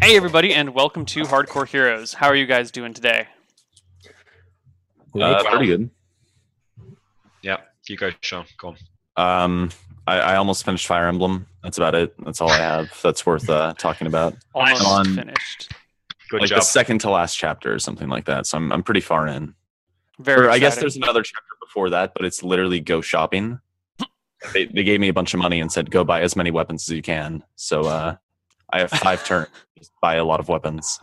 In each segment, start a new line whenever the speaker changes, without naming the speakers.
Hey, everybody, and welcome to Hardcore Heroes. How are you guys doing today?
Uh,
pretty good.
Yeah, you go, Sean. Go on.
Um, I, I almost finished Fire Emblem. That's about it. That's all I have. That's worth uh, talking about.
Almost
on-
finished.
Good
like
job.
the second to last chapter or something like that. So I'm I'm pretty far in.
Very.
Or I guess
exciting.
there's another chapter before that, but it's literally go shopping. They they gave me a bunch of money and said go buy as many weapons as you can. So uh, I have five turns. Just buy a lot of weapons.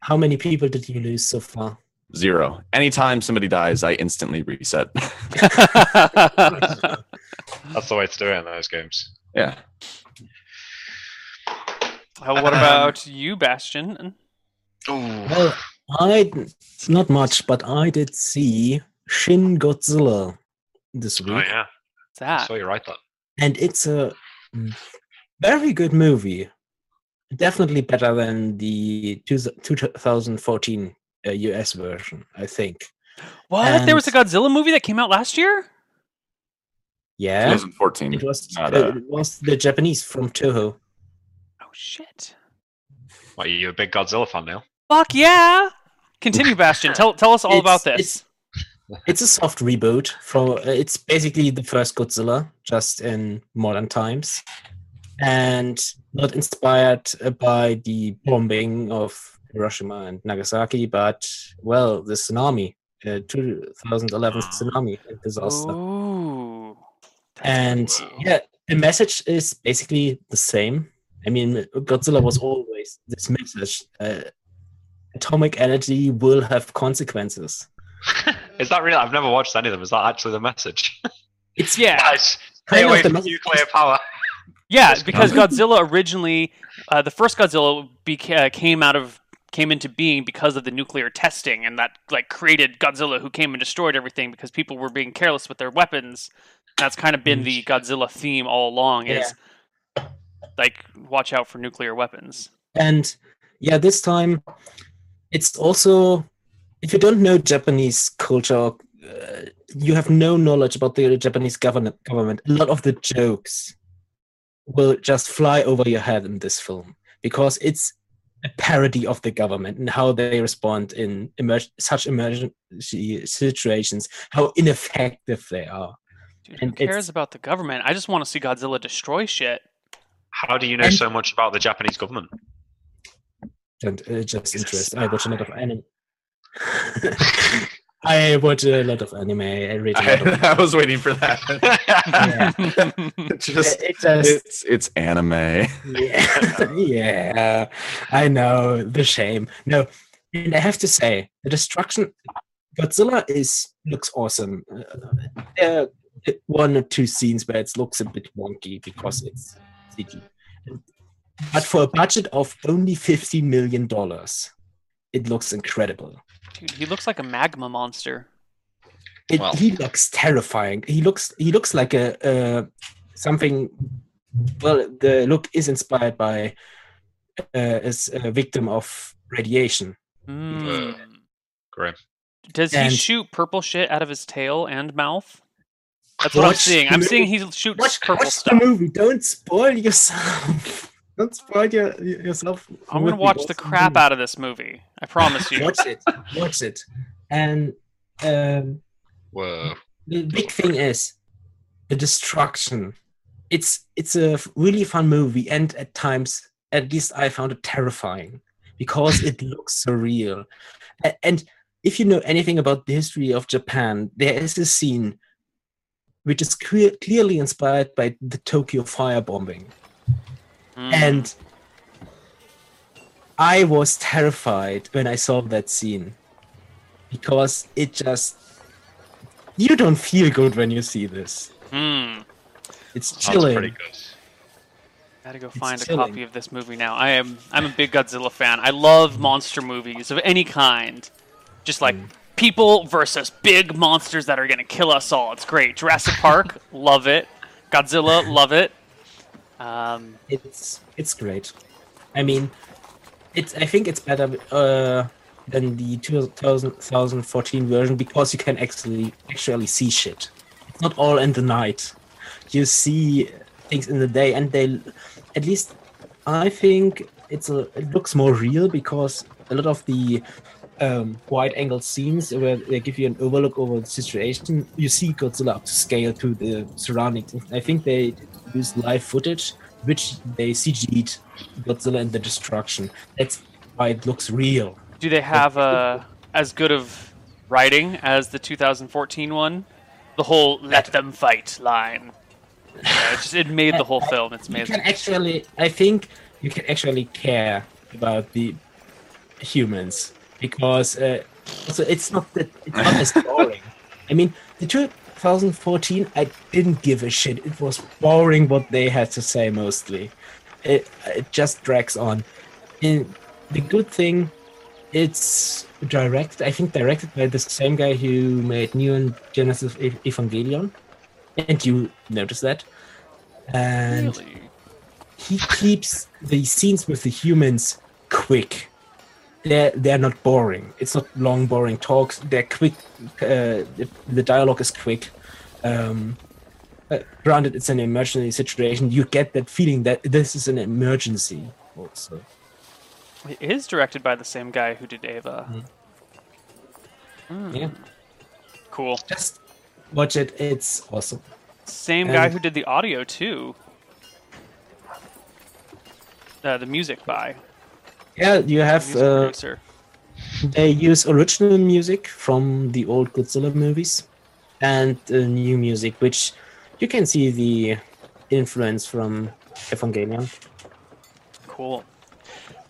How many people did you lose so far?
Zero. Anytime somebody dies, I instantly reset.
That's the way to do it in those games.
yeah.
Uh, what about you, Bastion?
Oh,
Well, I not much, but I did see Shin Godzilla this week,
Oh, yeah.
What's
I
that?
saw you write that.
and it's a very good movie. Definitely better than the two, 2014 uh, US version, I think.
What?
And-
There was a Godzilla movie that came out last year.
Yeah,
2014.
it was
not
uh,
a-
it was the Japanese from Toho.
Oh shit!
What, you a big Godzilla fan now?
Fuck yeah! Continue, Bastion. Tell tell us all
It's-
about this.
It's, it's a soft reboot from. uh, It's basically the first Godzilla, just in modern times, and not inspired uh, by the bombing of Hiroshima and Nagasaki, but well, the tsunami, uh, 2011
Ah.
tsunami disaster
Ooh. That's
and
cool.
yeah the message is basically the same i mean godzilla was always this message uh, atomic energy will have consequences
Is that real? I've never watched any of them. Is that actually the message?
it's
yeah,
Guys, stay
kind
away
of the
from
message
nuclear power.
yeah.
It's
Because Godzilla originally, uh, the first Godzilla beca- came out of came into being because of the nuclear testing, and that like created Godzilla, who came and destroyed everything because people were being careless with their weapons. That's kind of been the Godzilla theme all along: is like watch out for nuclear weapons.
and yeah this time it's also if you don't know japanese culture uh, you have no knowledge about the japanese government government a lot of the jokes will just fly over your head in this film because it's a parody of the government and how they respond in emerg- such emergency situations how ineffective they are
Dude,
And
who cares
it's-
about the government? I just want to see Godzilla destroy shit.
How do you know
And-
so much about the Japanese government?
and uh, just
He's a
interest. I watch a lot of anime. I watch a lot of anime. I read a lot of.
I, I was waiting for that.
Yeah.
Just
It just,
it's it's anime.
yeah, yeah. I know the shame. No, and I have to say the destruction. Godzilla is looks awesome. Uh, there are one or two scenes where it looks a bit wonky because it's CG, but for a budget of only fifteen million dollars, it looks incredible.
Dude, he looks like a magma monster.
It,
Wow.
He looks terrifying. He looks he looks like a uh, something. Well, the look is inspired by uh, is a victim of radiation.
Mm.
Grim.
Does he
And-
shoot purple shit out of his tail and mouth? That's what I'm
Watch
seeing.
the
I'm
movie.
seeing he shoots
Watch,
purple
watch the
stuff.
movie. Don't spoil yourself. Don't spoil your, yourself.
I'm
with
gonna watch the
awesome
crap
movie.
out of this movie. I promise you.
Watch it. Watch it. And um,
Whoa.
the big thing is the destruction it's it's a f- really fun movie and at times at least i found it terrifying because it looks surreal A- and if you know anything about the history of japan there is a scene which is clear, clearly inspired by the tokyo firebombing
Mm.
and I was terrified when I saw that scene because it just you don't feel good when you see this.
Mm.
It's
Sounds
chilling.
pretty good.
Gotta go find a
chilling.
copy of this movie now. I am I'm a big Godzilla fan. I love monster movies of any kind. Just like people versus big monsters that are gonna kill us all. It's great. Jurassic Park, love it. Godzilla, love it. Um,
It's it's great. I mean, it's I think it's better uh, than the 2000, 2014 version because you can actually actually see shit. It's not all in the night. You see things in the day, and they at least I think it's a, it looks more real because a lot of the um, wide angle scenes where they give you an overlook over the situation, you see Godzilla up to scale to the surroundings. I think they used live footage, which they CG'd Godzilla and the destruction. That's why it looks real.
Do they have uh, as good of writing as the 2014 one? The whole "Let them fight" line. Yeah, it just it made the whole film. It's
You
made.
can actually, I think, you can actually care about the humans because uh, also it's not that it's not as boring. I mean, the 2014, I didn't give a shit. It was boring what they had to say mostly. It it just drags on. And the good thing, it's directed. I think directed by the same guy who made Neon Genesis Ev- Evangelion, and you notice that. And
Really?
he keeps the scenes with the humans quick. They're, they're not boring. It's not long, boring talks. They're quick. Uh, the, the dialogue is quick. Um, uh, granted, it's an emergency situation. You get that feeling that this is an emergency, also.
It is directed by the same guy who did Ava.
Mm-hmm. Yeah.
Cool.
Just watch it. It's awesome.
Same guy
And-
who did the audio too. Uh, the music by
Yeah, you
the
have.
music
Uh,
producer.
they use original music from the old Godzilla movies and uh, new music, which you can see the influence from Evangelion.
Cool.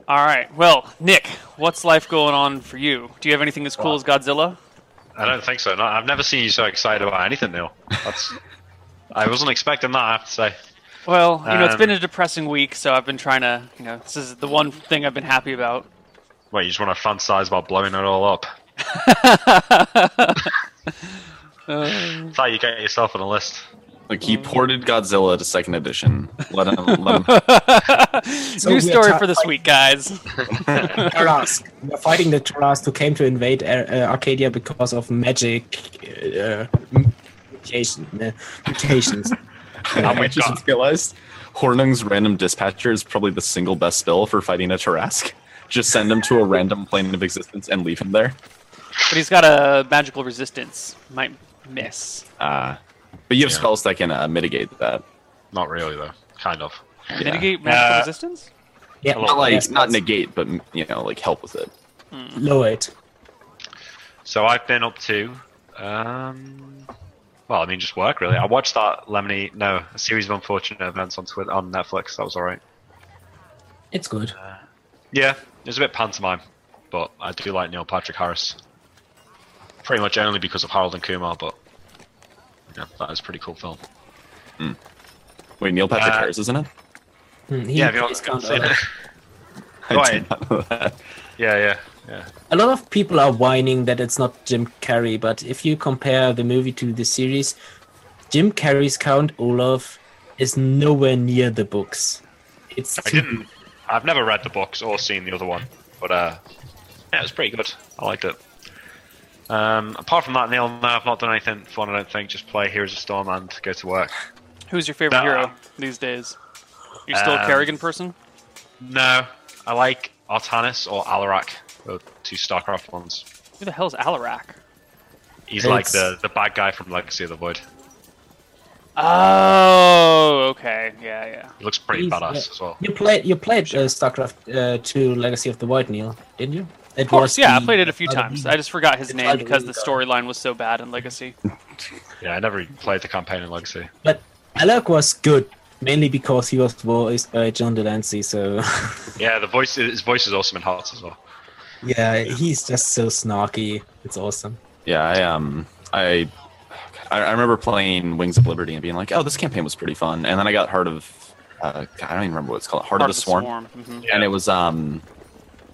All right. Well, Nick, what's life going on for you? Do you have anything as cool as Godzilla?
I don't think so. No, I've never seen you so excited about anything, Neil. That's, I wasn't expecting that. I have to say.
Well, you know, it's been
Um,
a depressing week, so I've been trying to, you know, this is the one thing I've been happy about.
Wait, you just want to fantasize about blowing it all up?
Uh,
That's how you get yourself on a list.
Like he ported Godzilla to second edition. Let him. let him
new
we're
story
ti-
for this week, guys.
Tarask. We're fighting the Tarask who came to invade uh, uh, Arcadia because of magic uh, mutation, uh, mutations.
How much just realized? Hornung's random dispatcher is probably the single best bill for fighting a Tarask. Just send him to a random plane of existence and leave him there.
But he's got a magical resistance. Might miss.
Uh, but you have
Yeah.
spells that can uh, mitigate that.
Not really, though. Kind of.
Yeah.
Mitigate magical
Uh,
resistance?
yeah,
Not like
yes,
not
that's-
negate, but you know, like help with it.
lower it.
So I've been up to, um, well, I mean, just work really. I watched that Lemony, no, a series of unfortunate events on Twitter, on Netflix. That was all right.
It's good.
Uh,
Yeah, it was a bit pantomime, but I do like Neil Patrick Harris. Pretty much only because of Harold and Kumar, but yeah, that is a pretty cool film.
Wait, Neil Patrick
Uh,
Harris, isn't it?
Mm, he
Yeah, if you
plays
want
Count
to see
Olaf.
it.
I did
Right.
not know that.
Yeah, yeah, yeah.
a lot of people are whining that it's not Jim Carrey, but if you compare the movie to the series, Jim Carrey's Count Olaf is nowhere near the books. It's
I didn't. I've never read the books or seen the other one, but uh, yeah, it was pretty good. I liked it. Um, apart from that, Neil, no, I've not done anything fun. I don't think. Just play Heroes of Storm and go to work.
Who's your favorite
Uh,
hero these days? You're still a
um,
Kerrigan person?
No, I like Artanis or Alarak, the two Starcraft ones.
Who the hell's Alarak?
He's like
It's-
the the bad guy from Legacy of the Void.
Uh,
Oh, okay. Yeah, yeah.
He looks pretty
He's-
badass
yeah.
as well.
You played you played uh, StarCraft uh, 2 Legacy of the Void, Neil, didn't you? It
Of course,
was
yeah, I
the-
played it a few
uh,
times. I just forgot his
it's
name
like
because the
really good.
storyline was so bad in Legacy.
Yeah, I never played the campaign in Legacy.
But Alec was good, mainly because he was voiced by John Delancey. So
Yeah, the voice his voice is awesome in Hearts as well.
yeah, he's just so snarky. It's awesome.
Yeah, I um, I, I I remember playing Wings of Liberty and being like, oh, this campaign was pretty fun, and then I got Heart of, uh, God, I don't even remember what it's called, Heart, of the, Swarm,
mhm.
and it was um,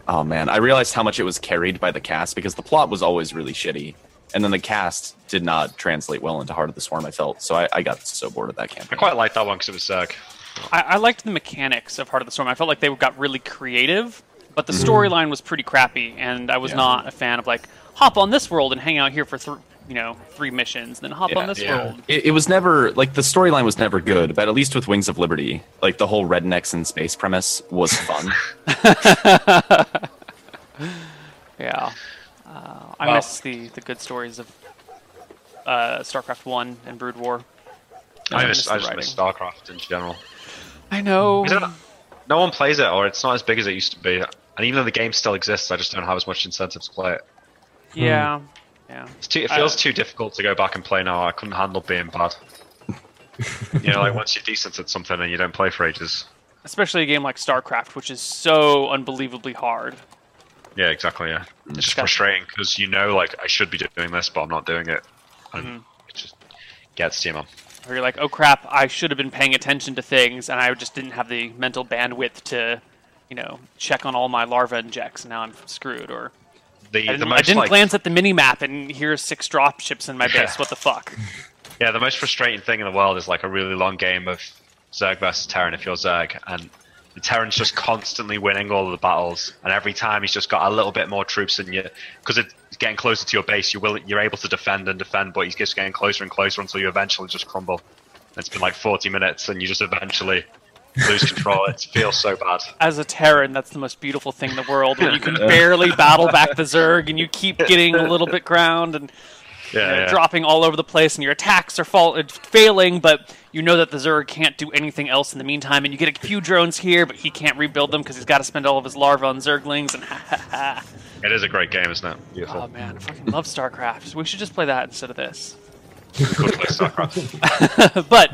oh man, I realized how much it was carried by the cast because the plot was always really shitty, and then the cast did not translate well into Heart of the Swarm. I felt so I, I got so bored of that
I
campaign.
quite like that one because it was Zerg.
I, I liked the mechanics of Heart of the Storm. I felt like they got really creative, but the storyline was pretty crappy, and I was
Yeah.
not a fan of like hop on this world and hang out here for th- you know three missions, then hop
Yeah,
on this
yeah.
world.
It, it was never like the storyline was never good, but at least with Wings of Liberty, like the whole rednecks in space premise was fun.
yeah, uh, I
Well-
miss the the good stories of uh, StarCraft One and Brood War.
I
I
miss,
miss the
I just miss StarCraft in general.
I know.
I don't- No one plays it, or it's not as big as it used to be. And even though the game still exists, I just don't have as much incentive to play it.
Yeah, yeah.
It's too, it feels
Uh,
too difficult to go back and play now. I couldn't handle being bad. you know, like once you're decent at something and you don't play for ages.
Especially a game like StarCraft, which is so unbelievably hard.
Yeah, exactly. Yeah, it's just
Okay.
frustrating because you know, like I should be doing this, but I'm not doing it, and
Mm-hmm.
it just gets to you, man.
Where you're like, oh crap, I should have been paying attention to things, and I just didn't have the mental bandwidth to, you know, check on all my larva injects, and now I'm screwed. Or
The,
I
the
didn't,
most
I didn't
like,
glance at the mini map, and here's six drop ships in my
Yeah.
base. What the fuck?
yeah, the most frustrating thing in the world is like a really long game of Zerg versus Terran if you're Zerg, and the Terran's just constantly winning all of the battles, and every time he's just got a little bit more troops than you because it's getting closer to your base. You will you're able to defend and defend, but he's just getting closer and closer until you eventually just crumble. And It's been like 40 minutes, and you just eventually lose control. It feels so bad.
As a Terran, that's the most beautiful thing in the world. When you can barely battle back the Zerg, and you keep getting a little bit ground, and
Yeah,
you know,
yeah.
dropping all over the place, and your attacks are fall- uh, failing, but you know that the Zerg can't do anything else in the meantime, and you get a few drones here, but he can't rebuild them because he's got to spend all of his larvae on Zerglings, and ha ha ha.
It is a great game, isn't it? Beautiful.
Oh man, I fucking love StarCraft. We should just play that instead of this.
Good place, StarCraft.
but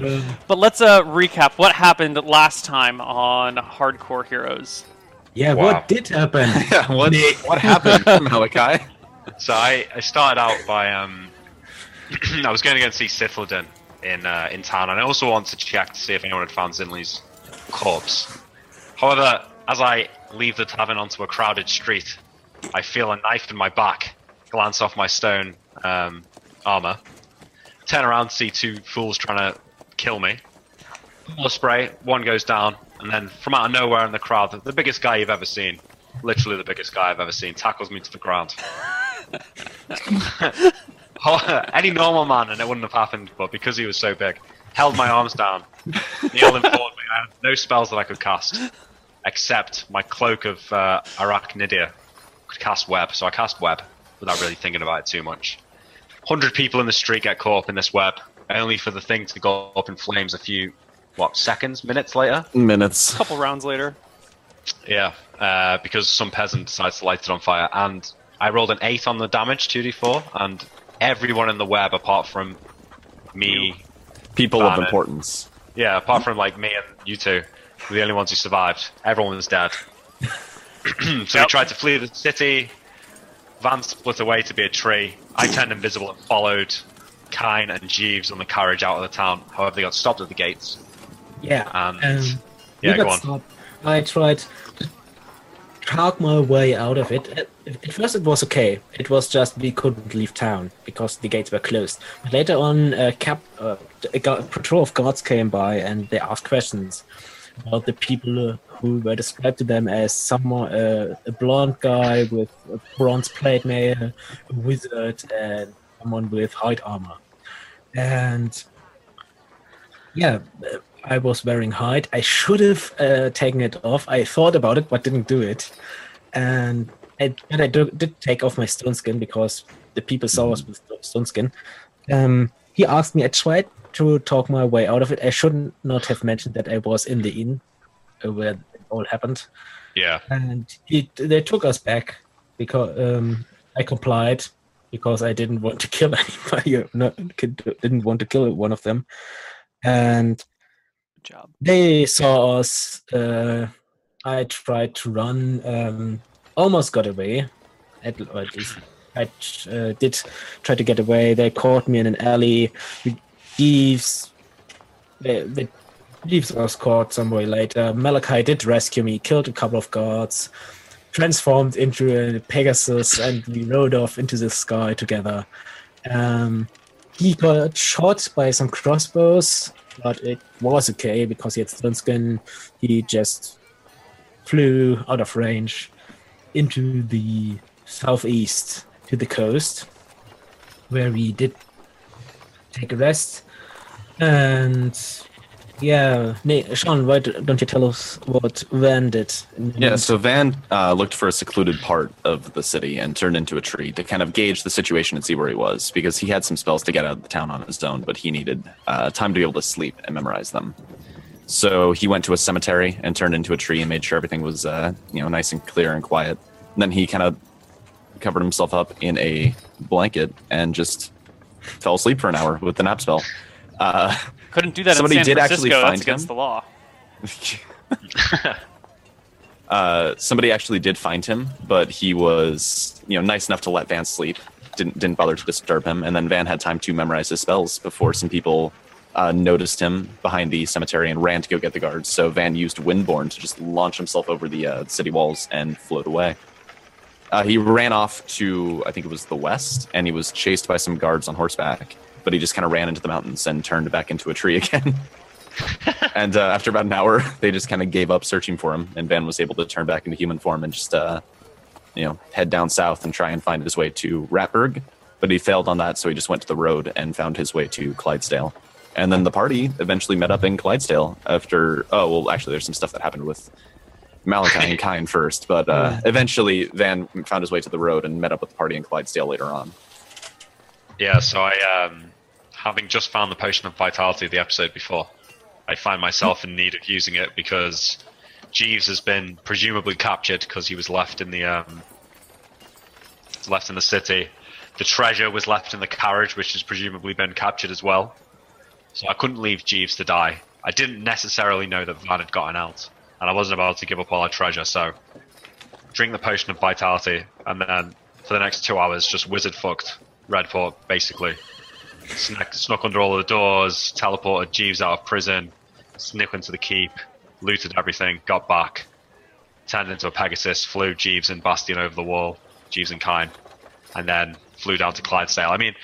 but let's uh, recap what happened last time on Hardcore Heroes.
Yeah,
Wow.
what did happen?
yeah, what what happened, Malachi?
So I, I started out by um, I was going to go and see Sithledon in uh, in town, and I also wanted to check to see if anyone had found Zinley's corpse. However, as I leave the tavern onto a crowded street, I feel a knife in my back. Glance off my stone um, armor, turn around, see two fools trying to kill me. More spray, one goes down, and then from out of nowhere in the crowd, the- the biggest guy you've ever seen, literally the biggest guy I've ever seen, tackles me to the ground. Any normal man, and it wouldn't have happened, but because he was so big, held my arms down. Neil informed me I had no spells that I could cast, except my cloak of uh, Arachnidia could cast web, so I cast web without really thinking about it too much. 100 people in the street get caught up in this web, only for the thing to go up in flames a few, what, seconds, minutes later?
A
Minutes.
couple rounds later,
Yeah, uh, because some peasant decides to light it on fire, and I rolled an eight on the damage, two d four, and everyone in the web, apart from me,
People of
Got it.
importance.
yeah, apart from like me and you two, were the only ones who survived. Everyone was dead. so we
Yep.
tried to flee the city. Van split away to be a tree. I turned invisible and followed Kine and Jeeves on the carriage out of the town. However, they got stopped at the gates.
Yeah.
And-
um,
Yeah,
we
go
got
on.
stopped. I tried to talk my way out of it. At, at first, it was okay. It was just we couldn't leave town because the gates were closed. But later on, a cap, uh, a gu- patrol of guards came by and they asked questions about the people uh, who were described to them as someone, uh, a blonde guy with a bronze plate mail, a wizard, and someone with hide armor. And yeah, uh, I was wearing hide. I should have uh, taken it off. I thought about it, but didn't do it. And I, and I do, did take off my stone skin because the people saw us with stone skin. Um, he asked me. I tried to talk my way out of it. I should not have mentioned that I was in the inn uh, where it all happened.
Yeah,
And he, they took us back because um, I complied because I didn't want to kill anybody. or Not, didn't want to kill one of them. And
good job.
they saw us. Uh, I tried to run, um, almost got away. At, or at least I uh, did try to get away. They caught me in an alley. We- Jeeves, they, they, Jeeves was caught some way later. Malachi did rescue me, killed a couple of guards, transformed into a Pegasus, and we rode off into the sky together. Um, he got shot by some crossbows, but it was okay because he had stone skin. He just flew out of range into the southeast to the coast. where we did take a rest. And yeah, Nate, Sean, why d- don't you tell us what Van did? in the
Yeah,
meantime?
so Van uh, looked for a secluded part of the city and turned into a tree to kind of gauge the situation and see where he was because he had some spells to get out of the town on his own, but he needed uh, time to be able to sleep and memorize them. So he went to a cemetery and turned into a tree and made sure everything was uh, you know nice and clear and quiet. And then he kind of covered himself up in a blanket and just fell asleep for an hour with the nap spell. Uh,
Couldn't do that
Somebody
in San
did
Francisco.
actually
That's
find
against
him.
the law.
uh, somebody actually did find him, but he was you know nice enough to let Van sleep. Didn't didn't bother to disturb him, and then Van had time to memorize his spells before some people uh, noticed him behind the cemetery and ran to go get the guards. So Van used Windborn to just launch himself over the uh, city walls and float away. Uh, he ran off to I think it was the west, and he was chased by some guards on horseback. But he just kind of ran into the mountains and turned back into a tree again. and uh, after about an hour, they just kind of gave up searching for him, and Van was able to turn back into human form and just, uh, you know, head down south and try and find his way to Ratburg. But he failed on that, so he just went to the road and found his way to Clydesdale. And then the party eventually met up in Clydesdale after. Oh well, actually, there's some stuff that happened with Malachi and Kine first, but uh, eventually Van found his way to the road and met up with the party in Clydesdale later on.
Yeah, so I, um, having just found the potion of vitality the episode before, I find myself in need of using it because Jeeves has been presumably captured because he was left in the um, left in the city. The treasure was left in the carriage, which has presumably been captured as well. So I couldn't leave Jeeves to die. I didn't necessarily know that Van had gotten out, and I wasn't about to give up all our treasure. So drink the potion of vitality, and then for the next two hours, just wizard fucked Redport basically. Snuck, snuck under all the doors, teleported Jeeves out of prison, snuck into the keep, looted everything, got back, turned into a Pegasus, flew Jeeves and Bastion over the wall, Jeeves and Kine, and then flew down to Clydesdale. I mean,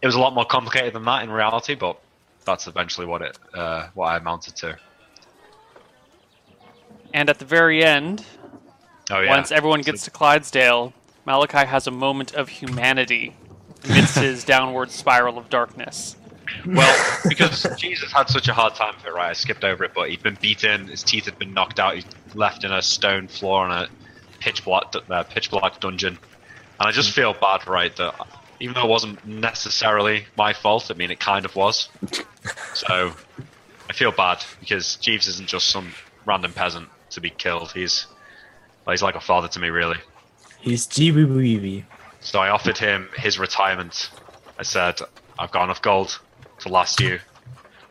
it was a lot more complicated than that in reality, but that's eventually what it uh, what I amounted to.
And at the very end,
Oh yeah.
once everyone gets to Clydesdale, Malachi has a moment of humanity amidst his downward spiral of darkness.
Well, because Jesus had such a hard time of it, right? I skipped over it, but he'd been beaten, his teeth had been knocked out, he'd left in a stone floor in a pitch black, uh, pitch black dungeon. And I just feel bad, right? That even though it wasn't necessarily my fault, I mean, it kind of was. So I feel bad because Jeeves isn't just some random peasant to be killed. He's well, he's like a father to me, really.
he's GBBB.
So I offered him his retirement. I said, I've got enough gold to last you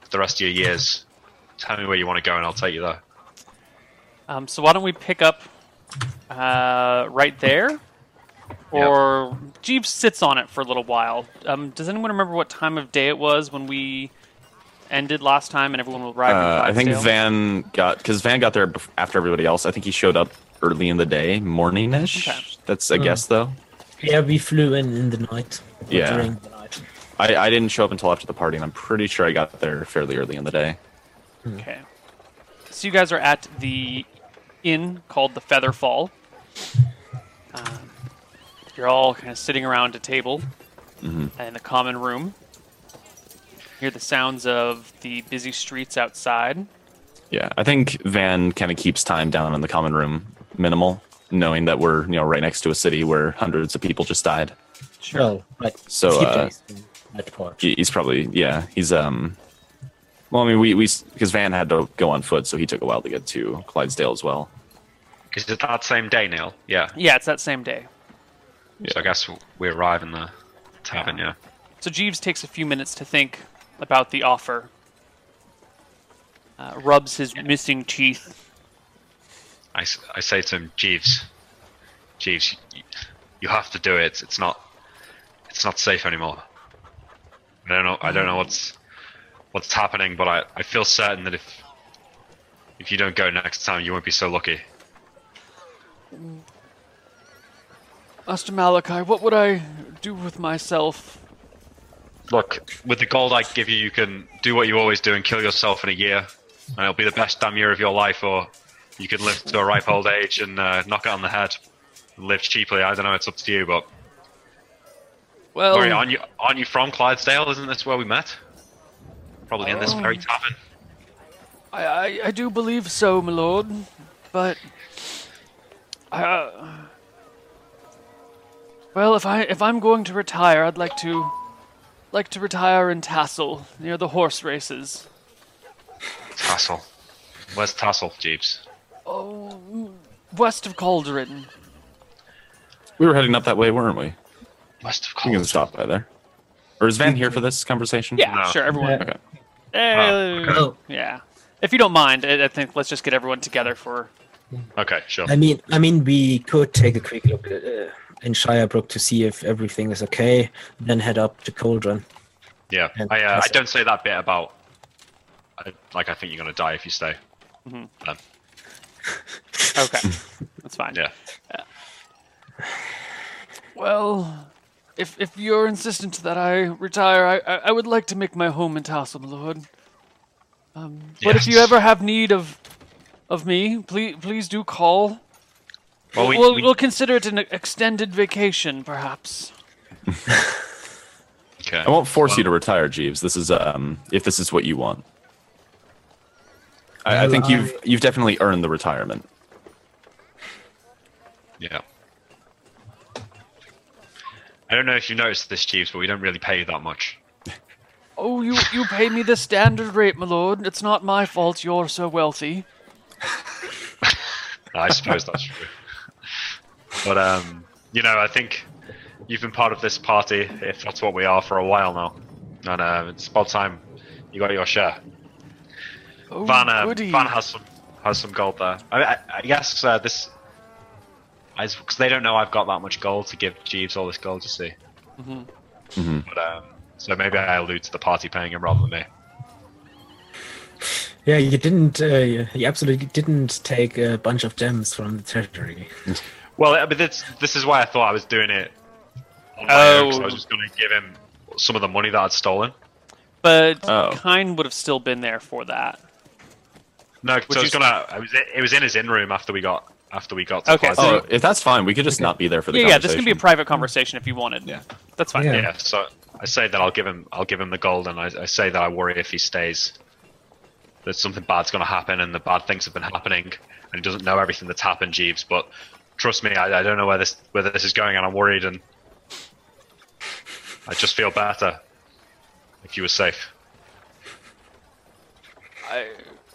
for the rest of your years. Tell me where you want to go and I'll take you there.
Um, so why don't we pick up uh, right there? Or Jeeves sits on it for a little while. Um, does anyone remember what time of day it was when we ended last time and everyone arrived?
Uh, I
in
think
Clydesdale?
Van got because Van got there bef- after everybody else. I think he showed up early in the day, morningish.
Okay.
That's a guess, though.
Yeah, we flew in in the night. or
Yeah.
During the night.
I, I didn't show up until after the party, and I'm pretty sure I got there fairly early in the day.
Okay. So you guys are at the inn called the Featherfall. Um, you're all kind of sitting around a table in the common room. Hear the sounds of the busy streets outside.
Yeah, I think Van kind of keeps time down in the common room minimal, knowing that we're you know right next to a city where hundreds of people just died.
Well, right.
So,
he
uh,
plays in that part.
He, he's probably yeah, he's um. Well, I mean, we we because Van had to go on foot, so he took a while to get to Clydesdale as well.
Is it that same day, Neil? Yeah.
Yeah, it's that same day.
So I guess we arrive in the tavern, yeah.
So Jeeves takes a few minutes to think about the offer. Uh, rubs his missing teeth.
I, s- I say to him, Jeeves, Jeeves, you, you have to do it. It's not, it's not safe anymore. I don't know. I don't know what's, what's happening, but I, I feel certain that if, if you don't go next time, you won't be so lucky.
Master Malachi, what would I do with myself?
Look, with the gold I give you, you can do what you always do and kill yourself in a year, and it'll be the best damn year of your life. Or you can live to a ripe old age and uh, knock it on the head and live cheaply. I don't know. It's up to you, but
Well,
Sorry, aren't you, aren't you from Clydesdale? Isn't this where we met? Probably in this very
Oh.
tavern.
I, I, I do believe so, my lord, but I, uh, well, if I if I'm going to retire, I'd like to like to retire in Tassel near the horse races.
Tassel. Where's Tassel, Jeeves?
Oh, mm, west of Calderon.
We were heading up that way, weren't we?
West of
We can
Clydesdale.
stop by there. Or is Van here for this conversation?
Yeah,
No.
sure, everyone.
Yeah.
Okay.
Eh,
Oh.
Yeah, if you don't mind, I, I think let's just get everyone together for.
Okay, sure.
I mean, I mean, we could take a quick look at, uh, in Shirebrook to see if everything is okay, then head up to Cauldron.
Yeah,
And
I, uh, I
Tassel.
don't say that bit about. I, like, I think you're gonna die if you stay.
Mm-hmm.
Um,
Okay, that's fine.
yeah.
Well, if if you're insistent that I retire, I I, I would like to make my home in Tassel, my lord. Um, but if you
Yes.
ever have need of of me, please please do call.
Well, we,
we'll,
we-
we'll consider it an extended vacation, perhaps.
okay.
I won't force you to retire, Jeeves. This is um, if this is what you want. I, I
Well,
think
I-
you've you've definitely earned the retirement.
Yeah. I don't know if you noticed this, Jeeves, but we don't really pay you that much.
Oh, you you pay me the standard rate, my lord. It's not my fault you're so wealthy.
I suppose that's true. But um, you know, I think you've been part of this party, if that's what we are, for a while now, and uh, it's about time you got your share.
Oh,
Van, uh,
goody.
Van has some has some gold there. I, I, I guess uh, this, because they don't know I've got that much gold to give Jeeves all this gold. You see,
Mm-hmm.
Mhm.
but um, so maybe I allude to the party paying him rather than me.
Yeah, you didn't. Uh, you you absolutely didn't take a bunch of gems from the treasury.
Well, I mean, this this is why I thought I was doing it. On my own, 'cause I
Oh.
was just going to give him some of the money that I'd stolen.
But
Oh.
Kine would have still been there for that.
No, because
Would
I
you
was gonna. I was. It was in his in room after we got. After we got. To
Okay,
Clyde.
so-
Oh, if that's fine, we could just not be there for the
Yeah, yeah, this can be a
conversation.
private conversation if you wanted.
Yeah.
That's fine.
Yeah.
yeah. So I say that I'll give him. I'll give him the gold, and I, I say that I worry if he stays, that something bad's gonna happen, and the bad things have been happening, and he doesn't know everything that's happened, Jeeves. But trust me, I, I don't know where this where this is going, and I'm worried, and I just feel better if you were safe.
I,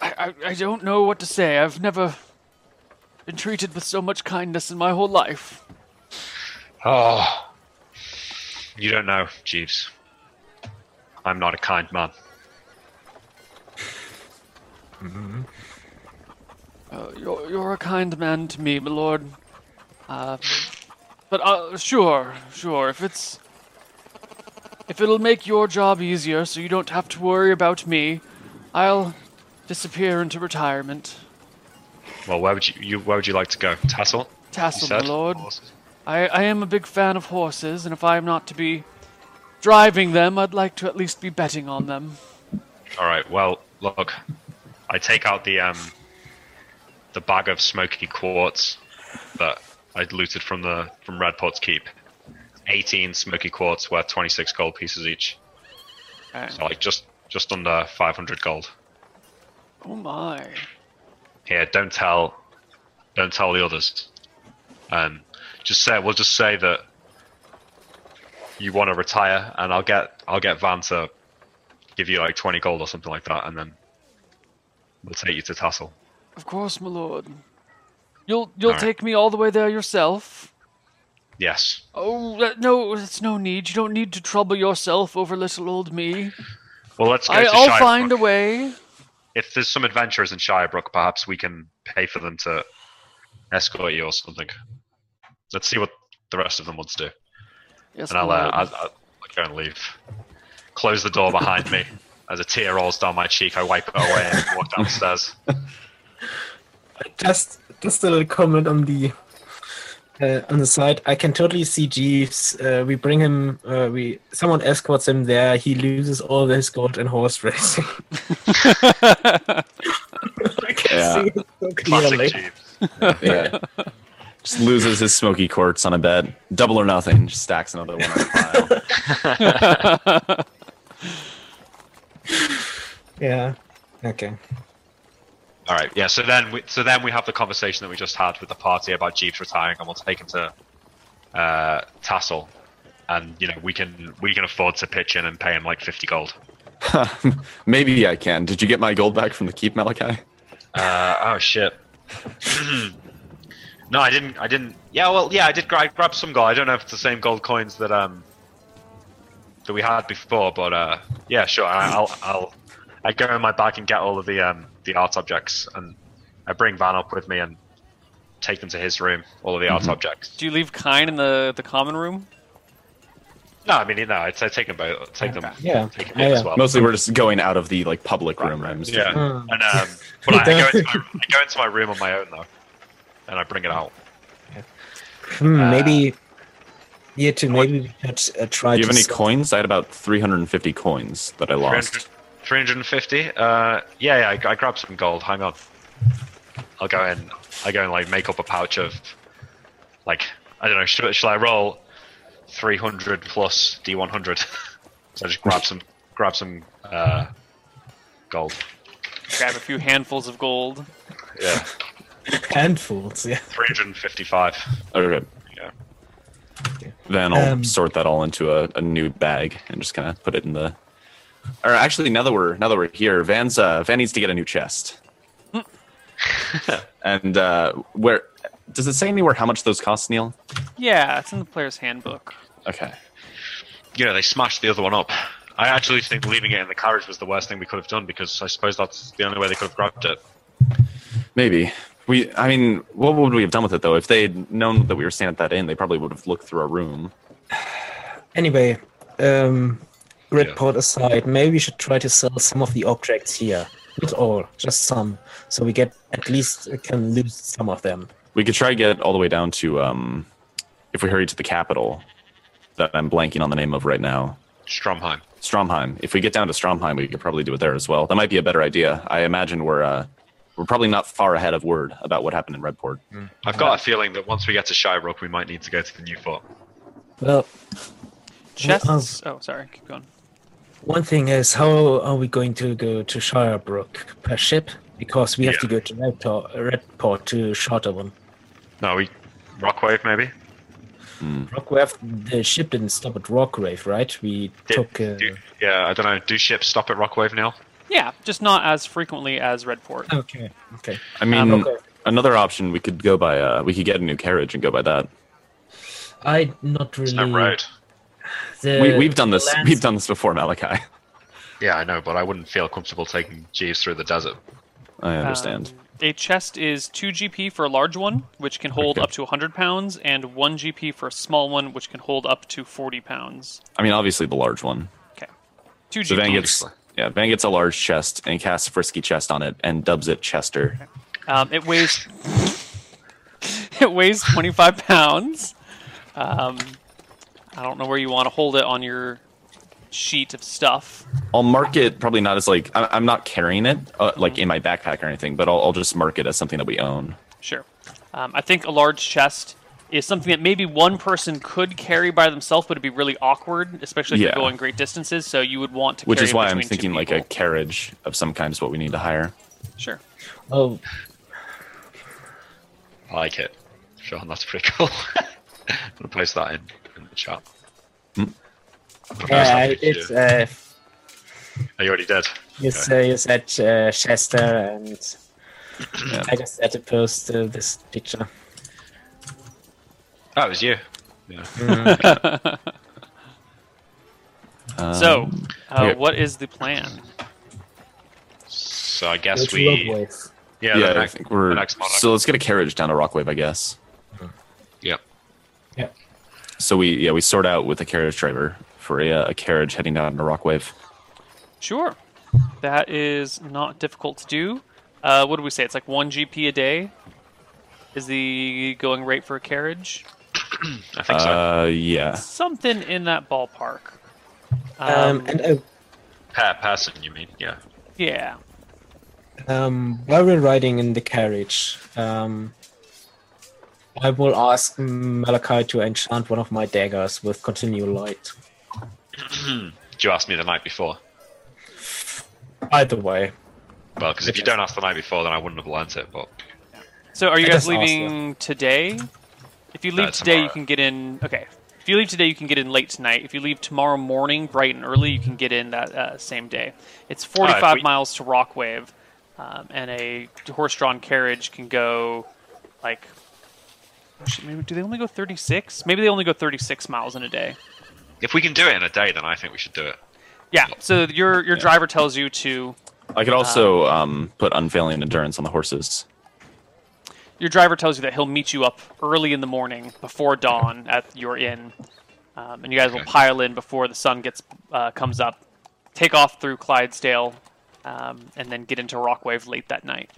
I, I don't know what to say. I've never been treated with so much kindness in my whole life.
Oh, you don't know, Jeeves. I'm not a kind man.
Uh, you're, you're a kind man to me, my lord. Uh, but uh, sure, sure. If it's if it'll make your job easier, so you don't have to worry about me, I'll disappear into retirement.
Well, where would you, you where would you like to go? Tassel? You
Tassel, my
said?
lord.
Horses.
I, I am a big fan of horses, and if I am not to be driving them, I'd like to at least be betting on them.
All right. Well, look, I take out the um the bag of smoky quartz that I looted from the from Radpot's keep. Eighteen smoky quartz worth twenty six gold pieces each.
Uh,
So like just just under five hundred gold.
Oh my.
Here, don't tell, don't tell the others. Um, just say we'll just say that you want to retire, and I'll get I'll get Van to give you like twenty gold or something like that, and then we'll take you to Tassel.
Of course, my lord. You'll you'll
Alright.
take me all the way there yourself.
Yes,
Oh uh, no, it's no need. You don't need to trouble yourself over little old me.
Well, let's go
I,
to
I'll
Shirebrook.
find a way.
If there's some adventurers in Shirebrook, perhaps we can pay for them to escort you or something. Let's see what the rest of them want to do,
Yes,
and I'll,
my
uh,
lord.
I'll, I'll go and leave. Close the door behind me. As a tear rolls down my cheek, I wipe it away and walk downstairs.
Just, just a little comment on the uh, on the side. I can totally see Jeeves. Uh, we bring him. Uh, we someone escorts him there. He loses all his gold in horse racing. I can
Yeah.
see it so
Classic
clearly.
Jeeves.
Yeah. Just loses his smoky quartz on a bed. Double or nothing. Just stacks another one on the pile.
Yeah. Okay.
All right, yeah. So then, we, so then we have the conversation that we just had with the party about Jeeves retiring, and we'll take him to uh, Tassel, and you know we can we can afford to pitch in and pay him like fifty gold.
Maybe I can. Did you get my gold back from the keep, Malachi?
Uh, oh shit. no, I didn't. I didn't. Yeah, well, yeah, I did grab, grab some gold. I don't know if it's the same gold coins that um that we had before, but uh, yeah, sure. I, I'll I'll I go in my bag and get all of the um the art objects, and I bring Van up with me and take them to his room. All of the art objects.
Do you leave Kine in the, the common room?
No, I mean no, I, I take them both. Take them.
Yeah.
Take them
Yeah,
in as
yeah.
well.
Mostly, we're just going out of the like public room rooms.
Yeah,
Mm.
and um, but I, I, go into my, I go into my room on my own though, and I bring it out.
Hmm,
Uh,
maybe. Yeah, too. Maybe we could uh, try
Do you
to
have any
sell-
coins? I had about 350 coins that I lost.
350 uh yeah, yeah I, I grabbed some gold hang on i'll go in i go and like make up a pouch of like i don't know shall, shall i roll 300 plus d100 so i just grab some grab some uh gold
Grab a few handfuls of gold.
yeah
handfuls? Yeah.
355
Okay.
yeah
Then I'll
Um,
sort that all into a, a new bag and just kind of put it in the. Or actually, now that we're now that we're here, Van's uh, Van needs to get a new chest. and uh, where does it say anywhere how much those cost, Neil?
Yeah, it's in the player's handbook.
Okay.
you know they smashed the other one up i actually think leaving it in the carriage was the worst thing we could have done because i suppose that's the only way they could have grabbed it
Maybe. We I mean, what would we have done with it though? If they'd known that we were staying at that inn, they probably would have looked through our room.
Anyway, um, grid
Yeah.
pod aside, maybe we should try to sell some of the objects here. Not all, just some, so we get at least uh, can lose some of them.
We could try to get all the way down to um if we hurry to the capital that I'm blanking on the name of right now.
stromheim
Stromheim. If we get down to Stromheim, we could probably do it there as well. That might be a better idea. I imagine we're uh, we're probably not far ahead of word about what happened in Redport.
I've got a feeling that once we get to Shyrock, we might need to go to the new fort.
Well,
Chests. Oh, sorry. Keep going.
one thing is, how are we going to go to Shirebrook per ship? Because we have to
Yeah.
go to Redport, Redport to charter one.
No, we Rockwave maybe.
Rockwave, the ship didn't stop at Rockwave, right? We
Did-
took. Uh,
do- yeah, I don't know. Do ships stop at Rockwave now?
Yeah, just not as frequently as Redport. Um,
okay, okay.
I mean,
Um, okay.
another option we could go by. Uh, we could get a new carriage and go by that.
I not really.
It's no road.
the-
we, we've done this.
the lands-
We've done this before, Malachi.
Yeah, I know, but I wouldn't feel comfortable taking Jeeves through the desert.
Uh,
I
Um,
understand.
a chest is 2 GP for a large one, which can hold
Okay.
up to 100 pounds, and 1 GP for a small one, which can hold up to 40 pounds.
I mean, obviously the large one.
Okay. 2
So
GP.
Van gets
obviously.
yeah, Van gets a large chest and casts Frisky chest on it and dubs it Chester.
Um, it weighs it weighs 25 pounds. Um, I don't know where you want to hold it on your sheet of stuff.
I'll mark it probably not as like I- I'm not carrying it uh, like in my backpack or anything, but I'll, I'll just mark it as something that we own.
Sure. Um, I think a large chest is something that maybe one person could carry by themselves, but it'd be really awkward, especially if
Yeah.
you're going great distances. So you would want to.
Which
carry
is
it
why I'm
between two
thinking like a
people.
carriage of some kind is what we need to hire.
Sure.
Oh,
I like it. Sean, that's pretty cool. I'm gonna post that in, in the chat.
Hmm.
I'm gonna post
yeah,
that
I
picture.
did. Uh,
Are you already dead?
you, say, you said uh, Chester, and I just had to post uh, this picture.
Oh, it was you. Yeah.
Hmm.
Um,
so, uh,
okay.
what is the plan?
So I
Go
guess
to
we.
Rockwave.
Yeah,
Yeah,
the
I
next,
think
the
we're
next monarch.
so let's get a carriage down to Rockwave, I guess.
yeah.
Yeah.
So we yeah we sort out with a carriage driver for a, uh, a carriage heading down to Rockwave.
Sure. That is not difficult to do. Uh, what do we say? It's like one GP a day is the going rate for a carriage.
I think so.
Uh, yeah,
Something in that ballpark.
Um, and uh,
Per person, you mean? Yeah.
yeah.
um, while we're riding in the carriage, um, I will ask Malachi to enchant one of my daggers with continual light.
You asked me the night before.
Either way,
Well, because if you don't ask the night before, then I wouldn't have learnt it. But
So are you
I
guys
just asked
leaving today? If you leave
No,
today, you
tomorrow.
can get in. Okay. If you leave today, you can get in late tonight. If you leave tomorrow morning, bright and early, you can get in that uh, same day. It's 45
we-
miles to Rockwave, um, and a horse-drawn carriage can go like. oh, Shit, Maybe do they only go 36? Maybe they only go 36 miles in a day.
if we can do it in a day, then I think we should do it.
Yeah. So your your driver tells you to
I could also um, put unfailing endurance on the horses.
your driver tells you that he'll meet you up early in the morning before dawn at your inn um, and you guys will
Okay.
pile in before the sun gets uh, comes up take off through clydesdale um, and then get into rockwave late that night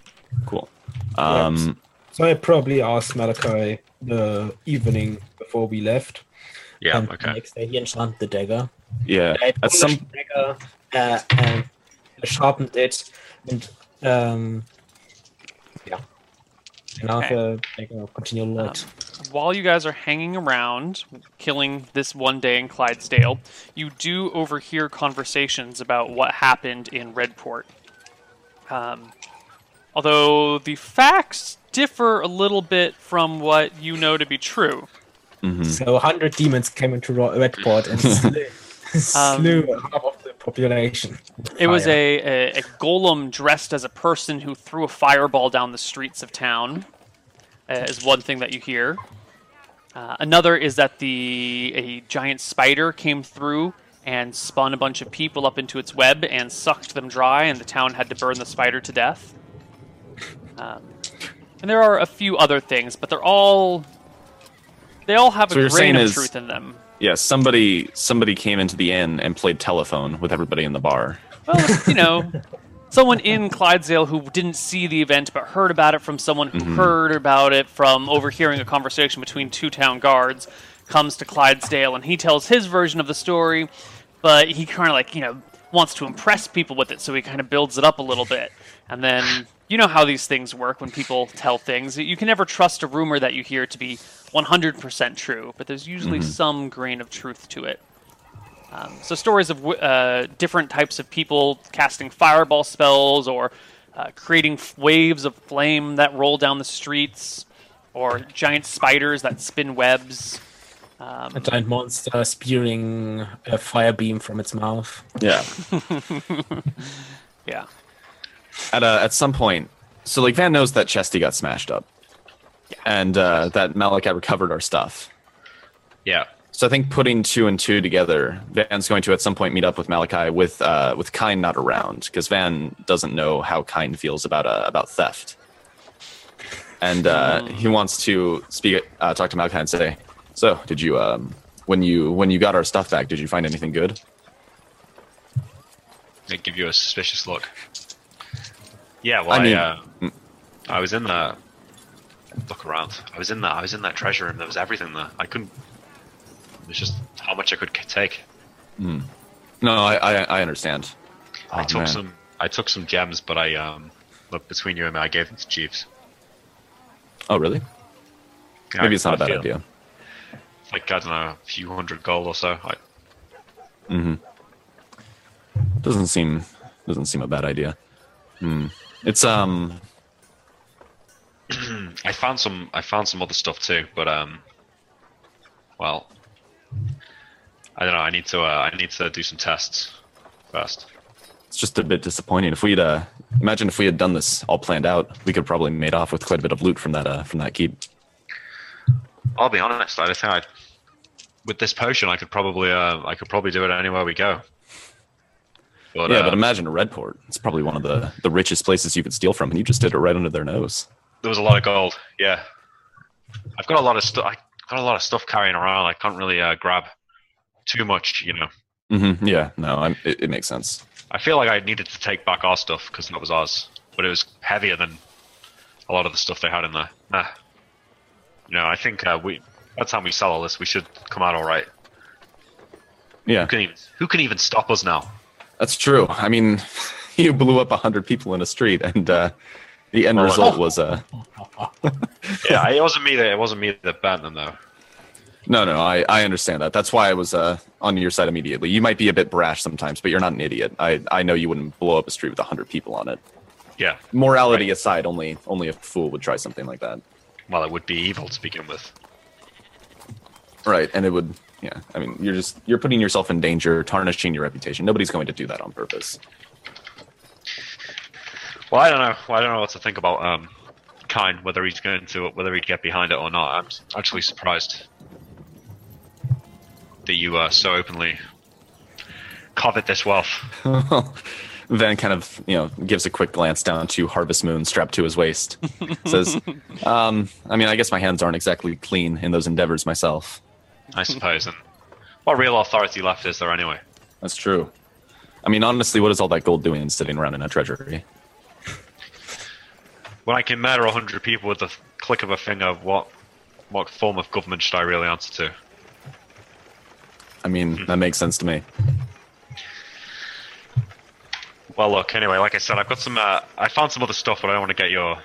Cool. Um,
so I probably asked Malachi the evening before we left.
Yeah.
and The
okay.
Um, next day he enchanted the dagger.
yeah.
I
At
pulled
some
the dagger uh, and sharpened it, and um, yeah. And now the dagger of continual light.
Um, while you guys are hanging around killing this one day in clydesdale you do overhear conversations about what happened in redport um, although the facts differ a little bit from what you know to be true
mhm.
So 100 demons came into Ro- Redport and slew, slew half of the population.
Um, It was
Fire.
a, a, a golem dressed as a person who threw a fireball down the streets of town, uh, is one thing that you hear. Uh, another is that the a giant spider came through and spun a bunch of people up into its web and sucked them dry, and the town had to burn the spider to death. Um, and there are a few other things, but they're all they all have
So what
a
you're
grain
saying
of
is-
truth in them.
Yeah. Somebody somebody came into the inn and played telephone with everybody in the bar.
Well, you know, someone in Clydesdale who didn't see the event but heard about it from someone who heard about it from overhearing a conversation between two town guards comes to Clydesdale and he tells his version of the story, but he kind of like, you know, wants to impress people with it, so he kind of builds it up a little bit. And then you know how these things work when people tell things. You can never trust a rumor that you hear to be 100% true, but there's usually some grain of truth to it. So stories of w- uh, different types of people casting fireball spells or uh, creating f- waves of flame that roll down the streets or giant spiders that spin webs.
A giant monster spearing a fire beam from its mouth.
Yeah.
Yeah.
at a, at some point, so like Van knows that Chesty got smashed up, and uh, that Malachi recovered our stuff.
Yeah.
So I think putting two and two together, Van's going to at some point meet up with Malachi with uh, with Kine not around because Van doesn't know how Kine feels about uh, about theft, and uh,
Mm.
he wants to speak uh, talk to Malachi and say, "So did you um, when you when you got our stuff back? Did you find anything good?"
They give you a suspicious look. Yeah. Well,
I
I,
mean-
uh, I was in the look around. I was in that. I was in that treasure room. There was everything there. I couldn't. It was just how much I could c- take.
No, I I, I understand.
I
Oh,
took
man.
some. I took some gems, but I um. Look between you and me, I gave them to Jeeves.
Oh, really?
Yeah,
Maybe it's not
I
a bad
feel-
idea.
Like I don't know, a few hundred gold or so. I,
Doesn't seem doesn't seem a bad idea. Hmm. It's um
I found some. I found some other stuff too, but um, well, I don't know. I need to. Uh, I need to do some tests first.
it's just a bit disappointing. If we'd uh imagine if we had done this all planned out, we could probably made off with quite a bit of loot from that uh from that keep.
I'll be honest. I don't think I. With this potion, I could probably. Uh, I could probably do it anywhere we go. But,
yeah,
uh,
but imagine a Redport. It's probably one of the the richest places you could steal from, and you just did it right under their nose.
there was a lot of gold. Yeah, I've got a lot of stuff. I got a lot of stuff carrying around. I can't really uh, grab too much. You know,
Mm-hmm. Yeah, no, I'm, it, it makes sense.
I feel like I needed to take back our stuff because that was ours, but it was heavier than a lot of the stuff they had in there. Nah. You know, I think uh, we. By the time we sell all this, we should come out all right.
Yeah,
Who can even Who can even stop us now?
that's true. I mean, you blew up a hundred people in a street, and uh, The end
Oh.
result was uh,
Yeah, it wasn't me that it wasn't me that burnt them though.
no, no. I, I understand that. That's why I was uh, on your side immediately. You might be a bit brash sometimes, but you're not an idiot. I I know you wouldn't blow up a street with hundred people on it.
Yeah,
Morality aside, only only a fool would try something like that.
well, it would be evil to begin with.
Right, and it would. Yeah, I mean, you're just you're putting yourself in danger, tarnishing your reputation. Nobody's going to do that on purpose.
Well, I don't know. Well, I don't know what to think about um, Kine, whether he's going to, whether he'd get behind it or not. I'm actually surprised that you uh, so openly covet this wealth.
Van kind of, you know, gives a quick glance down to Harvest Moon strapped to his waist. Says, um, I mean, I guess my hands aren't exactly clean in those endeavors myself.
I suppose. and what real authority left is there anyway?
That's true. I mean, honestly, what is all that gold doing sitting around in a treasury?
When I can murder hundred people with the click of a finger, what what form of government should I really answer to?
I mean, that makes sense to me.
Well, look. Anyway, like I said, I've got some. Uh, I found some other stuff, but I don't want to get your. I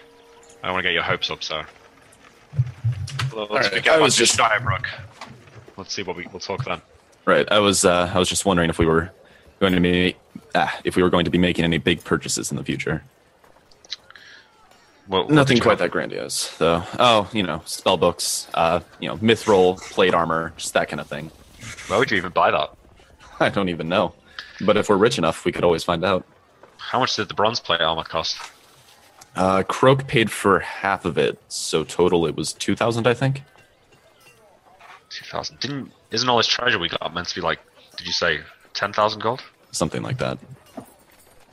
don't want to get your hopes up. So. Well, Let's
right,
pick
I
up on
was
just
just-
Dybrook. Let's see what we we'll talk then.
Right. I was, uh, I was just wondering if we were going to be, ah, if we were going to be making any big purchases in the future.
What, what
Nothing
did you-
quite that grandiose, though. Oh, you know, spell books, uh, you know, mithril, plate armor, just that kind of thing.
Why would you even buy that?
I don't even know. But if we're rich enough, we could always find out.
How much did the bronze plate armor cost?
Uh, Croak paid for half of it, so total it was two thousand, I think.
Two thousand. Didn't? Isn't all this treasure we got meant to be like? Did you say ten thousand gold?
Something like that.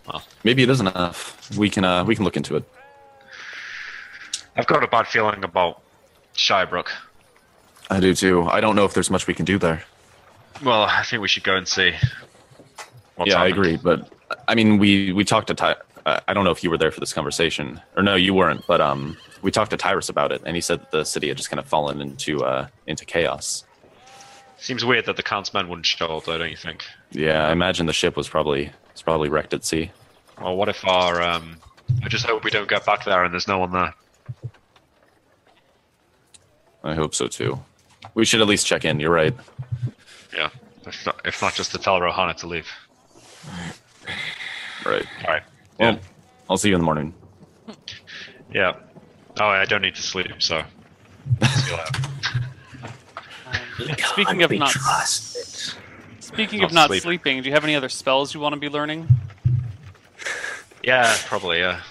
Wow.
Maybe it is enough. We can uh, we can look into it.
I've got a bad feeling about Shybrook.
I do too. I don't know if there's much we can do there.
Well, I think we should go and see. what's
yeah, I
happened.
agree. But I mean, we we talked to Ty. I I don't know if you were there for this conversation, or no, you weren't. But um, we talked to Tyrus about it, and he said that the city had just kind of fallen into uh into chaos.
Seems weird that the Count's men wouldn't show up, though, don't you think?
Yeah, I imagine the ship was probably it's probably wrecked at sea.
Well, what if our? Um, I just hope we don't get back there and there's no one there.
I hope so too. We should at least check in. You're right.
Yeah, if not, if not just to tell Rohana to leave.
Right.
All right.
Well,
Yeah.
I'll see you in the morning.
Yeah. Oh, I don't need to sleep, so. See you later.
Speaking of not
trusted.
speaking
Not
of not
sleeping.
sleeping, do you have any other spells you want to be learning?
yeah, probably. Yeah.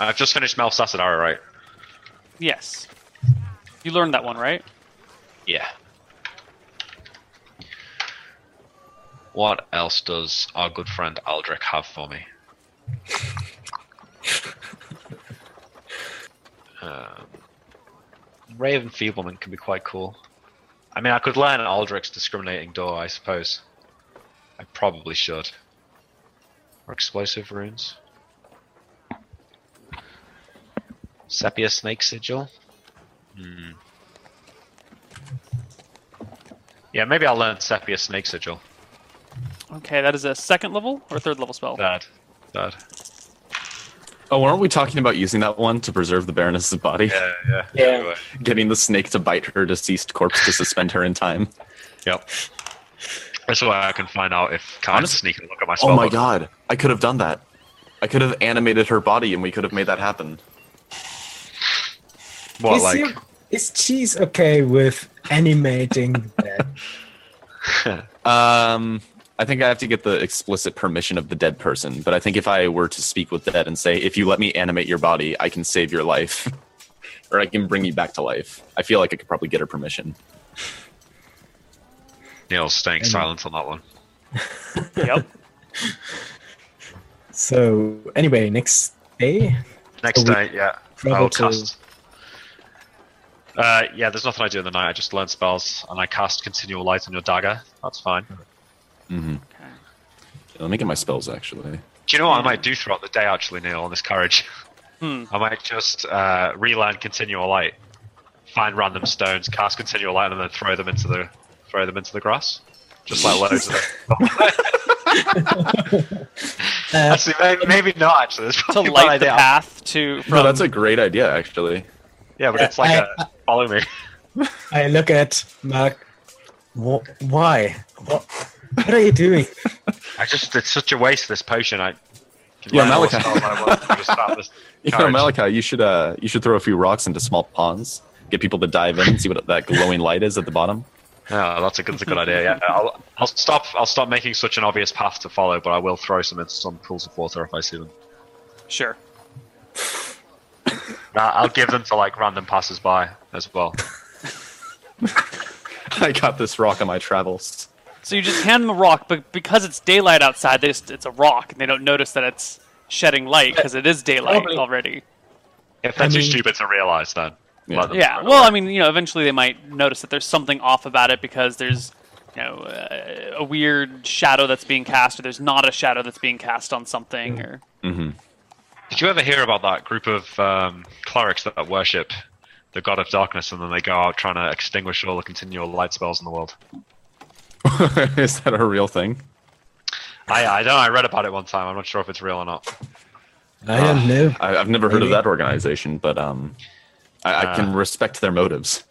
I've just finished Melf's acid arrow, right?
Yes. You learned that one, right?
Yeah. What else does our good friend Aldrich have for me? um, Ray of Enfeeblement can be quite cool. I mean, I could learn Aldrich's discriminating door, I suppose. I probably should. Or explosive runes. Sepia Snake Sigil. Hmm. Yeah, maybe I'll learn Sepia Snake Sigil.
Okay, that is a second level or third level spell.
Third. Third.
Oh, weren't we talking about using that one to preserve the Baroness's body?
Yeah, yeah.
Yeah.
we were.
Getting the snake to bite her deceased corpse to suspend her in time.
Yep. That's why I can find out if Khan
Honest-
sneak and look at my spell.
Oh my
book.
god, I could have done that. I could have animated her body and we could have made that happen.
What,
is,
like,
your- is cheese okay with animating that?
Um, I think I have to get the explicit permission of the dead person, but I think if I were to speak with the dead and say, if you let me animate your body, I can save your life. or I can bring you back to life. I feel like I could probably get her permission.
Neil's staying
And-
silent on that one.
Yep.
So anyway, next day.
Next
So we
day, yeah.
travel
I'll
to-
cast. Uh, yeah, there's nothing I do in the night. I just learn spells and I cast continual light on your dagger. That's fine.
Mm-hmm.
Okay.
Let me get my spells actually.
Do you know what I might do throughout the day, actually, Neil, on this carriage?
Hmm.
I might just uh, relearn continual light, find random stones, cast continual light, and then throw them into the throw them into the grass, just like loads of them.
Uh,
Actually, may- maybe not. Actually, that's
to
probably a bad
light the
idea.
path to from
No, that's a great idea, actually.
Yeah, but it's like
I-
a follow me.
I look at Mark. Wha why? What, what are you doing?
I just it's such a waste. This potion. I. Can
Yeah,
I know
Malachi.
what's not what I want to stop this
You know,
carriage.
Malachi, you should uh, you should throw a few rocks into small ponds, get people to dive in, and see what that glowing light is at the bottom.
Oh, that's a good, that's a good idea. Yeah, I'll, I'll stop. I'll stop making such an obvious path to follow, but I will throw some into some pools of water if I see them.
sure.
Nah, I'll give them to like random passers-by as well.
I got this rock on my travels.
So you just hand them a rock, but because it's daylight outside, they just, it's a rock, and they don't notice that it's shedding light because it is daylight
Probably.
already.
If they're
I
too
mean-
stupid to realize, then
Yeah.
let them
Yeah.
throw it
Well,
away.
I mean, you know, eventually they might notice that there's something off about it because there's, you know, uh, a weird shadow that's being cast, or there's not a shadow that's being cast on
Mm.
something, or
hmm
Did you ever hear about that group of um, clerics that worship the god of darkness, and then they go out trying to extinguish all the continual light spells in the world?
is that a real thing?
I, I don't. know, I read about it one time. I'm not sure if it's real or not.
I don't know.
I, I've never heard of
Maybe. Ah.
that organization, but um, I, I can respect their motives.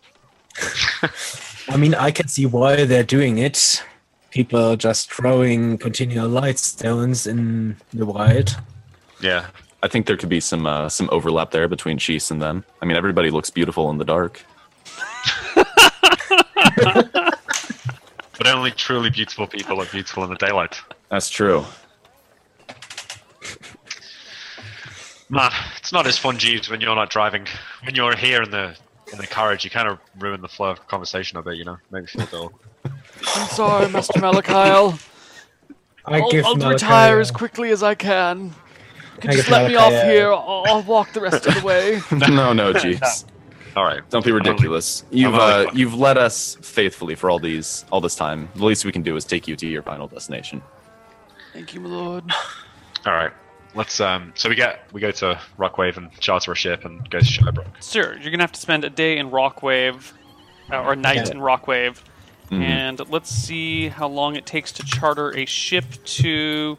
I mean, I can see why they're doing it. People are just throwing continual light stones in the wild.
Yeah.
I think there could be some uh, some overlap there between Chiefs and them. I mean, everybody looks beautiful in the dark.
But only truly beautiful people are beautiful in the daylight.
That's true.
Man, it's not as fun, Jeeves, when you're not driving. When you're here in the in the carriage, you kind of ruin the flow of conversation a bit. You know, make me feel dull.
I'm sorry, Master Malakile.
I
I'll,
give
I'll
Malachi
retire
a-
as quickly as I can. You can
I
just
give
let me off
Malachi a-
here. I'll, I'll walk the rest of the way.
no, no, Chiefs,
All right.
don't be ridiculous. You've
only-
uh, you've led us faithfully for all these all this time. The least we can do is take you to your final destination.
Thank you, my lord.
All right. Let's. Um. So we get we go to Rockwave and charter a ship and go to Shirebrook.
sure, you're gonna have to spend a day in Rockwave, uh, or a night
Yeah.
in Rockwave,
Mm-hmm.
and let's see how long it takes to charter a ship to.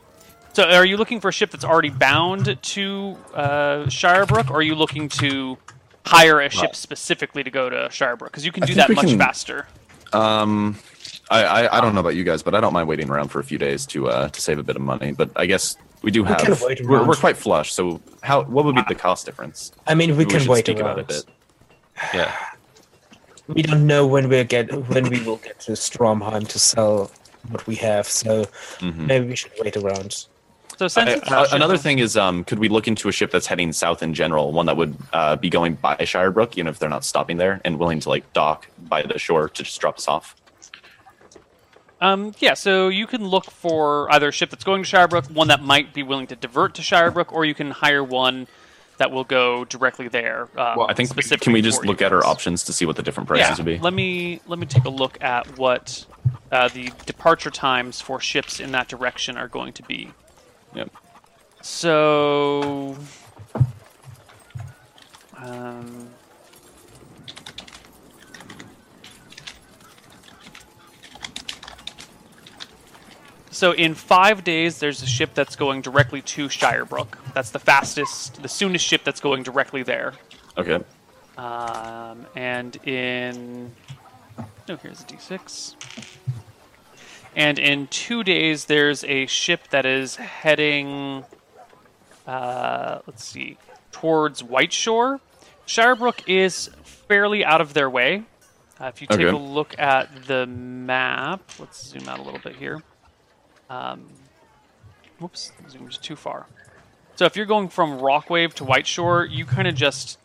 So, are you looking for a ship that's already bound to uh, Shirebrook, or are you looking to hire a ship specifically to go to Shirebrook? Because you can
I
do
think
that
we
much
can-
faster.
Um, I, I I don't know about you guys, but I don't mind waiting around for a few days to uh to save a bit of money. But I guess we do have
can wait
we're,
around.
we're quite flush. So how what would be the cost difference?
I mean, we
Maybe
can
should
wait
speak
around.
about it a bit.
Yeah.
We don't know when we'll get when we will get to Stromheim to sell what we have, so maybe we should wait around.
So, since
Uh,
it's
uh,
a ship-
another thing is, um, could we look into a ship that's heading south in general, one that would uh, be going by Shirebrook, you know, if they're not stopping there, and willing to like dock by the shore to just drop us off?
Um, yeah, so you can look for either a ship that's going to Shirebrook, one that might be willing to divert to Shirebrook, or you can hire one that will go directly there. Um,
I think
specifically
can we just
for
look
you
at our
guys.
options to see what the different prices
Yeah,
would be?
let me let me take a look at what uh, the departure times for ships in that direction are going to be.
Yep.
So, um, so in five days, there's a ship that's going directly to Shirebrook. That's the fastest, the soonest ship that's going directly there.
Okay.
Um, and in no, here's a d6. And in two days, there's a ship that is heading. Uh, let's see, towards Whiteshore. Shirebrook is fairly out of their way. Uh, if you take
Okay.
a look at the map, let's zoom out a little bit here. Um, whoops, zoomed too far. So if you're going from Rockwave to Whiteshore, you kind of just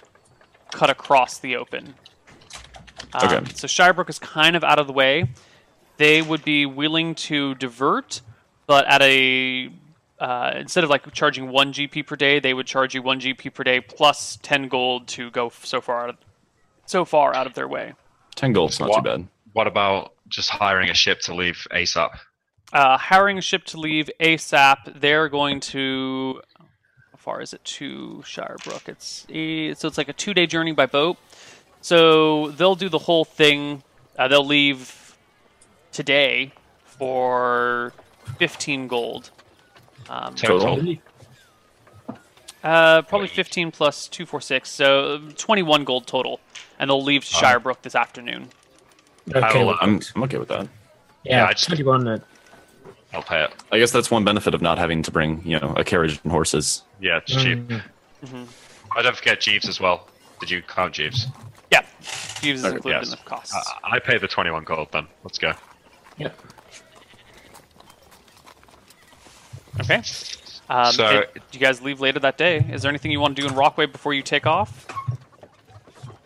cut across the open. Um,
Okay.
So Shirebrook is kind of out of the way. They would be willing to divert, but at a uh, instead of like charging one GP per day, they would charge you one GP per day plus ten gold to go f- so far out of, so far out of their way.
Ten gold's not too
What-
bad.
What about just hiring a ship to leave ASAP?
Uh, hiring a ship to leave ASAP. They're going to how far is it to Shirebrook? It's eh, so it's like a two-day journey by boat. So they'll do the whole thing. Uh, they'll leave today for fifteen gold. Um,
Total.
Total.
uh, probably 15 plus 246, so 21 gold total. And they'll leave to Shirebrook this afternoon.
I
Okay.
will,
I'm, I'm okay with that.
yeah,
yeah, I just-
21 at
I'll pay it.
I guess that's one benefit of not having to bring, you know, a carriage and horses.
Yeah, it's cheap. Mm-hmm. I don't forget Jeeves as well. Did you count Jeeves?
Yeah, Uh, Jeeves is included
yes.
in the cost.
I, I pay the 21 gold then. Let's go.
yeah.
Okay. Um,
So-
it- do you guys leave later that day? Is there anything you want to do in Rockway before you take off?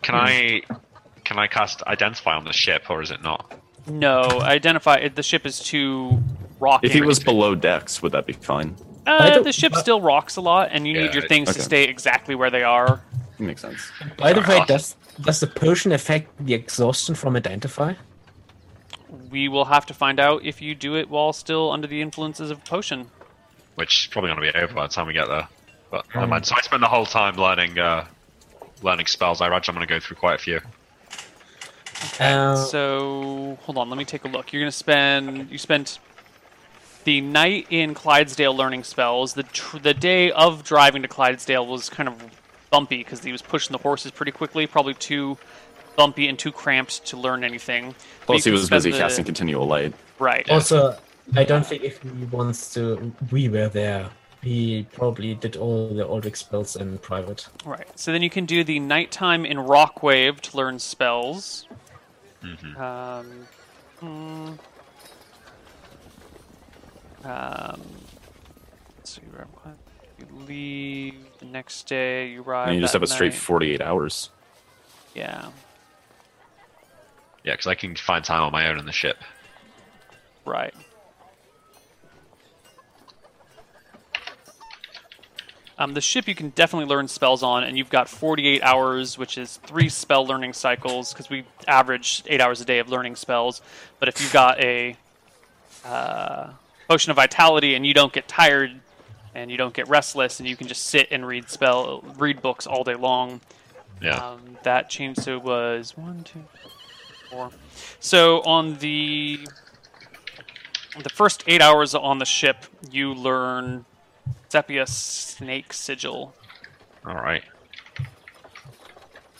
Can I can I cast Identify on the ship or is it not?
No, identify. The ship is too rocky.
If he was below decks, would that be fine?
I
uh,
don't-
the ship still rocks a lot, and you
Yeah,
need your things
okay.
to stay exactly where they are.
Makes sense.
By the way,
Alright.
does does the potion affect the exhaustion from identify?
We will have to find out if you do it while still under the influences of potion.
Which is probably going to be over by the time we get there. But never mind. So I spent the whole time learning uh, learning spells. I imagine I'm going to go through quite a few.
Uh,
So hold on, let me take a look. You're gonna spend you spent the night in Clydesdale learning spells. The tr- the day of driving to Clydesdale was kind of bumpy because he was pushing the horses pretty quickly. Probably too bumpy and too cramped to learn anything. But
Plus, he
you can
was
spend
busy
the-
casting Oh, continual light.
Right.
also, I don't think if he wants to, we were there. He probably did all the Aldrich spells in private.
Right. So then you can do the nighttime in Rock Wave to learn spells.
Mm-hmm.
Um, mm, um, let's see where I'm going. You leave the next day. You arrive.
And you just
that
have a straight
night.
48 hours.
Yeah.
Yeah, because I can find time on my own in the ship.
Right. Um, the ship you can definitely learn spells on, and you've got 48 hours, which is three spell learning cycles, because we average eight hours a day of learning spells. But if you've got a uh, potion of vitality and you don't get tired and you don't get restless, and you can just sit and read spell read books all day long,
Yeah.
um, that changed. So it was one, two, four. So on the the first eight hours on the ship, you learn Sepia Snake Sigil.
All right.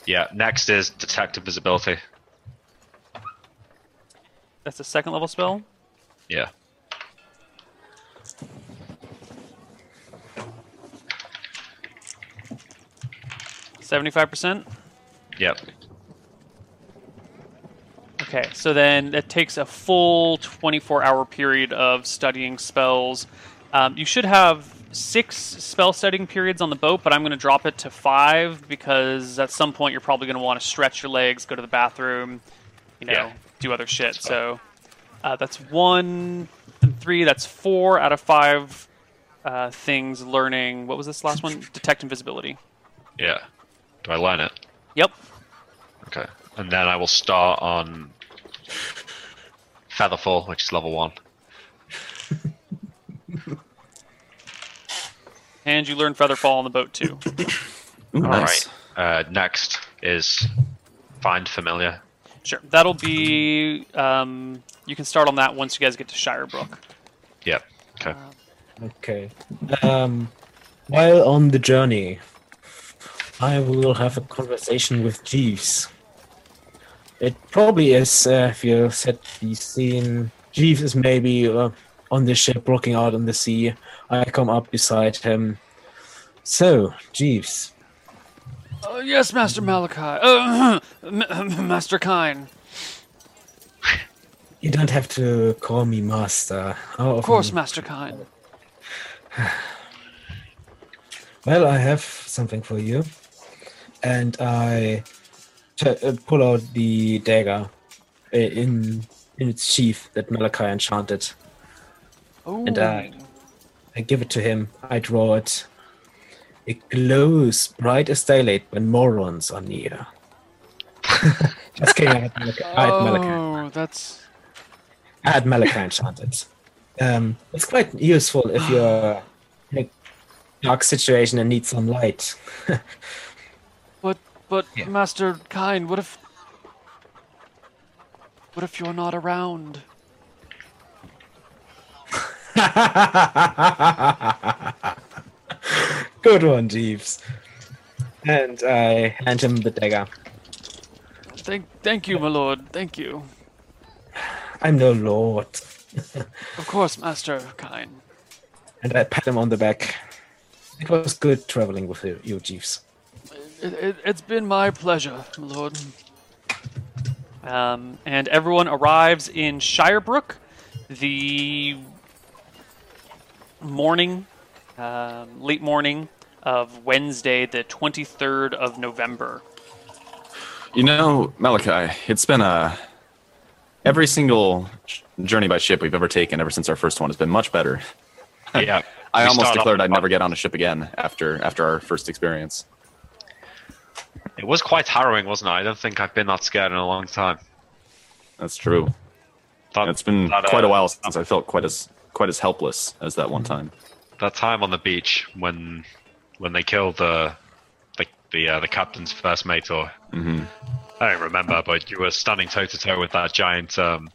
Yeah. Next is Detect Invisibility.
That's a second level spell.
Yeah.
Seventy five percent.
Yep.
Okay, so then that takes a full 24 hour period of studying spells. Um, you should have six spell studying periods on the boat, but I'm going to drop it to five because at some point you're probably going to want to stretch your legs, go to the bathroom, you know,
Yeah.
do other shit.
fine.
So uh, that's one and three. That's four out of five uh, things learning. What was this last one? Detect invisibility.
Yeah. Do I learn it?
Yep.
Okay. And then I will start on Featherfall, which is level one.
And you learn Featherfall on the boat too.
Ooh,
All
nice.
right. Uh, next is Find Familiar.
Sure. That'll be. Um, you can start on that once you guys get to Shirebrook.
Yep. Okay.
Okay. Um, while on the journey, I will have a conversation with Jeeves. It probably is, uh, if you set the scene, Jeeves is maybe uh, on the ship, rocking out on the sea. I come up beside him. So, Jeeves,
Uh, yes, Master Malachi. Uh, Master Kine.
you don't have to call me master.
Of
Hmm.
course, Master Kine.
Well, I have something for you. And I t- uh, pull out the dagger i- in in its sheath that Malachi enchanted.
Oh,
And I, I give it to him. I draw it. It glows bright as daylight when morons are near. Just kidding. I had Malachi, I had Malachi,
oh, that's
I had Malachi enchanted. Um, it's quite useful if you're in a dark situation and need some light.
But but
Yeah.
Master Kine, what if What if you're not around?
Good one, Jeeves. And I hand him the dagger.
Thank, thank you, my lord. Thank you.
I'm no lord.
Of course, Master Kine.
And I pat him on the back. It was good traveling with you, you Jeeves.
It, it, it's been my pleasure, my lord.
Um, and everyone arrives in Shirebrook the morning, um, late morning of Wednesday, the 23rd of November.
You know, Malachi, it's been a every single j- journey by ship we've ever taken ever since our first one has been much better.
Yeah.
I
We
almost
start off-
declared I'd never get on a ship again after after our first experience.
It was quite harrowing, wasn't it? I don't think I've been that scared in a long time.
That's true.
That,
It's been
that, uh,
quite a while since I felt quite as quite as helpless as that one time.
That time on the beach when when they killed the the the, uh, the captain's first mate, or
Mm-hmm.
I don't remember, but you were standing toe to toe with that giant um,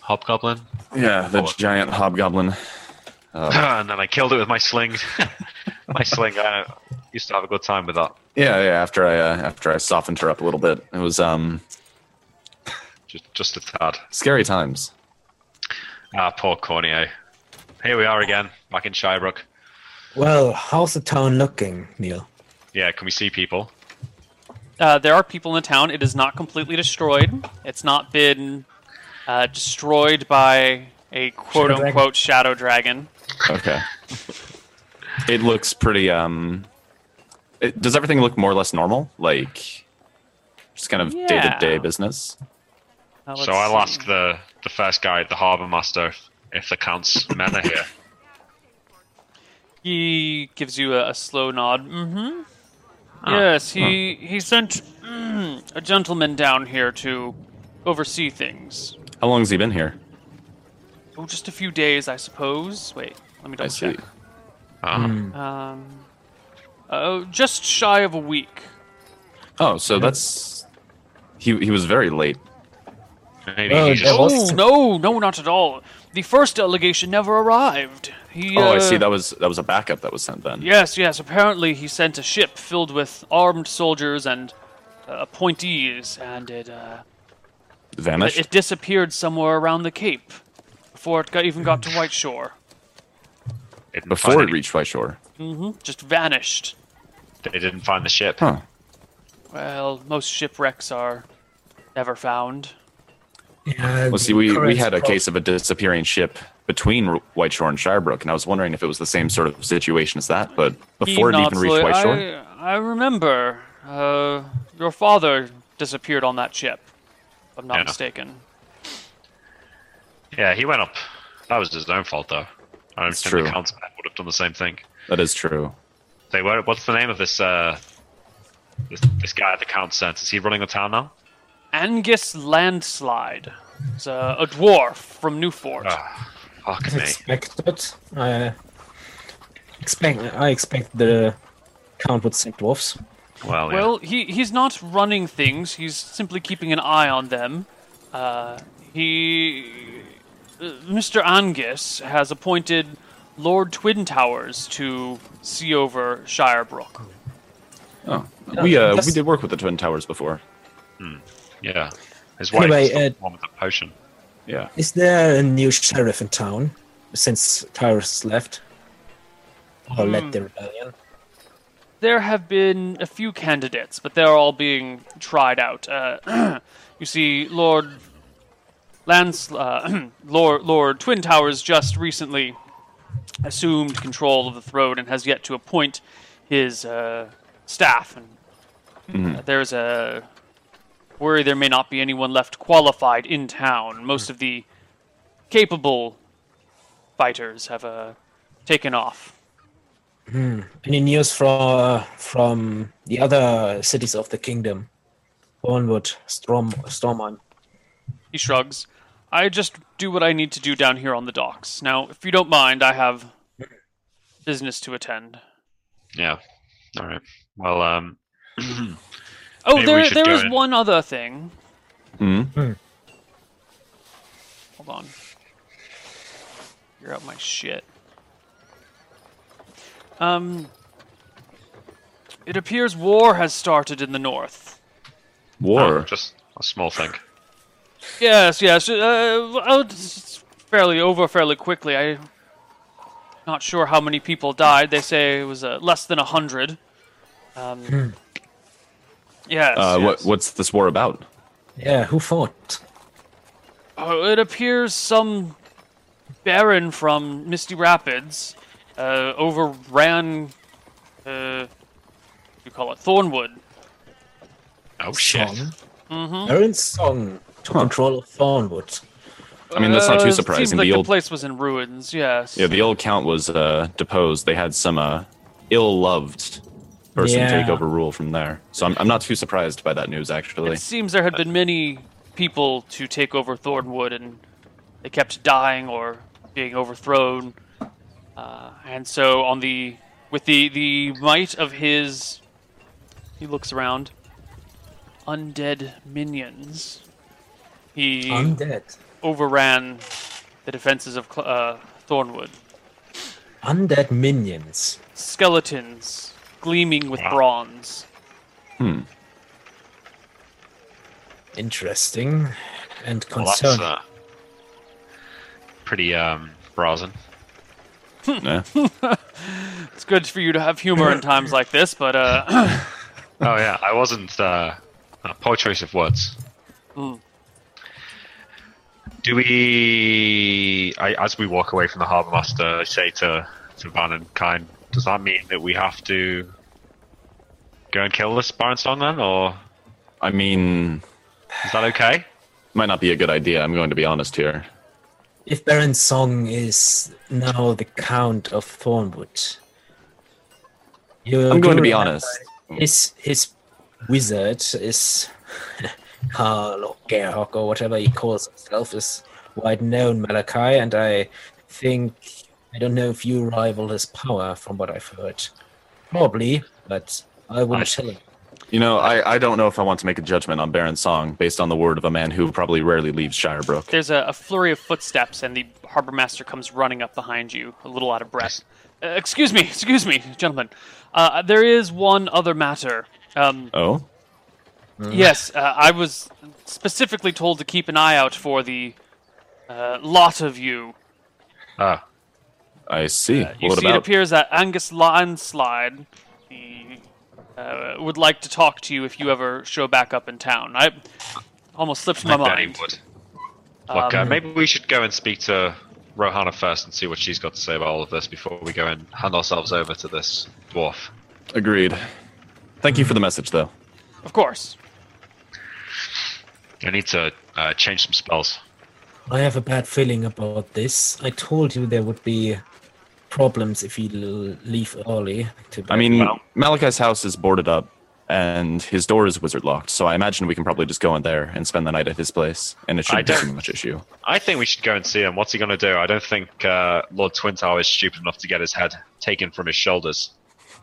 hobgoblin,
Yeah, the
Oh.
giant hobgoblin.
Oh.
and then I killed it with my sling. my sling. I used to have a good time with that.
Yeah, yeah. After I uh, after I softened her up a little bit, it was um
Just just a tad.
scary times.
Ah, poor Corneo. Here we are again, back in Shirebrook.
Well, how's the town looking, Neil?
Yeah, can we see people?
Uh, there are people in the town. It is not completely destroyed. It's not been uh, destroyed by a quote
dragon.
unquote shadow dragon.
Okay. it looks pretty. Um, it, does everything look more or less normal? Like, just kind of day to day
Yeah.
business.
Uh, let's
so I'll
see.
ask the the first guy, the harbour master, if the count's men are here.
He gives you a, a slow nod. Mm-hmm. Yes, he he sent mm, a gentleman down here to oversee things.
How long has he been here?
Oh, just a few days, I suppose. Wait, let me
I
double
see.
check.
Ah.
Um, oh, just shy of a week.
Oh, so that's he. He was very late.
Maybe
Oh,
he just,
devil.
Oh no, no, not at all. The first delegation never arrived. He.
Oh, I
uh,
see. That was that was a backup that was sent then.
Yes, yes. Apparently, he sent a ship filled with armed soldiers and uh, appointees, and it. Uh, But
Vanished.
it disappeared somewhere around the Cape before it got, even got to White Shore.
didn't
before
find
it
any-
reached White Shore.
hmm Just vanished.
they didn't find the ship.
Huh.
Well, most shipwrecks are never found.
Yeah,
Well, see, we, we had a case of a disappearing ship between R- White Shore and Shirebrook, and I was wondering if it was the same sort of situation as that, but before it
He
even
nods
reached
loy-
White Shore.
I, I remember. Uh, your father disappeared on that ship, if I'm not
Yeah.
mistaken.
Yeah, he went up. That was his own fault, though. I don't
It's
think
true.
the count's men would have done the same thing.
That is true.
They were. What's the name of this? Uh, this, this guy at the count sent. Is he running the town now?
Angus Landslide. It's a, a dwarf from Newfort.
Ah, fuck
As
me.
expected. I expect I expect the count would send dwarfs.
Well, yeah.
Well, he, he's not running things. He's simply keeping an eye on them. Uh, he, uh, Mr. Angus, has appointed Lord Twin Towers to see over Shirebrook.
Oh, we uh,
that's-
we did work with the Twin Towers before.
yeah. His wife
Anyway,
is the
uh,
one with the potion.
Yeah.
Is there a new sheriff in town since Tyrus left? Or led the rebellion?
There have been a few candidates, but they're all being tried out. Uh, you see, Lord Lance, uh, Lord, Lord Twin Towers just recently assumed control of the throne and has yet to appoint his uh, staff. And uh, there's a worry there may not be anyone left qualified in town. Most of the capable fighters have uh, taken off.
Any news from from the other cities of the kingdom? Onward, Storm, Stormheim.
He shrugs. I just do what I need to do down here on the docks. Now, if you don't mind, I have business to attend.
Yeah. All right. Well, um,
Oh,
Maybe we
there,
should
there
go
is
in.
one other thing.
hmm
Hold on. Figure out my shit. Um, it appears war has started in the north.
War.
No, just a small thing.
Yes, yes. Uh, out fairly over fairly quickly. I not sure how many people died. They say it was uh, less than a hundred. Um, yes.
uh,
yes.
What, what's this war about?
Yeah, who fought?
Oh, it appears some baron from Misty Rapids uh, overran. Uh, you call it Thornwood.
Oh shit!
Song.
Mm-hmm.
Aaron's song took
Huh.
control of Thornwood.
I mean, that's not too surprising.
Uh, Seems like
The
the
old-
place was in ruins. Yes.
Yeah, the old count was uh, deposed. They had some uh, ill-loved person
Yeah.
take over rule from there. So I'm, I'm not too surprised by that news, actually.
It seems there had been many people to take over Thornwood, and they kept dying or being overthrown. Uh, and so, on the with the the might of his, he looks around. Undead minions. He
Hmm.
Undead.
overran the defenses of Cl- uh, Thornwood.
Undead minions.
Skeletons gleaming with
Wow.
bronze.
Hmm.
Interesting and
Well, that's
concerning.
uh, pretty um, brazen.
Yeah.
It's good for you to have humor in times like this, but uh,
Oh yeah, I wasn't. Uh, uh, poor choice of words.
Mm.
Do we, I, as we walk away from the harbour master, I say to to Van and Kine, does that mean that we have to go and kill this Baron Song then, or
I mean,
is that okay?
might not be a good idea. I'm going to be honest here.
if Baron Song is now the Count of Thornwood, you
I'm going
you
to be
remember
honest.
His his wizard is Karl or Gerhok or whatever he calls himself is wide known Malachi, and I think I don't know if you rival his power from what I've heard. Probably, but I wouldn't tell him.
You know, I, I don't know if I want to make a judgment on Baron Song based on the word of a man who probably rarely leaves Shirebrook.
There's a, a flurry of footsteps, and the harbor master comes running up behind you, a little out of breath. Uh, excuse me, excuse me, gentlemen. Uh, there is one other matter. Um,
Oh?
Yes, uh, I was specifically told to keep an eye out for the uh, lot of you.
Oh,
I see.
Uh, You
what
see, it
about?
appears that Angus Landslide the, uh, would like to talk to you if you ever show back up in town. I almost slipped my
I bet he
mind.
would. Look, uh,
Um,
maybe we should go and speak to Rohana first and see what she's got to say about all of this before we go and hand ourselves over to this dwarf.
Agreed. Thank you for the message, though.
Of course.
I need to uh, change some spells.
I have a bad feeling about this. I told you there would be problems if you l- leave early. To
I mean, Malachi's house is boarded up, and his door is wizard locked. So I imagine we can probably just go in there and spend the night at his place, and it
I
shouldn't be
don't-
much issue.
I think we should go and see him. What's he going to do? I don't think uh, Lord Twintower is stupid enough to get his head taken from his shoulders.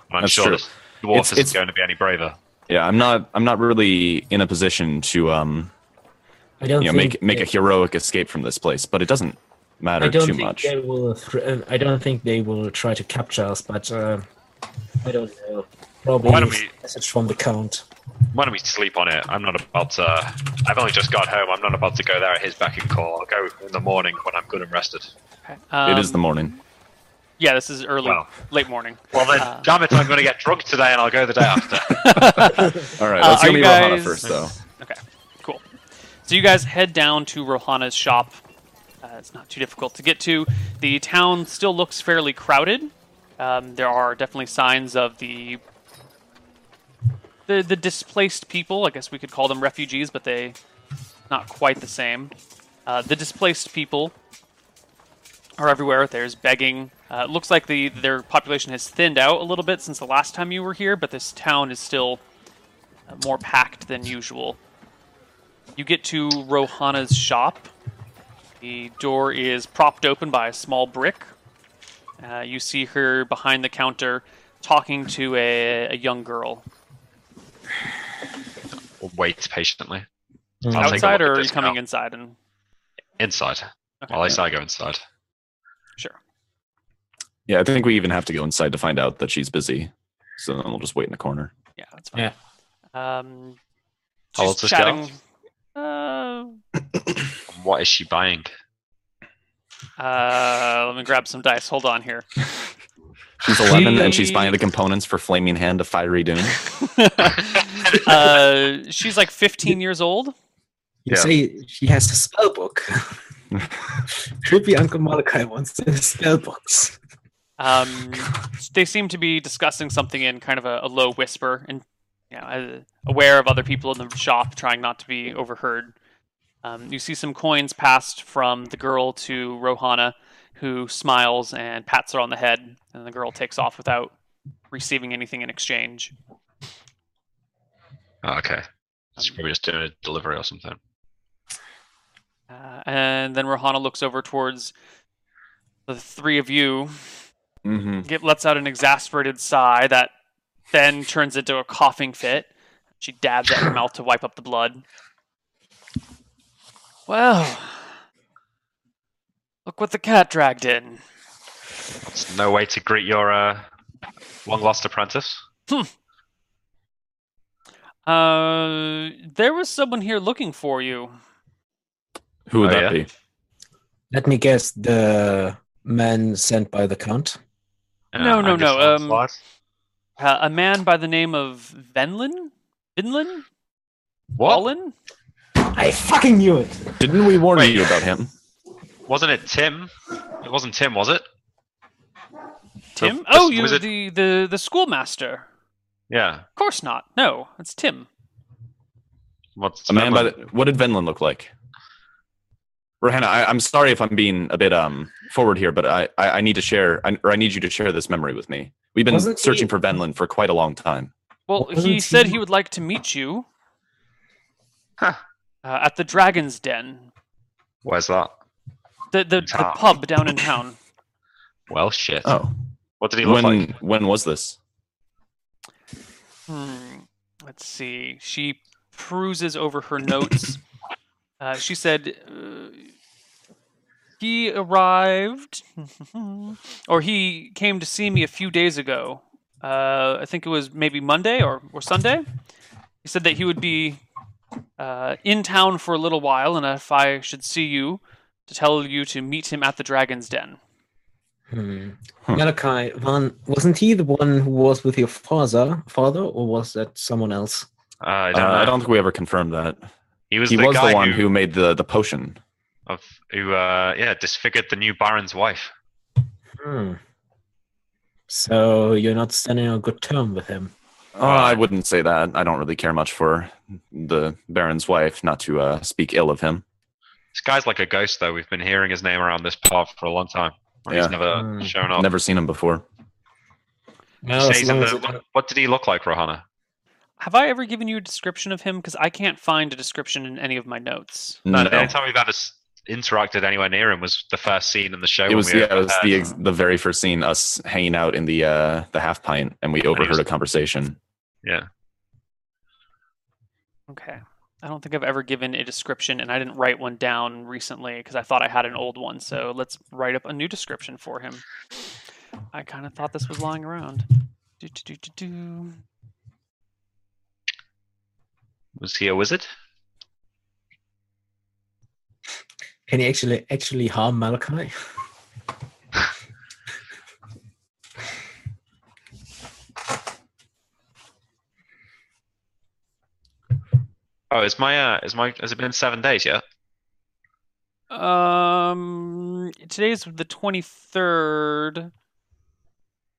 And I'm
That's
sure
true.
this dwarf
It's-
isn't
it's-
going to be any braver.
Yeah, I'm not. I'm not really in a position to, um,
I don't
you know,
think
make make a
that-
heroic escape from this place. But it doesn't
I
matter
don't
too
think
much.
they will. thr- uh, I don't think they will try to capture us, but uh, I don't know. Probably
Why don't we-
message from the count.
Why don't we sleep on it? I'm not about to. I've only just got home. I'm not about to go there at his beck and call. I'll go in the morning when I'm good and rested.
Um,
it is the morning.
Yeah, this is early,
Wow.
late morning.
Well then, damn it! I'm going to get drunk today, and I'll go the day after.
All right,
Uh,
let's
are
go
you
meet Rohana
guys-
first, though.
Okay, cool. So you guys head down to Rohana's shop. Uh, it's not too difficult to get to. The town still looks fairly crowded. Um, there are definitely signs of the, the the displaced people. I guess we could call them refugees, but they not quite the same. Uh, the displaced people are everywhere. There's begging. Uh, it looks like the their population has thinned out a little bit since the last time you were here, but this town is still uh, more packed than usual. You get to Rohana's shop. The door is propped open by a small brick. Uh, you see her behind the counter talking to a, a young girl.
We'll wait patiently.
Mm.
I'll take a
Outside,
look at
or are you
this
coming
now.
inside? And
Inside.
Okay.
Well, at least I go inside.
sure.
Yeah, I think we even have to go inside to find out that she's busy. So then we'll just wait in the corner.
Yeah, that's fine. Yeah. Um,
How
she's
old's this
chatting.
gal?
Uh,
And What is she buying?
uh, let me grab some dice. Hold on here.
She's 11 and she's buying the components for Flaming Hand of Fiery Doom.
uh, she's like 15 years old.
You
Yeah.
say she has a spell book. Creepy Uncle Molokai wants a spell box.
Um, they seem to be discussing something in kind of a, a low whisper, and you know, uh, aware of other people in the shop, trying not to be overheard. Um, you see some coins passed from the girl to Rohana, who smiles and pats her on the head, and the girl takes off without receiving anything in exchange.
Oh, okay. She's probably just doing a delivery or something.
Uh, and then Rohana looks over towards the three of you
hmm
Git lets out an exasperated sigh that then turns into a coughing fit. She dabs at her mouth to wipe up the blood. Well, look what the cat dragged in.
It's no way to greet your uh, long lost apprentice.
Uh, there was someone here looking for you.
Who would
Oh,
that
yeah?
be?
Let me guess the man sent by the count.
No, no,
Angus
no, um,
Lancelot.
Uh, a man by the name of Venlin? Vinlin?
what?
Wallen?
I fucking knew it.
Didn't we warn
Wait.
you about him?
Wasn't it Tim? It wasn't Tim, was it?
Tim?
this
oh, you
wizard-
the, the the schoolmaster.
Yeah.
Of course not. No, it's Tim.
What's
A man by
Venlin?
the, what did Venlin look like? Rohanna, I, I'm sorry if I'm being a bit um forward here, but I, I, I need to share I, or I need you to share this memory with me. We've been
Wasn't he-
searching for Venlin for quite a long time.
Well,
Wasn't
he said
he-
he would like to meet you.
Huh.
Uh, at the Dragon's Den,
Where's that?
the the, the
Ah.
pub down in town.
Well, shit.
Oh.
What did he look
When
like?
when was this?
Hmm. Let's see. She peruses over her notes. Uh, she said uh, he arrived, or he came to see me a few days ago. Uh, I think it was maybe Monday or, or Sunday. He said that he would be uh, in town for a little while, and if I should see you, to tell you to meet him at the Dragon's Den.
Hmm.
Huh.
Malachi, Van, wasn't he the one who was with your father, father, or was that someone else?
Uh, I
I
don't
don't,
know.
I don't think we ever confirmed that.
He was
he
the
was
guy
the one
who,
who made the, the potion.
of who uh, yeah disfigured the new Baron's wife.
Hmm. So you're not standing on good term with him.
Uh,
Oh, I wouldn't say that. I don't really care much for the Baron's wife, not to uh, speak ill of him.
This guy's like a ghost, though. We've been hearing his name around this pub for a long time. and
Yeah.
He's never
Hmm.
Mm.
shown up.
Never seen him before.
No,
He
as
stays in
long as
the-
it-
what, what did he look like, Rohana?
Have I ever given you a description of him? Because I can't find a description in any of my notes.
No,
uh,
the only time we've ever s- interacted anywhere near him was the first scene in the show.
It was
when we
yeah, it was the
overheard-
ex- the very first scene us hanging out in the uh the half pint and we overheard a conversation.
yeah.
Okay. I don't think I've ever given a description, and I didn't write one down recently because I thought I had an old one. So let's write up a new description for him. I kind of thought this was lying around. Do, do, do, do, do.
Was he a wizard?
Can he actually actually harm Malachi?
Oh, is my uh, is my has it been seven days yet?
Um, today's the 23rd.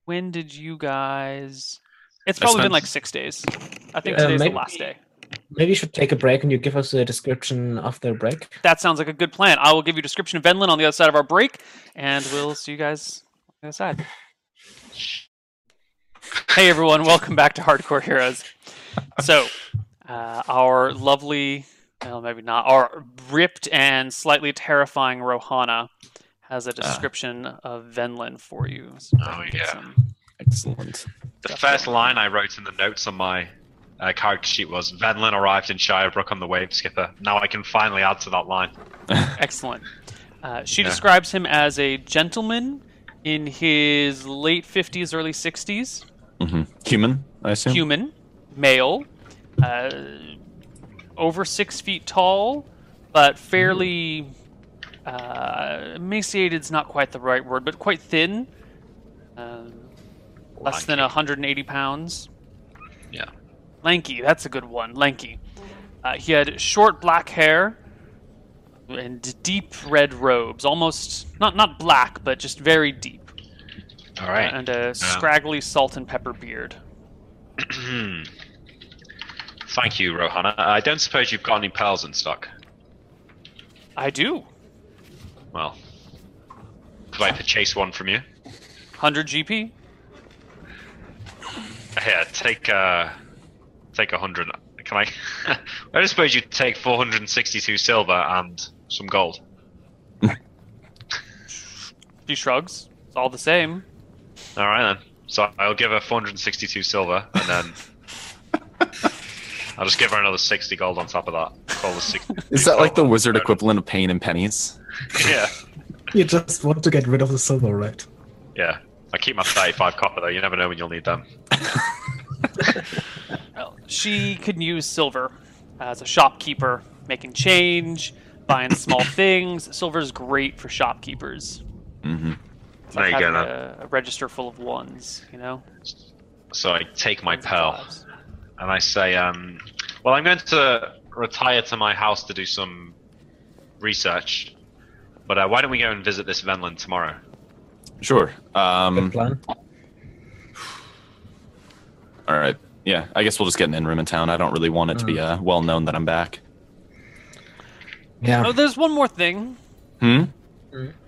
When did you guys. It's
That's
probably been
not-
like six days. I think
Yeah,
today's
maybe-
the last day.
Maybe you should take a break and you give us a description after a break.
That sounds like a good plan. I will give you a description of Venlin on the other side of our break, and we'll see you guys on the other side. Hey everyone, welcome back to Hardcore Heroes. So, uh, our lovely, well, maybe not, our ripped and slightly terrifying Rohana has a description of Venlin for you. So if I
Ah. Oh,
can get
yeah.
some-
Excellent.
The first line I wrote in the notes on my uh, character sheet was Venlin arrived in Shirebrook on the wave skipper. Now I can finally add to that line.
Excellent. Uh, she
Yeah.
describes him as a gentleman in his late 50s, early 60s,
hmm Human, I assume.
human, male, uh, over six feet tall, but fairly uh, emaciated's not quite the right word, but quite thin. Um less than
Lanky.
180 pounds.
Yeah.
Lanky, that's a good one. Lanky. Uh, he had short black hair and deep red robes, almost not not black, but just very deep,
All right.
and a scraggly salt and pepper beard.
Thank you, Rohana. I don't suppose you've got any pearls in stock.
I do.
Well, could I purchase one from you?
100 GP.
Here, take uh, take a hundred. Can I? I don't suppose you take four hundred and sixty-two silver and some gold.
She shrugs. It's all the same.
All right then. So I'll give her four hundred and sixty-two silver, and then I'll just give her another sixty gold on top of that. Call the six.
Is that like the wizard equivalent of pain and pennies?
Yeah,
You just want to get rid of the silver, right?
yeah. I keep my thirty-five copper though. You never know when you'll need them.
Well, she can use silver as a shopkeeper, making change, buying small things. Silver's great for shopkeepers.
Mm-hmm.
It's
There
like
you go,
having
then.
A, a register full of ones, you know.
So I take my
Ones and
pearl.
fives.
and I say, um, "Well, I'm going to retire to my house to do some research, but uh, why don't we go and visit this Venlin tomorrow?"
Sure.
Good
Um,
plan.
all right. Yeah, I guess we'll just get an in room in town. I don't really want it to be
Mm.
uh, well known that I'm back.
Oh,
Oh,
Yeah.
there's one more thing.
Hmm.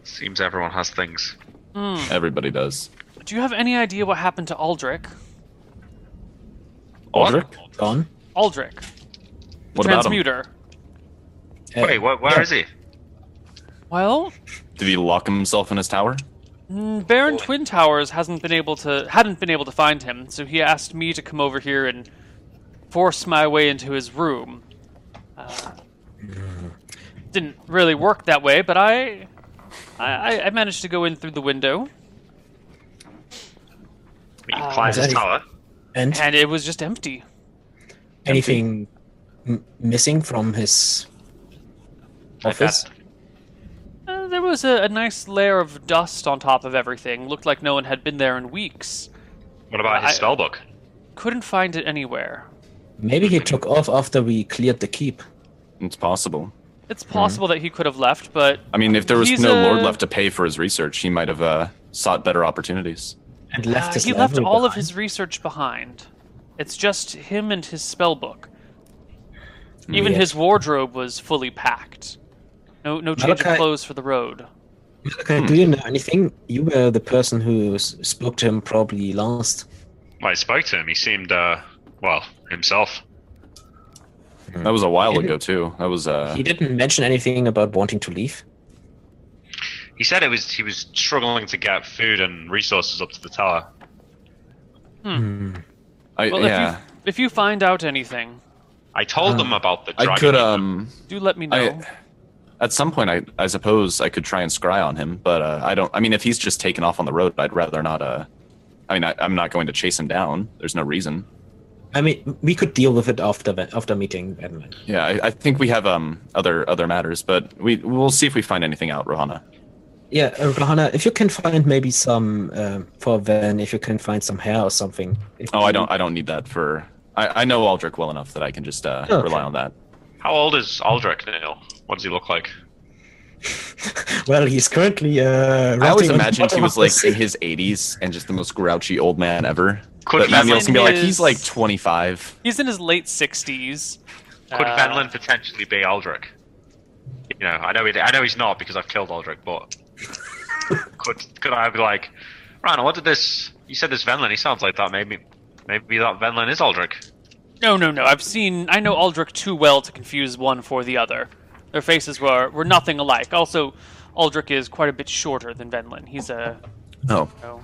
Seems everyone has things.
Hmm.
Everybody does.
Do you have any idea what happened to Aldrich?
Aldrich,
Gone.
Aldrich, the
what about him?
transmuter.
Uh,
Wait, wh- where
yeah.
is he?
Well,
Did he lock himself in his tower?
Mm, Baron Twin Towers hasn't been able to hadn't been able to find him, so he asked me to come over here and force my way into his room. Uh, didn't really work that way, but I, I I managed to go in through the window,
He
Uh,
climbs his
Dave.
tower.
And
and it was just empty.
anything m- missing from his office?
Uh, there was a, a nice layer of dust on top of everything. Looked like no one had been there in weeks.
What about his
I-
spellbook?
Couldn't find it anywhere.
Maybe he took off after we cleared the keep.
It's possible.
It's possible that he could have left, but
I mean, if there was
He's
no
a-
lord left to pay for his research, he might have uh, sought better opportunities.
And left
Uh,
his
he left
library
all of
behind.
his research behind. It's just him and his spell book. Even
Yeah.
his wardrobe was fully packed. No, no change of
Malachi-
clothes for the road.
Okay,
Hmm.
do you know anything? You were the person who s- spoke to him probably last.
Well, I spoke to him. He seemed, uh, well, himself.
Mm.
That was a while ago too. That was uh,
He didn't mention anything about wanting to leave.
He said it was he was struggling to get food and resources up to the tower.
I,
Well,
yeah.
if you if you find out anything,
I told them about the dragon.
I could um,
do let me know.
I at some point I I suppose I could try and scry on him, but uh, I don't. I mean, if he's just taken off on the road, I'd rather not. Uh, I mean, I, I'm not going to chase him down. There's no reason.
I mean, we could deal with it after the- after meeting. Edmund.
Yeah, I, I think we have um other other matters, but we we'll see if we find anything out, Rohana.
Yeah, uh, Rahana, if you can find maybe some um for Van, if you can find some hair or something. If
Oh, I
you-
don't I don't need that for. I, I know Aldrich well enough that I can just uh,
Oh, Okay.
rely on that.
How old is Aldrich now? What does he look like?
Well, he's currently. Uh,
I
ranting on
always
the
imagined he
bottom
was
of
like
the
in
sea.
his 80s and just the most grouchy old man ever.
Could
but Matt Nielsen
in
be like,
his-
he's like 25.
He's in his late sixties. Uh,
Could Venlin potentially be Aldrich? You know, I know, he, I know he's not because I've killed Aldrich, but could could I be like, Rana, what did this? You said this Venlin. He sounds like that. Maybe maybe that Venlin is Aldrich.
No, no, no. I've seen. I know Aldrich too well to confuse one for the other. Their faces were were nothing alike. Also, Aldrich is quite a bit shorter than Venlin. He's a
Oh,
you know,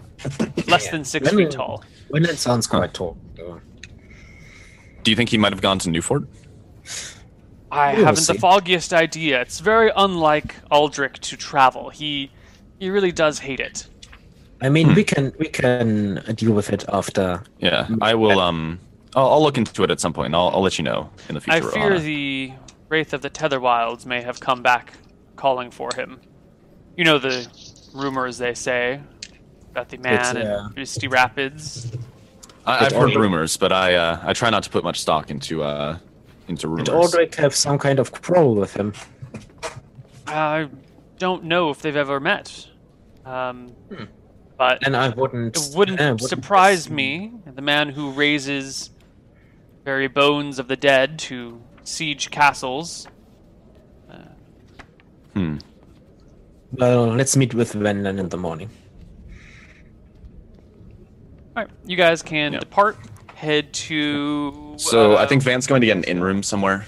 less than six feet
Venlin-
tall.
When it sounds quite tall. though.
do you think he might have gone to Newfort?
I
We will
haven't the
see.
foggiest idea. It's very unlike Aldrich to travel. He he really does hate it.
I mean,
Hmm.
we can we can uh, deal with it after.
Yeah, I will. Um, I'll, I'll look into it at some point. and I'll, I'll let you know in the future.
I fear
Ohana.
the Wraith of the Tetherwilds may have come back calling for him. You know the rumors they say about the man in
uh,
Misty Rapids.
I, I've
Did
heard
Aldrich-
rumors, but I uh, I try not to put much stock into uh into rumors.
Did Aldrich have some kind of quarrel with him?
I don't know if they've ever met. Um, But
Hmm. And I wouldn't.
it wouldn't
I wouldn't-
surprise me the man who raises very bones of the dead to siege castles
Hmm.
Well, let's meet with Venlan in the morning.
all right you guys can
Yeah.
depart head to
So I
uh,
think Van's going to get an in room somewhere.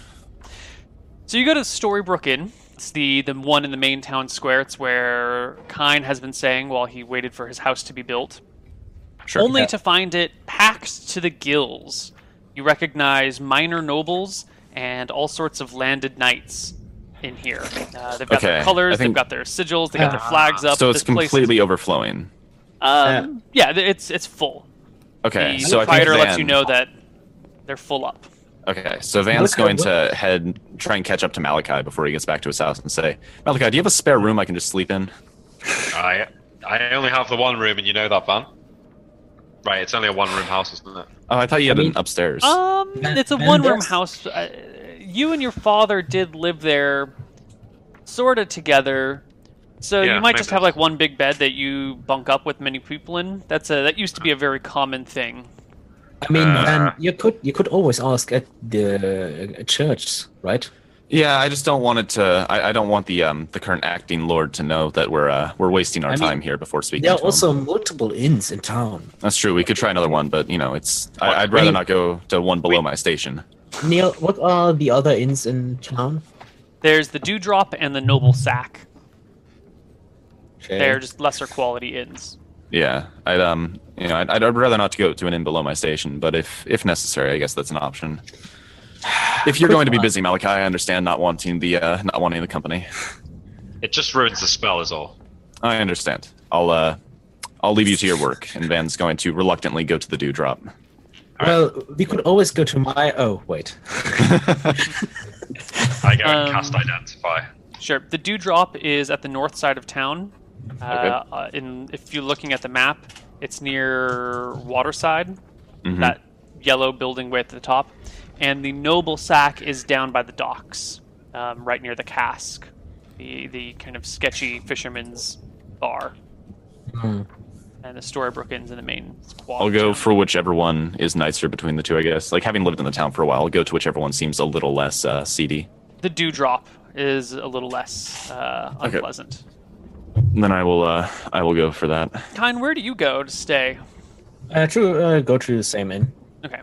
So you go to Storybrook Inn. It's the, the one in the main town square. It's where Kine has been staying while he waited for his house to be built.
Sure.
Only to find it packed to the gills. You recognize minor nobles and all sorts of landed knights in here. Uh, they've got their
Okay,
colors,
I think-
they've got their sigils, they've got their flags up.
so it's
This place is-
completely overflowing.
um, yeah, th- it's it's full.
Okay.
the
so I think
proprietor lets
Van-
you know that they're full up.
Okay, so Van's
Malachi,
going
what-
to head try and catch up to Malachi before he gets back to his house and say, Malachi, do you have a spare room I can just sleep in?
I I only have the one room, and you know that, Van. Right, it's only a one-room house, isn't it?
Oh, I thought you had
I mean-
an upstairs.
Um,
Van-
it's a
Van
one room
Dorst?
house. Uh, you and your father did live there, sort of together. So
Yeah,
you might just
maybe.
have like one big bed that you bunk up with many people in. That's a that used to be a very common thing.
I mean,
Uh.
Van, you could you could always ask at the uh, church, right?
yeah, I just don't want it to. I, I don't want the um the current acting lord to know that we're uh, we're wasting our
I mean,
time here before speaking.
There are
to him.
also multiple inns in town.
that's true. We could try another one, but you know, it's I, I'd
I
rather
mean-
not go to one below my station.
Neil, what are the other inns in town?
There's the Dewdrop and the Noble Sack.
Okay.
They're just lesser quality inns.
Yeah, I'd um you know I'd, I'd rather not to go to an inn below my station, but if if necessary, I guess that's an option. If you're going to be busy, Malachi, I understand not wanting the uh, not wanting the company.
It just ruins the spell, is all.
I understand. I'll uh, I'll leave you to your work, and Van's going to reluctantly go to the dewdrop.
well, we could always go to my. Oh wait,
Mm-hmm.
I go and
Um,
cast identify.
Sure. The Dewdrop is at the north side of town. Uh,
Okay.
uh, in if you're looking at the map, it's near Waterside.
Mhm.
That yellow building way at the top, and the Noble Sack is down by the docks, um, right near the cask, the the kind of sketchy fisherman's bar,
Hmm.
and the Storybrook Inn's in the main. Walk
I'll go
town.
for whichever one is nicer between the two, I guess. Like having lived in the town for a while, I'll go to whichever one seems a little less uh, seedy.
the Dewdrop is a little less uh,
Okay.
unpleasant.
And then I will uh, I will go for that. Uh,
Kine, where do you go to stay?
uh, true. Uh, go to the same inn.
Okay.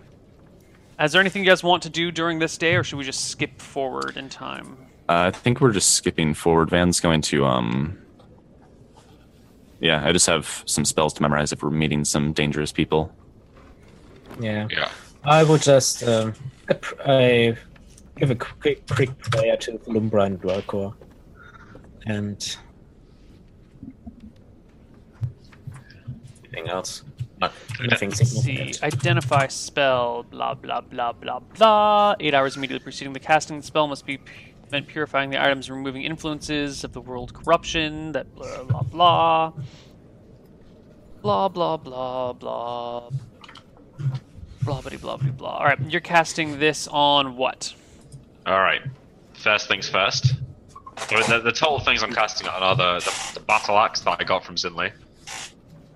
Is there anything you guys want to do during this day, or should we just skip forward in time?
Uh, I think we're just skipping forward. Van's going to um. Yeah, I just have some spells to memorize if we're meeting some dangerous people.
Yeah,
Yeah.
I will just um, I pr- I give a quick quick prayer to Lumbra and Dwalkor, and anything else. Not, nothing
Let's see.
significant.
Identify spell, blah, blah, blah, blah, blah. Eight hours immediately preceding the casting of the spell must be pu- prevent purifying the items, removing influences of the world corruption, that blah, blah, blah. Blah, blah, blah, blah. Blah, blah, blah, blah, blah. All right, you're casting this on what?
All right. First things first. So the, the total things I'm casting on are the, the, the battle axe that I got from Zinli,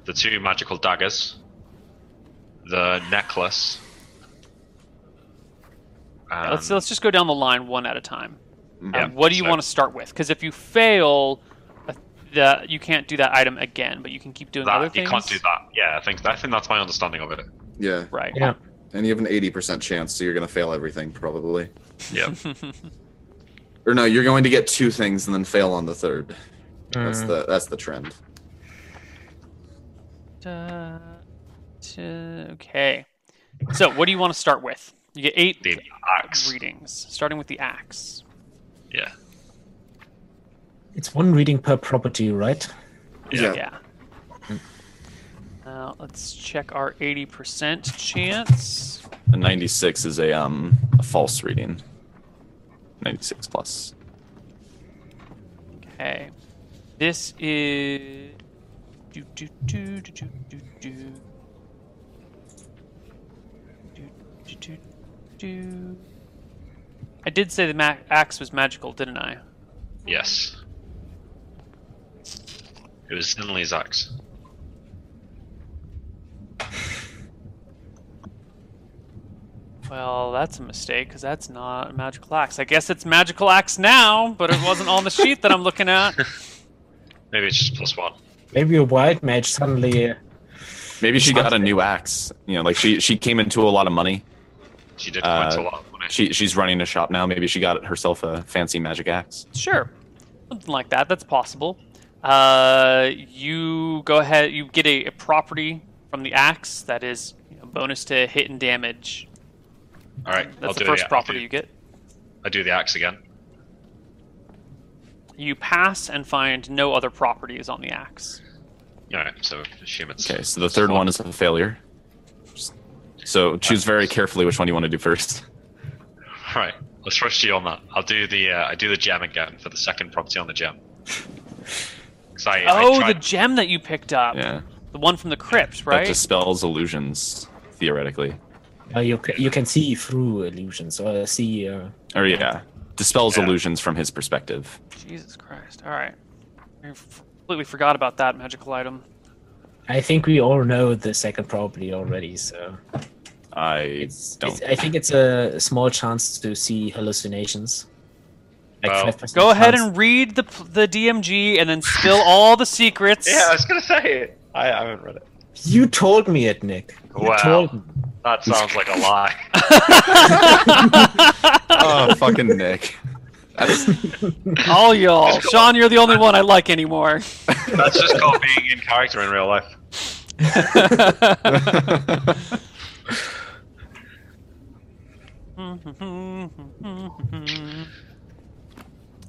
the two magical daggers, the necklace. Um,
let's, let's just go down the line one at a time.
Yeah,
Uh, what do you
so-
want to start with? Because if you fail, uh, the, you can't do that item again, but you can keep doing other
that, you
things.
can't do that. Yeah, I think I think that's my understanding of it.
Yeah,
Right.
Yeah.
and you have an eighty percent chance, so you're gonna fail everything probably.
Yeah.
Or no, you're going to get two things and then fail on the third. That's
Mm-hmm.
Mm.
the that's the trend.
Da- da- okay. So, what do you want to start with? You get eight
the axe.
readings, starting with the axe.
Yeah.
uh, It's one reading per property, right?
Yeah.
Yeah. Uh, Let's check our 80% chance.
A 96 is a um a false reading. 96 plus.
Okay. This is. Do, do, do, do, do, do, do. Do, do, do, do. I did say the ma- axe was magical, didn't I?
Yes. It was Zinley's axe.
Well, that's a mistake because that's not a magical axe. I guess it's magical axe now, but it wasn't on the sheet that I'm looking at.
Maybe it's just plus one.
Maybe a white mage suddenly. uh,
Maybe she got a new axe. You know, like she she came into a lot of money.
She did quite
Uh,
a lot of money.
She she's running a shop now. Maybe she got herself a fancy magic axe.
Sure, something like that. That's possible. Uh, you go ahead. You get a, a property from the axe that is you know, bonus to hit and damage.
All right, I'll
That's the
do
first
the,
property
I
you
do,
get.
I do the axe again.
You pass and find no other properties on the axe.
All right, so assume it's
Okay, so the third one is a failure. So choose very carefully which one you want to do first.
All right, let's rush you on that. I'll do the uh, I do the gem again for the second property on the gem. 'Cause I, I
oh, the
tried-
gem that you picked up.
Yeah.
The one from the crypt,
That
right?
dispels illusions theoretically.
Uh, you, ca- you can see through illusions or see. Uh,
Or yeah, dispels
Yeah.
illusions from his perspective.
Jesus Christ. All right. I f- completely forgot about that magical item.
I think we all know the second property already, so
I
it's,
don't.
it's- I think it's a small chance to see hallucinations.
Well,
5%
Go ahead
chance.
and read the, p- the DMG and then spill all the secrets.
yeah, I was gonna say it. I, I haven't read it.
You told me it, Nick. You
Wow.
told me.
That sounds like a lie.
oh, fucking Nick.
all y'all. Sean, you're the only one I like anymore.
That's just called being in character in real life.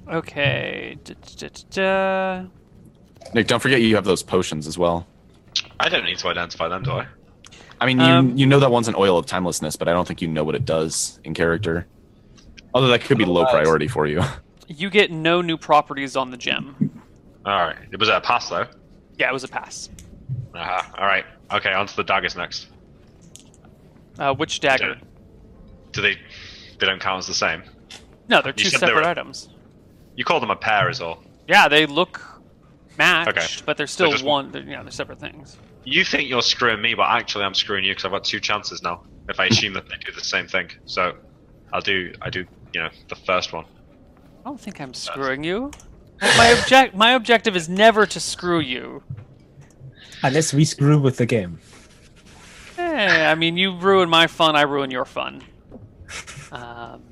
okay. da- da- da- da.
Nick, don't forget you have those potions as well.
I don't need to identify them, do I?
I mean, you
Um,
you know that one's an oil of timelessness, but I don't think you know what it does in character. Although that could be low priority for you.
You get no new properties on the gem.
All right, it was a pass though.
Yeah, it was a pass.
Uh-huh. All right, okay, on to the daggers next.
Uh, which dagger?
Do they? They don't count as the same.
No, they're two
said they
separate
were-
items.
You call them a pair, is all.
Yeah, they look matched, but they're still
just-
one. They're, yeah, they're separate things.
You think you're screwing me, but actually I'm screwing you because I've got two chances now. If I assume that they do the same thing, so I'll do. I do. You know, the first one.
I don't think I'm screwing you. My object, my objective is never to screw you.
Unless we screw Ah, with the game.
Eh, I mean, you ruin my fun, I ruin your fun. Um,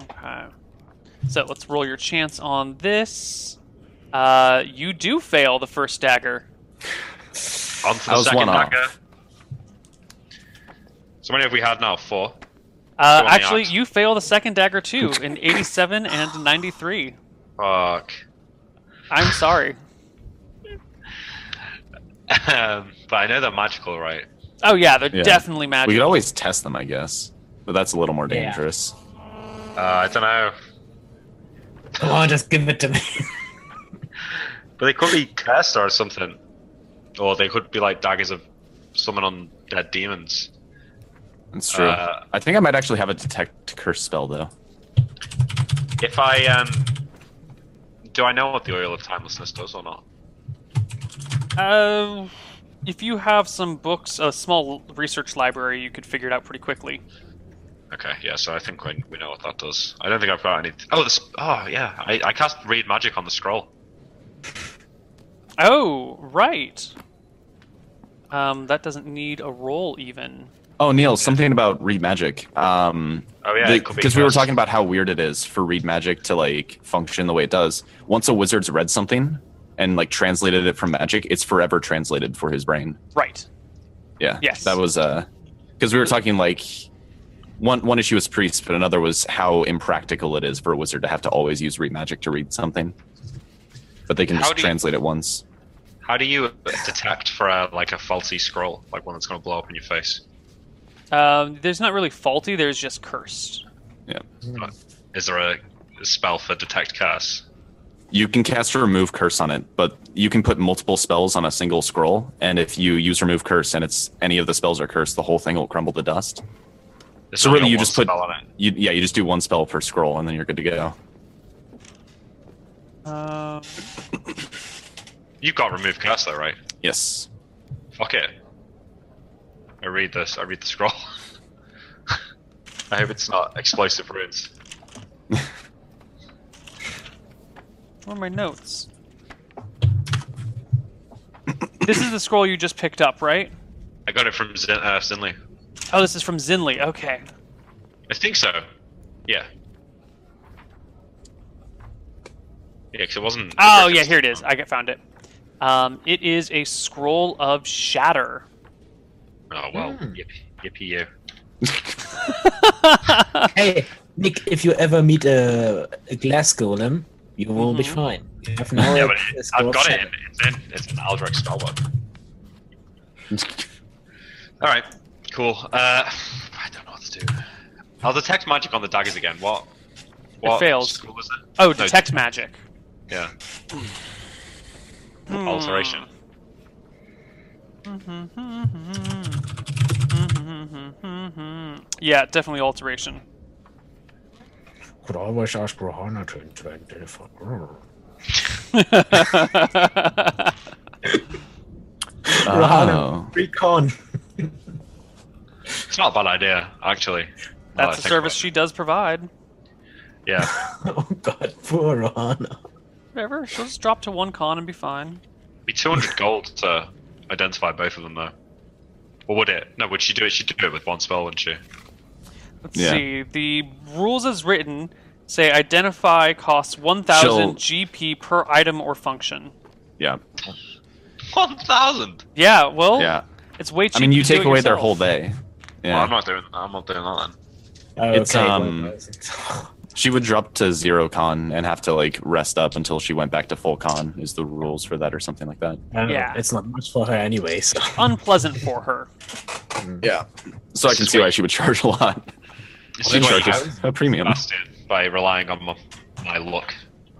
okay. So let's roll your chance on this. Uh, you do fail the first dagger.
On to
I
the
was
second
one off.
dagger. So many have we had now? Four.
Uh,
Go on the
actually,
ox.
you fail the second dagger too in 87 and 93.
Fuck.
I'm sorry.
Um, but I know they're magical, right?
Oh yeah, they're
Yeah.
definitely
We
magic.
could always test them, I guess, but that's a little more
Yeah.
dangerous.
Uh, I don't know.
Come on, just give it to me.
But they could be cursed or something. Or they could be like daggers of summon on dead demons.
That's true.
Uh,
I think I might actually have a detect curse spell though.
If I um do I know what the oil of timelessness does or not?
Uh, if you have some books, a small research library, you could figure it out pretty quickly.
Okay, yeah, so I think we, we know what that does. I don't think I've got any Oh this oh yeah. I, I cast read magic on the scroll.
Oh, right. Um, that doesn't need a roll even.
Oh, Neil, something about read magic. Um,
Oh yeah, it could be
because we were
cursed.
talking about how weird it is for read magic to like function the way it does. Once a wizard's read something and like translated it from magic, it's forever translated for his brain.
Right.
Yeah.
Yes.
That was uh because we were talking like one one issue was priests, but another was how impractical it is for a wizard to have to always use read magic to read something. But they can
How
just
do you-
translate it once.
How do you detect for a, like a faulty scroll, like one that's going to blow up in your face?
Um, there's not really faulty. There's just cursed.
Is there a, a spell for detect curse?
You can cast remove curse on it, but you can put multiple spells on a single scroll, and if you use remove curse and it's any of the spells are cursed, the whole thing will crumble to dust.
There's
So
only
really
got
you
one
just put-
spell on it.
You, yeah, you just do one spell per scroll, and then you're good to go.
Um,
You've got remove curse though, right?
Yes.
Fuck it. I read this. I read the scroll. I hope it's not explosive runes.
where are my notes? this is the scroll you just picked up, right?
I got it from Zin- uh, Zinley.
Oh, this is from Zinli. Okay.
I think so. Yeah. Yeah, because it wasn't.
Oh yeah, here it is. I got- found it. Um, it is a scroll of shatter.
Oh well, yippee, yippee you.
Hey, Nick, if you ever meet a, a glass golem, you will be
Mhm.
fine. You have now
Yeah,
a-
but
a
it,
scroll
I've
of
got it.
shadow.
In, it's in. It's an Aldrich spell book. All right, cool. Uh, I don't know what to do. I'll detect magic on the daggers again. What? What
fails.
School is it?
Oh,
No,
detect magic.
Yeah.
Hmm.
Alteration.
Mm-hmm, mm-hmm. Yeah, definitely alteration.
Could always ask Rohana to identify. Grr.
Oh.
Recon.
It's not a bad idea, actually.
Oh,
now
That's a
that I think
service
about
she does provide.
it. Yeah.
Oh god, poor Rohana.
Whatever, she'll just drop to one con and be fine.
Be 200 gold to identify both of them, though. Or would it? No, would she do it? She'd do it with one spell, wouldn't she?
Let's
Yeah.
see. The rules as written say identify costs 1,000 GP per item or function.
Yeah.
1,000!
Yeah, well,
Yeah.
it's way cheaper.
I mean, you
to do
take
it
away their
yourself.
whole day.
Well, I'm
Yeah.
not doing. I'm not doing that then.
It's, um, She would drop to zero con and have to like rest up until she went back to full con. Is the rules for that or something like that?
yeah.
yeah. It's not much for her anyway, so.
Unpleasant for her.
Yeah.
So I can see why she would charge a lot.
This
She
is what you
charges
have, Uh,
a premium.
bastard, by relying on my, my luck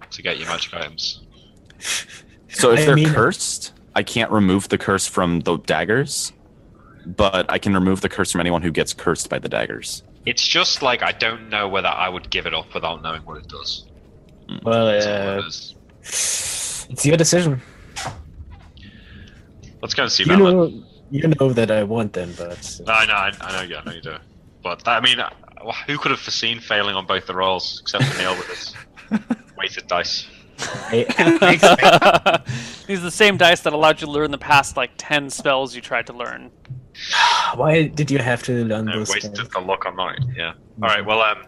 to get your magic items.
So if
I
they're
mean-
cursed, I can't remove the curse from the daggers, but I can remove the curse from anyone who gets cursed by the daggers.
It's just like I don't know whether I would give it up without knowing what it does.
Well,
That's all
uh,
it is.
it's your decision.
Let's go and see
You
about that.
know, you know that I want them, but.
Ah.
No, I know, I, I know, yeah, I know you do. But that, I mean, uh, who could have foreseen failing on both the rolls except for Neil with his weighted dice?
I,
These are the same dice that allowed you to learn the past like ten spells you tried to learn.
why did you have to learn
No,
those
wasted
things?
the luck on that. Yeah.
Mm-hmm.
All right. Well, um,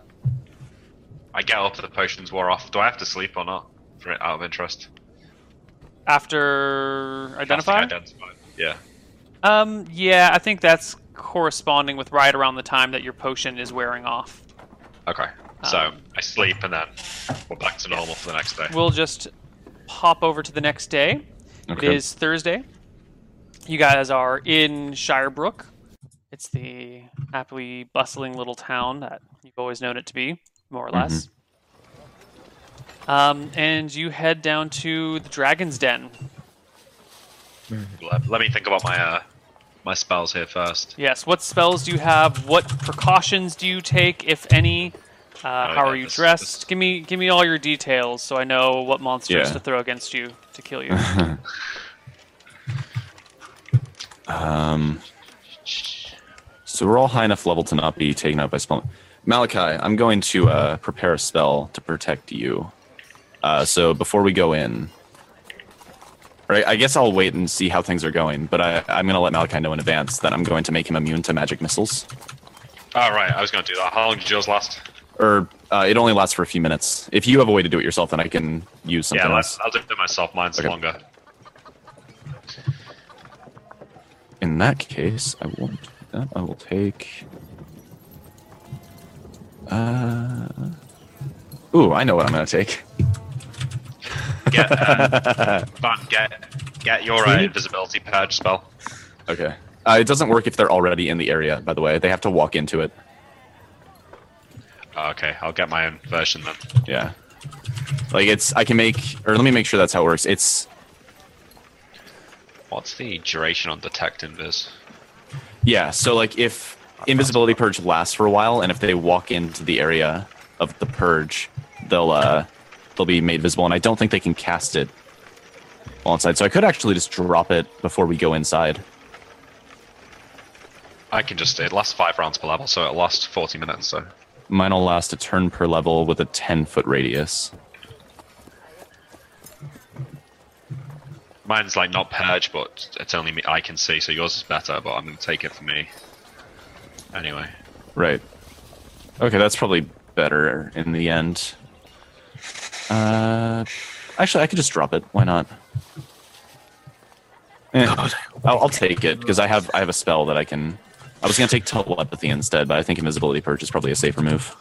I get up. The potions wore off. Do I have to sleep or not? For out of interest.
After
Casting
identify,
Identify. Yeah.
um, yeah, I think that's corresponding with right around the time that your potion is wearing off.
Okay. So
Um,
I sleep and then we're back to normal for the next day.
We'll just hop over to the next day.
Okay.
It is Thursday. You guys are in Shirebrook. It's the happily bustling little town that you've always known it to be, more or less. Um, and you head down to the Dragon's Den.
um, Let, let me think about my uh, my spells here first.
Yes. What spells do you have? What precautions do you take, if any? Uh, how
Oh, yeah,
are you
this-
dressed?
this-
Give me, give me all your details, so I know what monsters
Yeah.
to throw against you to kill you. Uh,
Um, so we're all high enough level to not be taken out by spell. Malachi, I'm going to uh, prepare a spell to protect you. Uh, so before we go in, or I- I guess I'll wait and see how things are going. But I, I'm going to let Malachi know in advance that I'm going to make him immune to magic missiles.
All right. I was gonna do that. How long did yours last?
Or uh, it only lasts for a few minutes. If you have a way to do it yourself, then I can use something
yeah.
else.
I'll, I'll do it myself. Mine's
Okay.
longer.
In that case, I won't. do That I will take. Uh, ooh, I know what I'm gonna take.
Get um, Van, get Get your uh, invisibility purge spell.
Okay. Uh, it doesn't work if they're already in the area, by the way. They have to walk into it.
Okay, I'll get my own version then.
Yeah. Like it's I can make or let me make sure that's how it works. It's
What's the duration on detect invis?
yeah, so like if invisibility purge lasts for a while and if they walk into the area of the purge, they'll uh they'll be made visible and I don't think they can cast it while inside. So I could actually just drop it before we go inside.
I can just it lasts five rounds per level, so it lasts forty minutes. So
Mine'll last a turn per level with a ten foot radius.
mine's like not purge, but it's only me I can see. So yours is better, but I'm gonna take it for me. Anyway,
Right. Okay, that's probably better in the end. Uh, actually, I could just drop it. Why not? Eh, I'll, I'll take it because I have I have a spell that I can. I was gonna take telepathy instead, but I think invisibility purge is probably a safer move.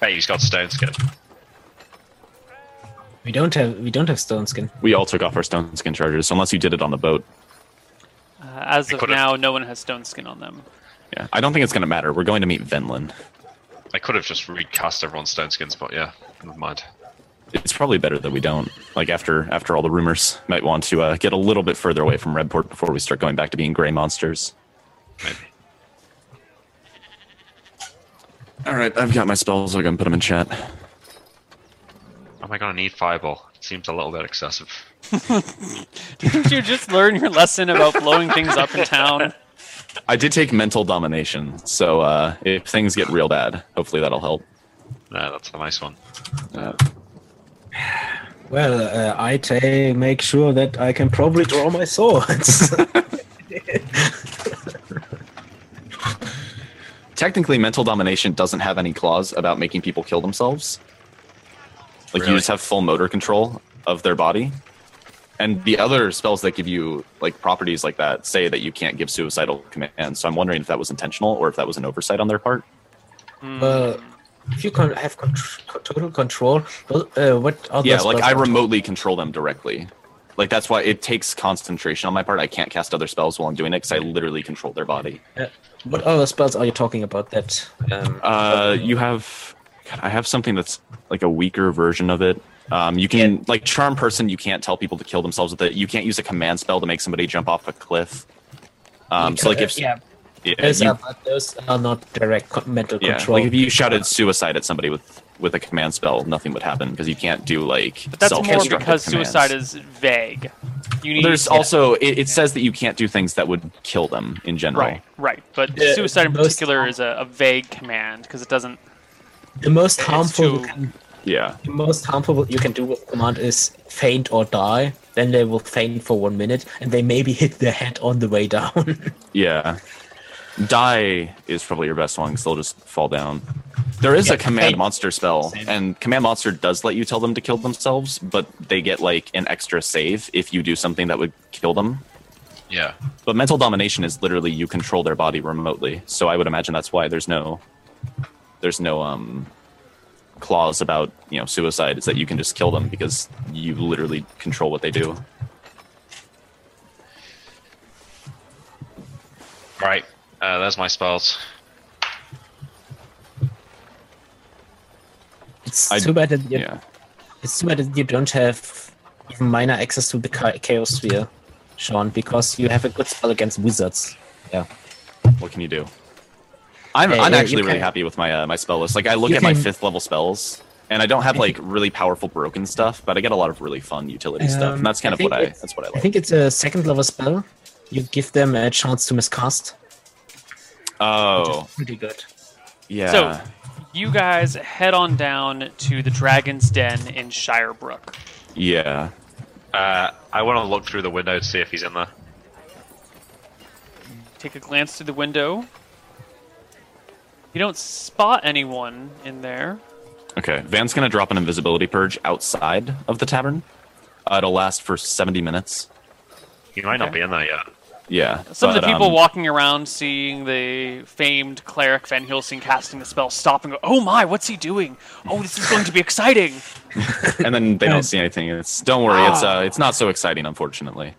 hey, he's got stone skin.
We don't have we don't have stone skin.
We all took off our stone skin chargers, so unless you did it on the boat.
Uh, as
I
of
could've-
now, no one has stone skin on them.
Yeah, I don't think it's gonna matter. We're going to meet Venlin.
I could have just recast everyone's stone skins, but yeah, never mind.
It's probably better that we don't. Like after after all the rumors, might want to uh, get a little bit further away from Redport before we start going back to being gray monsters. All right, I've got my spells. I'm gonna put them in chat.
Am Oh I gonna need fireball? It seems a little bit excessive.
Didn't you just learn your lesson about blowing things up in town?
I did take mental domination, so uh, if things get real bad, hopefully that'll help.
No, that's a nice one.
Uh,
Well, uh, I ta- make sure that I can probably draw my swords.
technically, mental domination doesn't have any clause about making people kill themselves. Like you
Really?
just have full motor control of their body, and the other spells that give you like properties like that say that you can't give suicidal commands. So I'm wondering if that was intentional or if that was an oversight on their part.
well, if you can have con- total control, well, uh, what are
Yeah,
those
like
spells?
I remotely control them directly. Like that's why it takes concentration on my part. I can't cast other spells while I'm doing it because I literally control their body.
uh, What other spells are you talking about? That um,
Uh, you have, God, I have something that's like a weaker version of it. Um, you can like charm person. You can't tell people to kill themselves with it. You can't use a command spell to make somebody jump off a cliff. Um, so like if
uh, yeah,
yeah,
those,
you-
are, but those are not direct co- mental
yeah,
control.
like if you shouted suicide at somebody with with a command spell, nothing would happen because you can't do like
But that's more
self-destructive
because
commands.
suicide is vague. You need
There's also it, it says that you can't do things that would kill them in general.
right, right. But
Yeah,
suicide in
most-
particular is a, a vague command because it doesn't.
the most harmful,
too-
you can,
Yeah.
the most harmful you can do with command is faint or die. Then they will faint for one minute, and they maybe hit their head on the way down.
Yeah. Die is probably your best one because they'll just fall down. There is a command
same.
monster spell, and command monster does let you tell them to kill themselves, but they get like an extra save if you do something that would kill them.
Yeah.
But mental domination is literally you control their body remotely, so I would imagine that's why there's no there's no um clause about you know suicide is that you can just kill them because you literally control what they do.
Right. Uh, there's my spells.
It's
I-
too bad that you,
Yeah.
it's too bad that you don't have even minor access to the cha- chaos sphere, Sean, because you have a good spell against wizards. Yeah.
What can you do? I'm,
Hey,
I'm
yeah,
actually
you
really
can-
happy with my uh, my spell list. Like I look
You
at my
can-
fifth level spells, and I don't have like really powerful broken stuff, but I get a lot of really fun utility stuff,
Um,
and that's
I
kind of what
think
I
it's-
that's what I
I
like.
think it's a second level spell. You give them a chance to miscast.
Oh
Pretty good.
yeah.
So, you guys head on down to the Dragon's Den in Shirebrook.
yeah.
Uh, I want to look through the window to see if he's in there.
Take a glance through the window. You don't spot anyone in there.
Okay. Van's gonna drop an invisibility purge outside of the tavern. Uh, it'll last for 70 minutes.
He might not
Okay.
be in there yet.
Yeah.
Some of
but,
the people
um,
walking around seeing the famed cleric Van Helsing casting the spell stop and go, "Oh my, what's he doing? Oh, this is going to be exciting."
and then they don't see anything. It's don't worry. It's
Ah.
uh, it's not so exciting, unfortunately.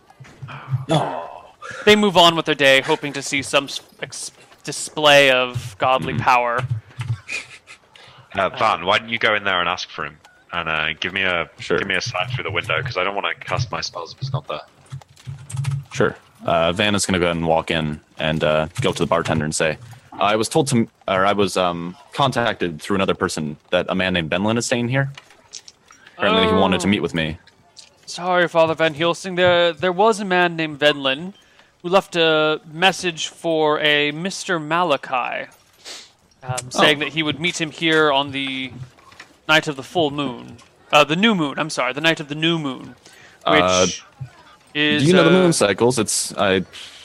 They move on with their day, hoping to see some s- ex- display of
Hmm.
godly power.
Uh, Van, why don't you go in there and ask for him, and uh, give me a
Sure.
give me a sight through the window because I don't want to cast my spells if it's not there.
Sure. Uh, Van is going to go ahead and walk in and uh, go up to the bartender and say, "I was told to, or I was um, contacted through another person that a man named Benlin is staying here. Apparently, he wanted to
Oh.
meet with me.
Sorry, Father Van Helsing. There, there was a man named Venlin who left a message for a Mister Malachi,
Oh.
um, saying that he would meet him here on the night of the full moon, uh, the new moon. I'm sorry, the night of the new moon, which
Uh,
is
Do you know the
uh,
moon cycles? It's I,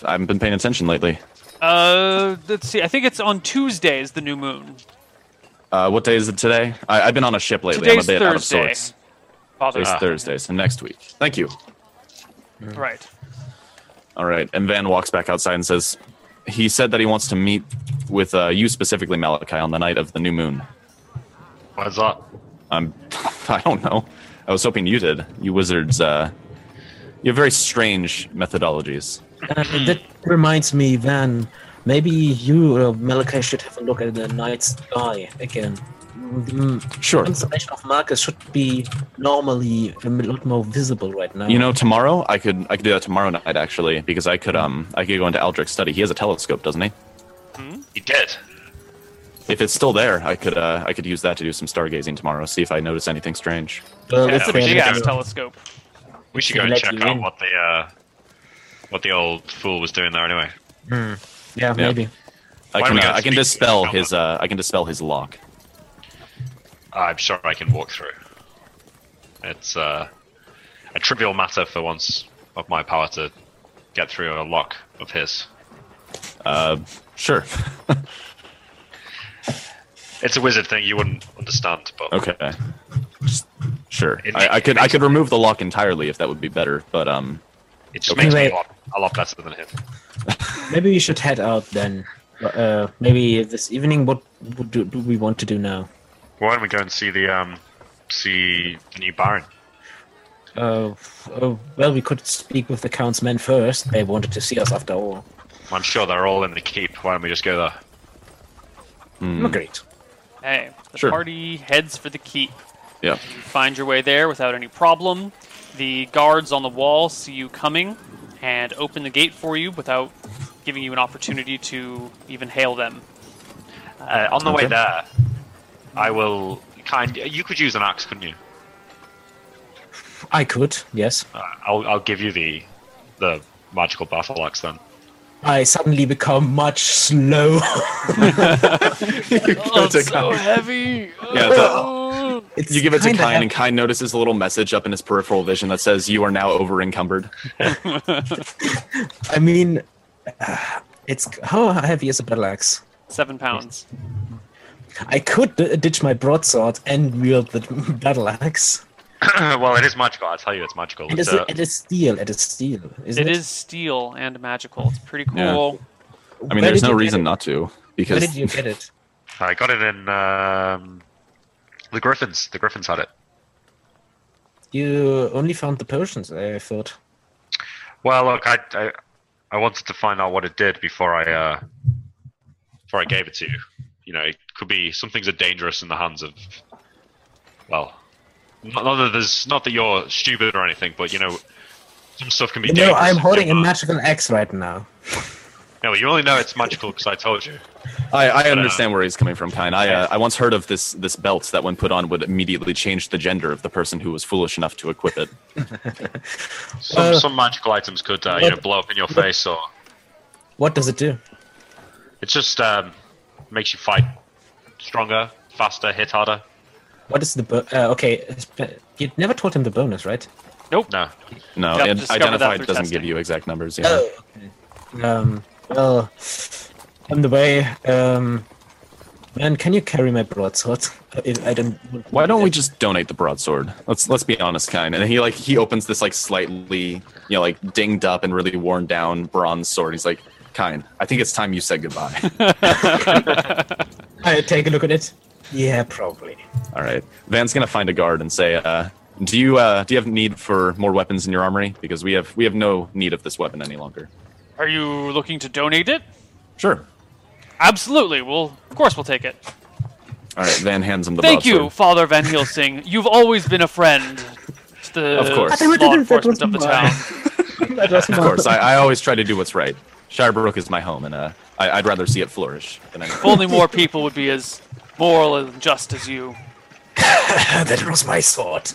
I haven't been paying attention lately.
Uh, let's see. I think it's on Tuesdays. The new moon.
Uh, what day is it today? I, I've been on a ship lately.
Today's
I'm a bit out of
Thursday. Ah.
sorts.
Father,
Today's
Van
Thursday, so next week. Thank you.
Helsing. right.
All right. And Van walks back outside and says, he said that he wants to meet with uh, you specifically, Malachi, on the night of the new moon.
Where's that?
I'm, I don't know. I was hoping you did. You wizards, uh, you have very strange methodologies.
Uh, that reminds me, Van. Maybe you or Malachi should have a look at the night sky again. The
Sure.
constellation of Marcus should be normally a lot more visible right now.
You know, tomorrow I could I could do that tomorrow night actually because I could um I could go into Aldrich's study. He has a telescope, doesn't he?
He did.
If it's still there, I could uh, I could use that to do some stargazing tomorrow. See if I notice anything strange.
Well,
Yeah, it's
that's
a
we
fair.
big
should
ass
go.
telescope.
We should go and
Let
check
you
out
in.
what the uh, what the old fool was doing there anyway.
yeah, maybe.
I
Why don't
can
we
uh,
go
I can
speak to
dispel
someone?
his uh, I can dispel his lock.
I'm sure I can walk through. It's uh, a trivial matter for once of my power to get through a lock of his.
Sure.
It's a wizard thing you wouldn't understand, but
Okay. Just- Sure.
It
I,
makes-
I could
it
I
makes-
could remove the lock entirely if that would be better, but um
it just
Okay.
makes me a
Anyway.
lot, a lot better than him.
Maybe we should head out then. Uh, maybe this evening. What would do, do we want to do now?
Why don't we go and see the um, see the new baron?
Uh, oh, well, we could speak with the count's men first. They wanted to see us after all.
I'm sure they're all in the keep. Why don't we just go there?
Hmm.
Oh, Great.
Hey, the
Sure.
party heads for the keep.
yeah.
You find your way there without any problem. The guards on the wall see you coming and open the gate for you without giving you an opportunity to even hail them.
Uh, on the way
Okay.
there, I will kind. You could use an axe, couldn't you?
I could. Yes.
Ah.
Uh, I'll I'll give you the the magical battle axe then.
I suddenly become much slow.
Go
Oh,
to Kai.
heavy.
Yeah, the-
It's
you give it to
kinda
Kine, and Kine notices a little message up in his peripheral vision that says, "You are now over encumbered."
heavy. I mean, uh, it's how heavy is a battle axe?
Seven pounds.
I could d- ditch my broadsword and wield the battle axe.
well, it is magical. I tell you, it's magical.
It
It's,
is,
uh,
it is steel. It is steel. Isn't
It
it
is steel and magical. It's pretty
Yeah.
cool.
I
Where
mean, there's
did
no
you get
reason
it?
not to
Where
because
did you get it?
I got it in um, the Griffins. The Griffins had it.
You only found the potions. I thought.
Well, look, I, I I wanted to find out what it did before I uh, before I gave it to you. You know, it could be some things are dangerous in the hands of. Well, not, not that there's not that you're stupid or anything, but you know, some stuff can be.
You know,
dangerous
I'm
if
holding a
you're not-
magical axe right now.
No, you only know it's magical because I told you.
I, I understand where he's coming from, Kine. I uh, I once heard of this this belt that when put on would immediately change the gender of the person who was foolish enough to equip it.
Some
Uh,
some magical items could uh, you know
but-
blow up in your face, or
What does it do?
it just um, makes you fight stronger, faster, hit harder.
What is the bo- uh, okay? it's- You never told him the bonus, right?
No,
No,
Yep, discovered
and
that
identified
through
doesn't
testing.
give you exact numbers. Yeah.
Oh, okay. Um, well, on the way, um, Man, can you carry my broadsword? Uh, If I don't.
Why don't we just donate the broadsword? Let's let's be honest, kind. And he like he opens this like slightly, you know, like dinged up and really worn down bronze sword. He's like, kind. I think it's time you said goodbye.
I take a look at it. Yeah, probably.
All right. Van's gonna find a guard and say, uh, "Do you uh, do you have need for more weapons in your armory? Because we have we have no need of this weapon any longer."
Are you looking to donate it?
Sure.
Absolutely. Well, of course we'll take it.
All right. Van hands him the
Thank
broadsword.
you, Father Van Helsing. You've always been a friend to the
Of course.
law enforcement of the town.
That was
Of course, I, I always try to do what's right. Shirebrook is my home, and uh, I, I'd rather see it flourish than anything.
If only more people would be as moral and just as you.
Ah, that was my sword.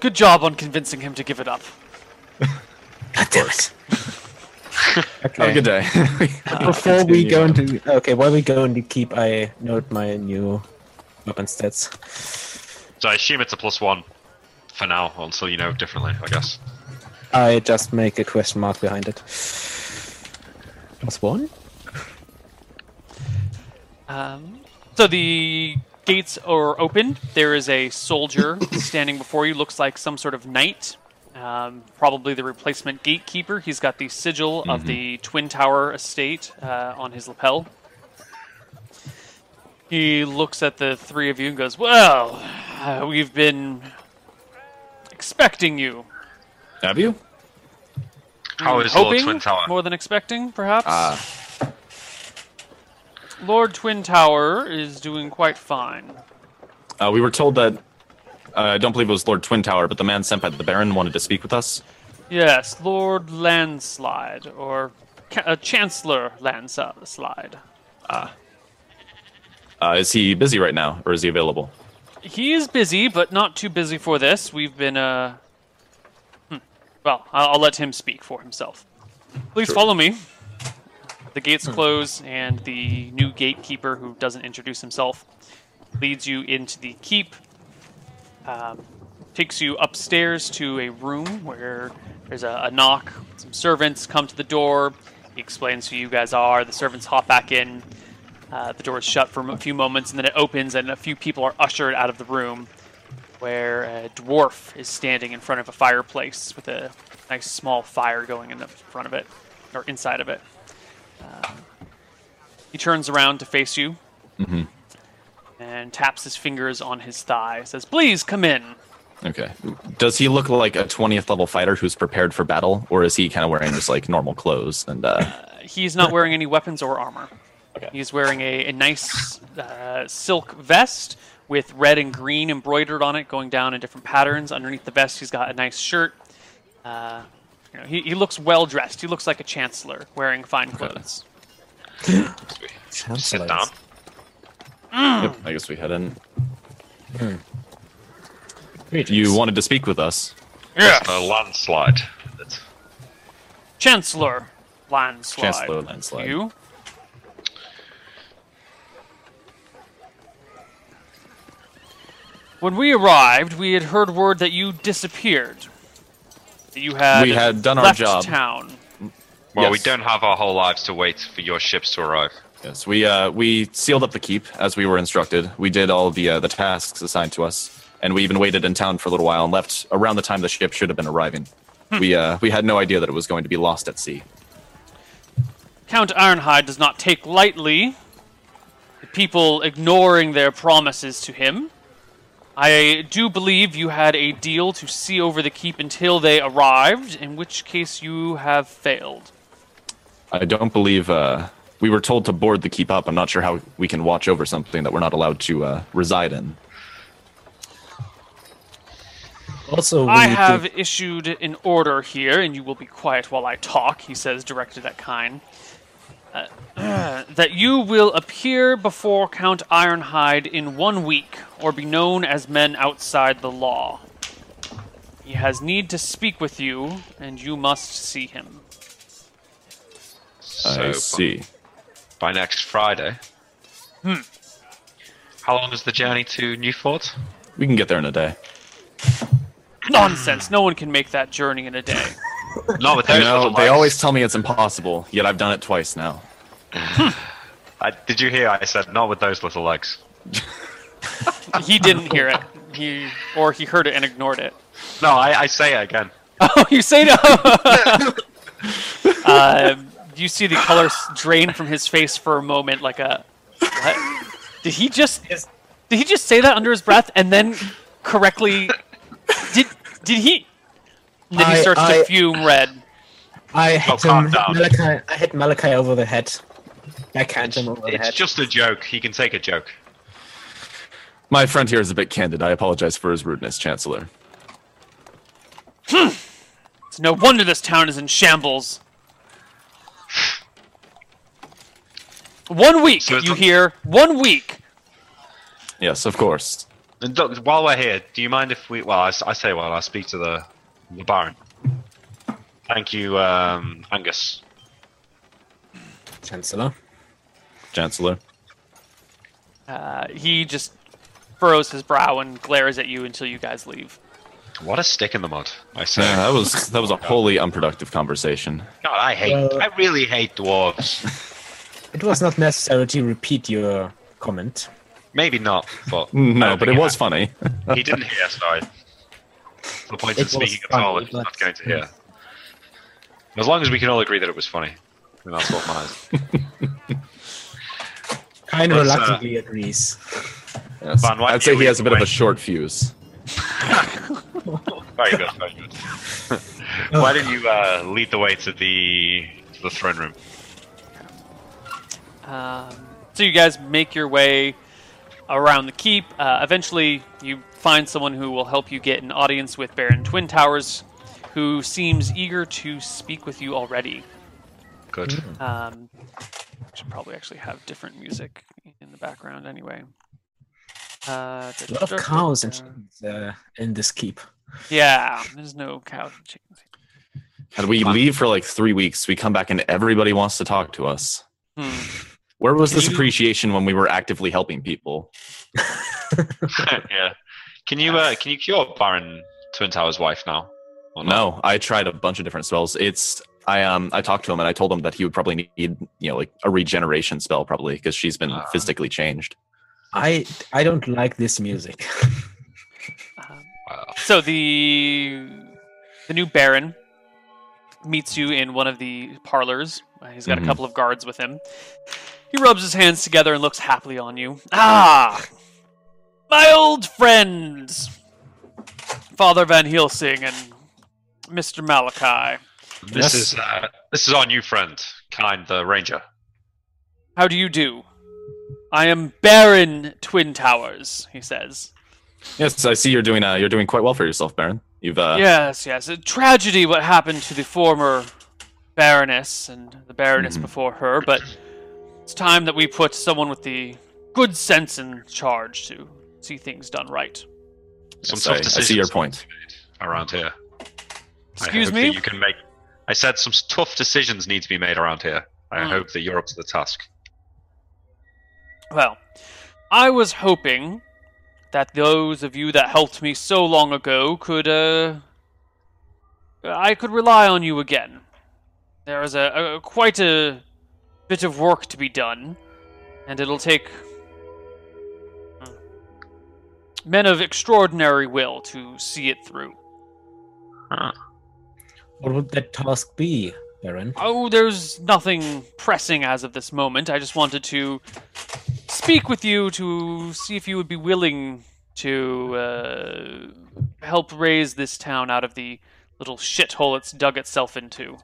Good job on convincing him to give it up.
God damn it.
Have a good day.
Before we go into okay, while we go into keep, I note my new weapon stats.
So I assume it's a plus one for now until you know differently, I guess.
I just make a question mark behind it. Plus one.
Um, so the gates are opened. There is a soldier standing before you. Looks like some sort of knight. Um, probably the replacement gatekeeper. He's got the sigil of the Twin Tower estate uh, on his lapel. He looks at the three of you and goes, Well, uh, we've been expecting you.
Have you?
How is
Hoping
Lord Twin Tower?
more than expecting, perhaps?
Ah.
Lord Twin Tower is doing quite fine.
Uh, we were told that. Uh, I don't believe it was Lord Twin Tower, but the man sent by the Baron wanted to speak with us.
Yes, Lord Landslide, or Ca- uh, Chancellor Landslide.
Uh, is he busy right now, or is he available?
He is busy, but not too busy for this. We've been, uh. hmm. Well, I'll, I'll let him speak for himself. Please follow me. The gates close, and the new gatekeeper, who doesn't introduce himself, leads you into the keep. Um, takes you upstairs to a room where there's a, a knock. Some servants come to the door. He explains who you guys are. The servants hop back in. Uh, the door is shut for a few moments, and then it opens, and a few people are ushered out of the room, where a dwarf is standing in front of a fireplace with a nice small fire going in the front of it, or inside of it. Um, he turns around to face you, and taps his fingers on his thigh. Says, "Please come in."
Okay. Does he look like a 20th level fighter who's prepared for battle, or is he kind of wearing just like normal clothes? And uh,
He's not wearing any weapons or armor. He's wearing a, a nice uh, silk vest with red and green embroidered on it, going down in different patterns. Underneath the vest, he's got a nice shirt. Uh, you know, he, he looks well dressed. He looks like a chancellor wearing fine clothes.
Sit down.
yep, I guess we head in.
Greetings.
You wanted to speak with us.
Yes. A landslide. That's-
Chancellor landslide.
Chancellor Landslide.
You? When we arrived, we had heard word that you disappeared. That you had
We had done our
left
job.
town.
Well, we
Yes.
don't have our whole lives to wait for your ships to arrive.
Yes, we uh, we sealed up the keep as we were instructed. We did all the uh, the tasks assigned to us, and we even waited in town for a little while and left around the time the ship should have been arriving. We uh, we had no idea that it was going to be lost at sea.
Count Ironhide does not take lightly the people ignoring their promises to him. I do believe you had a deal to see over the keep until they arrived, in which case you have failed.
I don't believe uh, we were told to board the keep up. I'm not sure how we can watch over something that we're not allowed to uh, reside in.
Also, we
I
do-
have issued an order here, and you will be quiet while I talk, he says, directed at Kine. Uh, that you will appear before Count Ironhide in one week, or be known as men outside the law. He has need to speak with you, and you must see him.
So
I
by-
see.
By, next Friday. Hmm. How long is the journey to Newfort?
We can get there in a day.
Nonsense! No one can make that journey in a day.
No, but
You
those
know,
little
they
lights-
always tell me it's impossible, yet I've done it twice now.
I, did you hear? I said not with those little legs.
He didn't hear it. He or he heard it and ignored it.
No, I, I say it again.
Oh, you say no. uh, you see the colors drain from his face for a moment, like a. What? Did he just? Did he just say that under his breath and then correctly? Did did he? Then he
I-
starts
I-
to fume red.
I hit
Oh, calm
him,
down.
Malachi. I hit Malachi over the head. I can't him over the
It's
head.
just a joke. He can take a joke.
My friend here is a bit candid. I apologize for his rudeness, Chancellor.
It's no wonder this town is in shambles. One week,
So it's
you
not-
hear. One week.
Yes, of course.
And look, while we're here, do you mind if we? Well, I, s- I say while I speak to the the Baron. Thank you, um, Angus.
Chancellor.
Chancellor.
Uh, he just furrows his brow and glares at you until you guys leave.
What a stick in the mud! I say.
Yeah, that was that was a wholly unproductive conversation.
God, I hate.
Uh,
I really hate dwarves.
It was not necessary to repeat your comment.
Maybe not, but
No, but it was funny.
He didn't hear. Sorry. The point
It
in speaking
was
at all
funny,
if he's not
but-
going to hear. As long as we can all agree that it was funny, then that's what matters.
Kind
It's, uh,
reluctantly agrees.
Yes.
Van, why
I'd say
can't
he
we
has a bit of
wait?
a short fuse.
Very good. Very good. Why don't you uh, lead the way to the to the throne room?
Um, so you guys make your way around the keep. Uh, eventually, you find someone who will help you get an audience with Baron Twin Towers, who seems eager to speak with you already.
Good.
Um, should probably actually have different music in the background anyway. Uh,
A lot of cows and chickens uh, in this keep.
yeah, there's no cows and chickens.
Had we leave for like three weeks, we come back and everybody wants to talk to us.
Hmm.
Where was this
You-
appreciation when we were actively helping people?
yeah. Can you uh, can you cure Baron Twin Tower's wife now? Or not?
No, I tried a bunch of different spells. It's I um I talked to him and I told him that he would probably need you know like a regeneration spell probably because she's been
Ah.
physically changed.
I I don't like this music.
Um,
Wow.
So the the new Baron meets you in one of the parlors. Uh, He's got
Mhm.
a couple of guards with him. He rubs his hands together and looks happily on you. Ah, my old friends, Father Van Helsing and Mister Malachi.
This is uh, this is our new friend, Kind the Ranger.
How do you do? I am Baron Twin Towers. He says.
Yes, I see you're doing uh, you're doing quite well for yourself, Baron. You've uh,
yes, yes. A tragedy what happened to the former Baroness and the Baroness
Mhm.
before her, but it's time that we put someone with the good sense in charge to see things done right.
Some
yes,
tough
I, I
decisions
see your point.
around here. I
Excuse
hope
me?
That you can make. I said some tough decisions need to be made around here. I
Hmm.
hope that you're up to the task.
Well, I was hoping that those of you that helped me so long ago could, uh. I could rely on you again. There is a, a quite a bit of work to be done, and it'll take hmm, men of extraordinary will to see it through.
What would that task be, Baron?
Oh, there's nothing pressing as of this moment. I just wanted to speak with you to see if you would be willing to uh, help raise this town out of the little shithole it's dug itself into.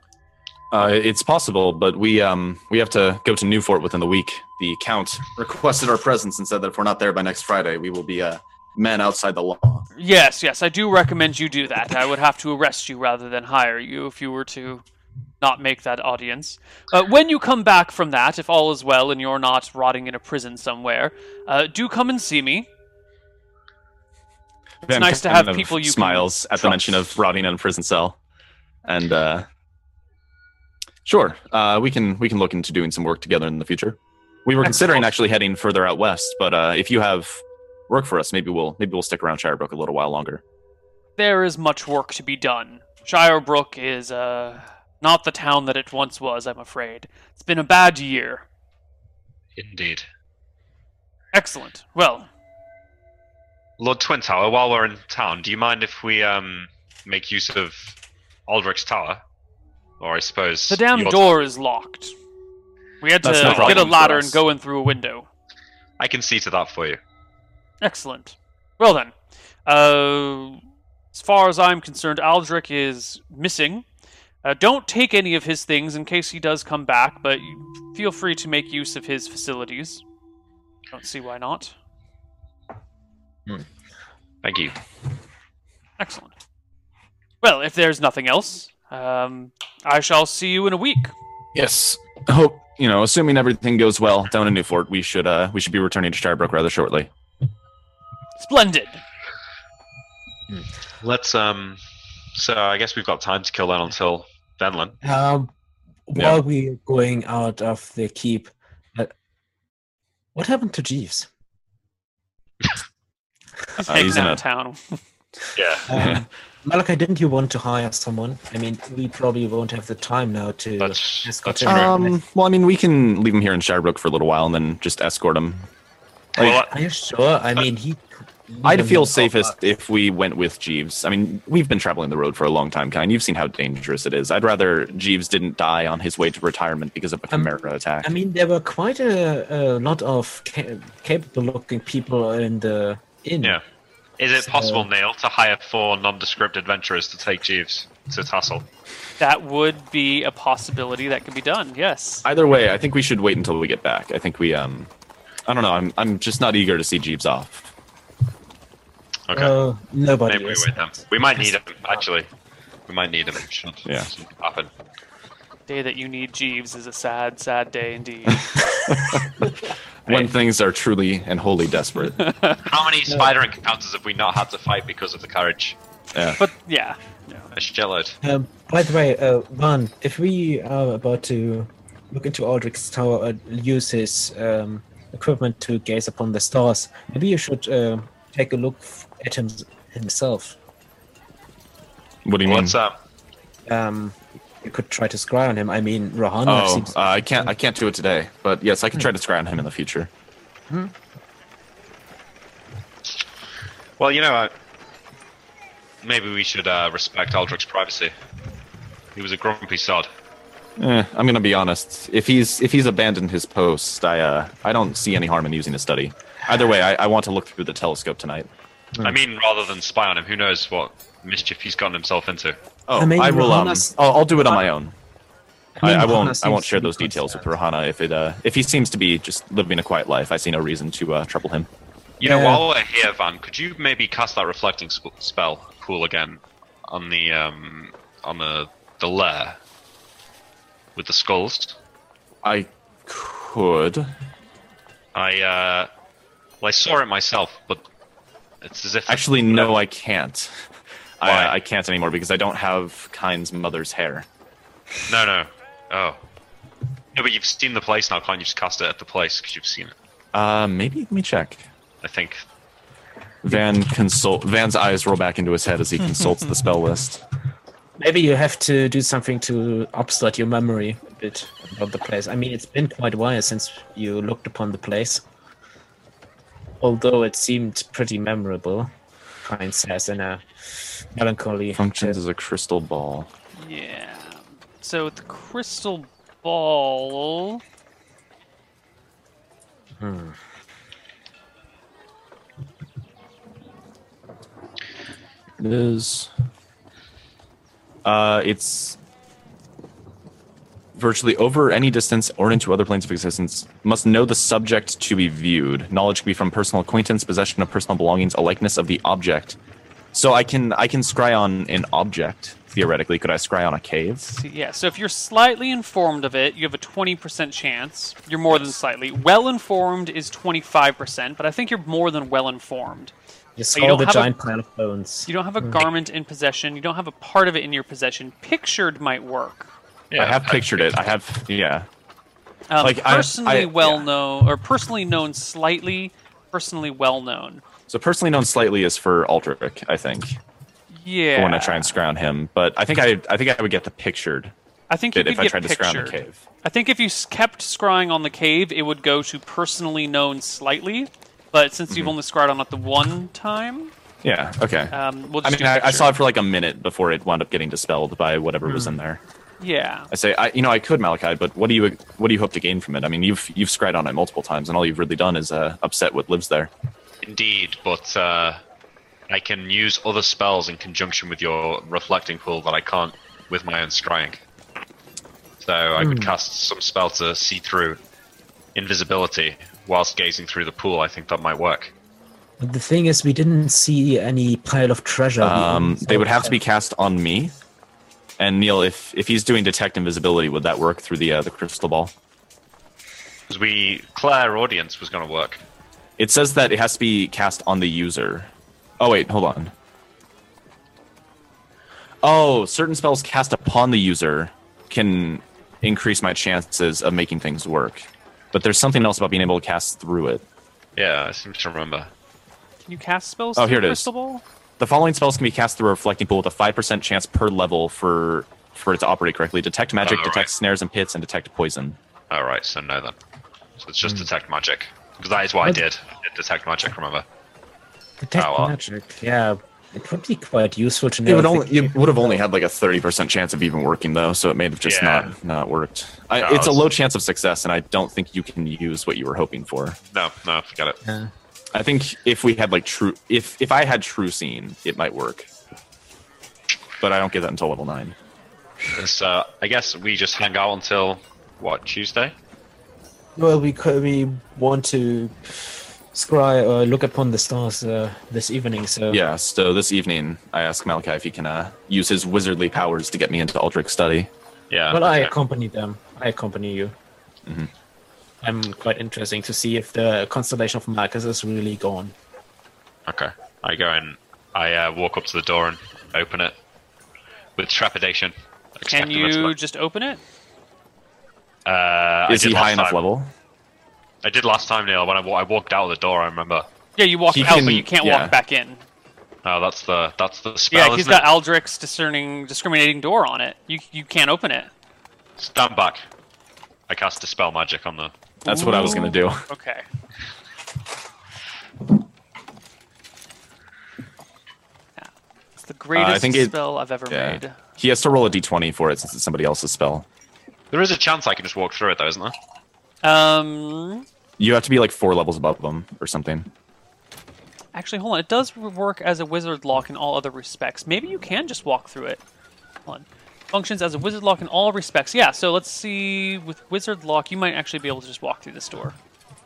Uh, it's possible, but we um we have to go to Newfort within the week. The Count
Requested our presence and said that if we're not there by next Friday, we will be uh, men outside the law.
Yes, yes, I do recommend you do that. I would have to arrest you rather than hire you if you were to not make that audience. Uh, when you come back from that, if all is well and you're not rotting in a prison somewhere, uh, do come and see me.
Van
nice to
kind
have
of
people you can
smiles at the
trust.
mention of rotting in a prison cell, and uh, sure, uh, we can we can look into doing some work together in the future. We were considering actually heading further out west, but uh, if you have work for us, maybe we'll maybe we'll stick around Shirebrook a little while longer.
there is much work to be done. Shirebrook is uh, not the town that it once was, I'm afraid. It's been a bad year.
Indeed.
Excellent. Well,
Lord Twin Tower, while we're in town, do you mind if we um, make use of Aldrich's tower? Or I suppose
the damn
your-
door is locked. We had to
That's no
get
problem
a
for
ladder
us.
and go in through a window.
I can see to that for you.
Excellent. Well then, uh, as far as I'm concerned, Aldrich is missing. Uh, don't take any of his things in case he does come back, but you- feel free to make use of his facilities. Don't see why not.
Thank you.
Excellent. Well, if there's nothing else, um, I shall see you in a week.
Yes. Hope you know, assuming everything goes well down in Newfort, we should uh we should be returning to Starbrook rather shortly.
Splendid.
Uh,
Let's um so I guess we've got time to kill then until Venlin.
Um,
Yeah.
while we're going out of the keep, uh, what happened to Jeeves?
He's
Uh,
hanging
he's in
out
a-
of town.
Yeah.
Um, Malachi, didn't you want to hire someone? I mean, we probably won't have the time now to.
That's
escort
that's
him.
true.
Um well I mean we can leave him here in Starbrook for a little while and then just escort him. like-
well,
Are you sure? I mean, he.
I'd feel safest if we went with Jeeves. I mean, we've been traveling the road for a long time, Kine. You've seen how dangerous it is. I'd rather Jeeves didn't die on his way to retirement because of a
Um,
Chimera attack.
I mean, there were quite a, a lot of ca- capable-looking people in the inn.
Yeah. is it
so-
possible, Neil, to hire four nondescript adventurers to take Jeeves to Tassel?
That would be a possibility that could be done. Yes.
Either way, I think we should wait until we get back. I think we, um, I don't know. I'm, I'm just not eager to see Jeeves off.
Okay.
Uh, nobody
Maybe we
is.
wait them. We might need him, actually. We might need him. Should
Yeah.
something happen.
day that you need Jeeves is a sad, sad day indeed.
When things are truly and wholly desperate.
How many spider encounters have we not had to fight because of the courage?
Yeah.
but yeah,
A shitload.
Um, by the way, uh, Van, if we are about to look into Aldrich's tower and use his um, equipment to gaze upon the stars, maybe you should uh, take a look f- at him himself.
What do you mean?
What's up?
Um, you could try to scry on him. I mean, Rohana
Oh,
seems.
uh, I can't. I can't do it today. But yes,
Hmm.
I can try to scry on him in the future.
Well, you know, uh, maybe we should uh, respect Aldrich's privacy. He was a grumpy sod.
Eh, I'm gonna be honest. If he's if he's abandoned his post, I uh, I don't see any harm in using his study. Either way, I, I want to look through the telescope tonight. Hmm.
I mean, rather than spy on him, who knows what mischief he's gotten himself into?
Oh,
I mean,
I will. Um,
Rohana's-
I'll, I'll do it on my own. I,
mean,
I
Rohana
won't. I
seems
won't
to
share
be
those details with
concerned.
Rohana if it. Uh, if he seems to be just living a quiet life, I see no reason to uh, trouble him.
You know,
Yeah.
while we're here, Van, could you maybe cast that reflecting sp- spell pool again on the um on the the lair with the skulls?
I could.
I uh, well, I saw it myself, but it's as if
Actually, no, I can't.
Why?
I, I can't anymore because I don't have Kine's mother's hair.
no, no. Oh, no, but you've seen the place now, can't you? Just cast it at the place because you've seen it.
Uh, maybe let me check.
I think.
Van consult. Van's eyes roll back into his head as he consults the spell list.
Maybe you have to do something to upstart your memory a bit about the place. I mean, it's been quite a while since you looked upon the place. Although it seemed pretty memorable, Pine says in a melancholy. uh,
Functions as a crystal ball.
yeah. So with the crystal ball.
It is. Uh, it's virtually over any distance or into other planes of existence. Must know the subject to be viewed. Knowledge can be from personal acquaintance, possession of personal belongings, a likeness of the object. So I can I can scry on an object theoretically. Could I scry on a cave?
See, yeah. So if you're slightly informed of it, you have a twenty percent chance. You're more than slightly. Well informed is twenty five percent, but I think you're more than well informed.
You
you
saw
don't
the
have a-
giant pile of bones.
You don't
Mm.
have a garment in possession. You don't have a part of it in your possession. Pictured might work.
Yeah,
I have pictured it. I have yeah.
Um,
Like, I-
personally
I-
well
yeah.
known, or personally known slightly, personally well known.
So personally known slightly is for Aldrich, I think.
Yeah.
I want to try and scry on him, but I think I I think I would get the pictured
I think you
did
could
if I
get
tried to scry on the
pictured.
cave.
I think if you s- kept scrying on the cave, it would go to personally known slightly. But since
Mm-hmm.
you've only scryed on it the one time,
Yeah. Okay.
um, we'll
I
just
mean,
do
I, I
picture. Hmm.
saw it for like a minute before it wound up getting dispelled by whatever was in there.
Yeah,
I say, I, you know, I could Malachi, but what do you what do you hope to gain from it? I mean, you've you've scryed on it multiple times, and all you've really done is uh, upset what lives there.
Indeed, but uh, I can use other spells in conjunction with your reflecting pool that I can't with my own scrying. So I
Hmm.
could cast some spell to see through invisibility whilst gazing through the pool. I think that might work.
But the thing is, we didn't see any pile of treasure. We
Um,
Mm-hmm.
only
they
saw
would have to be
treasure.
cast on me. And Neil, if if he's doing detect invisibility, would that work through the uh, the crystal ball?
Because we clairaudience was going to work.
It says that it has to be cast on the user. Oh wait, hold on. Oh, certain spells cast upon the user can increase my chances of making things work. But there's something else about being able to cast through it.
Yeah, I seem to remember.
can you cast spells?
Oh,
through
here it is.
crystal Ball?
The following spells can be cast through a reflecting pool with a five percent chance per level for for it to operate correctly. Detect magic,
All right.
detect snares and pits, and detect poison.
All right, so no then. So it's just detect magic because that is what I
Hmm. What?
did. I did detect magic. Remember?
Detect
Oh, well.
magic. Yeah, it would be quite useful to know.
It would
if
only
it-
you would have only had like a thirty percent chance of even working though, so it may have just
Yeah.
not not worked. I,
No,
it's a
it's-
low chance of success, and I don't think you can use what you were hoping for.
No, no, forget it.
I think if we had like true, if if I had true scene, it might work. But I don't get that until level nine.
So uh, I guess we just hang out until what Tuesday.
Well, we co- we want to scry or look upon the stars uh, this evening. So
Yeah. So this evening, I ask Malachi if he can uh, use his wizardly powers to get me into Aldrich's study.
Yeah.
Well, I
okay.
accompany them. I accompany you.
Mm-hmm.
I'm quite interesting to see if the constellation of Marcus is really gone.
Okay. I go and I uh, walk up to the door and open it with trepidation.
Can
expecting them to
you
look-
just open it?
Uh, I
Is
did
he
last
high enough
time.
level?
I did last time, Neil. When I, wa- I walked out of the door, I remember.
Yeah, you walk
He
out,
can-
but you can't
yeah.
walk back in.
Oh, that's the that's the spell.
Yeah, he's
isn't
got
it?
Aldrich's discerning, discriminating door on it. You you can't open it.
Stand back. I cast dispel magic on the.
That's what I was gonna do.
Okay. Yeah. It's the greatest
Uh, think it-
spell I've ever
Yeah.
made.
He has to roll a d20 for it since it's somebody else's spell.
There is a chance I can just walk through it, though, isn't there?
Um,
You have to be like four levels above them or something.
actually, hold on. It does work as a wizard lock in all other respects. Maybe you can just walk through it. Hold on. Functions as a wizard lock in all respects. Yeah. So let's see. With wizard lock, you might actually be able to just walk through this door.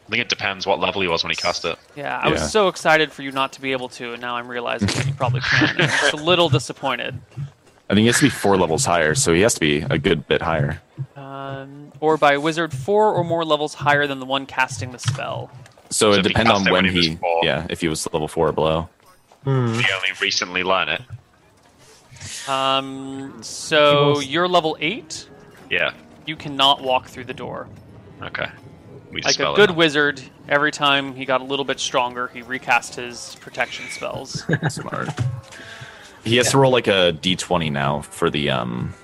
I think it depends what level he was when he cast it.
Yeah, I
Yeah.
was so excited for you not to be able to, and now I'm realizing that you probably can. I'm just a little disappointed.
I think he has to be four levels higher, so he has to be a good bit higher.
Um, or by a wizard four or more levels higher than the one casting the spell.
So,
So
it
if he
depends on
cast it
when
when
he,
he was four.
yeah, if he was level four or below. Mm-hmm.
He only recently learned it.
Um, so
He was-
you're level eight.
Yeah.
You cannot walk through the door.
Okay. We
Like
dispel
a good
it.
wizard, every time he got a little bit stronger, he recast his protection spells.
Smart. He has to roll like a d20 now for the um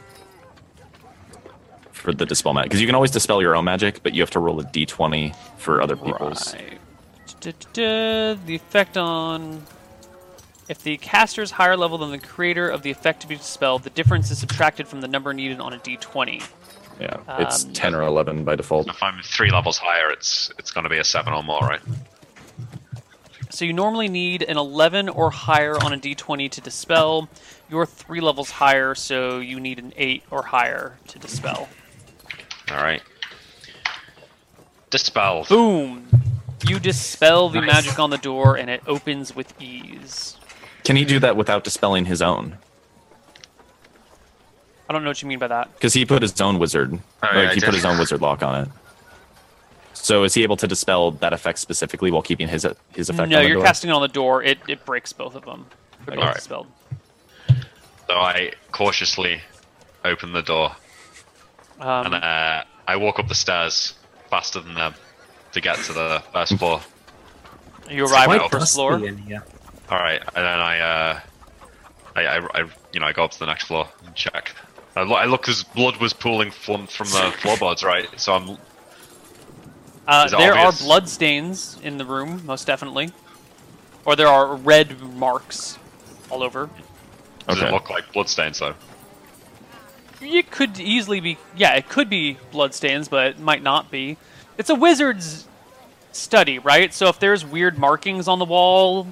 for the dispel magic because you can always dispel your own magic, but you have to roll a d20 for other people's.
Right. Du-du-du-du. The effect on. If the caster is higher level than the creator of the effect to be dispelled, the difference is subtracted from the number needed on a d20.
Yeah, it's
Um,
10 or 11 by default.
If I'm three levels higher, it's it's going to be a seven or more, right?
So you normally need an 11 or higher on a d20 to dispel. You're three levels higher, so you need an 8 or higher to dispel.
All right. Dispelled.
Boom! You dispel the magic on the door, and it opens with ease.
Can he do that without dispelling his own?
I don't know what you mean by that.
Because he put his own wizard,
Oh,
like
yeah, I
he put
did.
his own wizard lock on it. So is he able to dispel that effect specifically while keeping his his effect?
no,
on the
you're
door?
casting it on the door. It, it breaks both of them. They're both
Alright.
dispelled.
So I cautiously open the door
Um,
and uh, I walk up the stairs faster than them to get to the first floor.
you arrive
quite
at the first
dusty
floor.
in here.
All right, and then I, uh, I, I, I- you know, I go up to the next floor and check I look, I look as blood was pooling from from the floorboards, right? So I'm
Uh,
Is it
there
obvious?
are blood stains in the room, most definitely, or there are red marks all over.
does it
Okay.
look like bloodstains though?
It could easily be, yeah, it could be blood stains, but it might not be. It's a wizard's study, right? So if there's weird markings on the wall,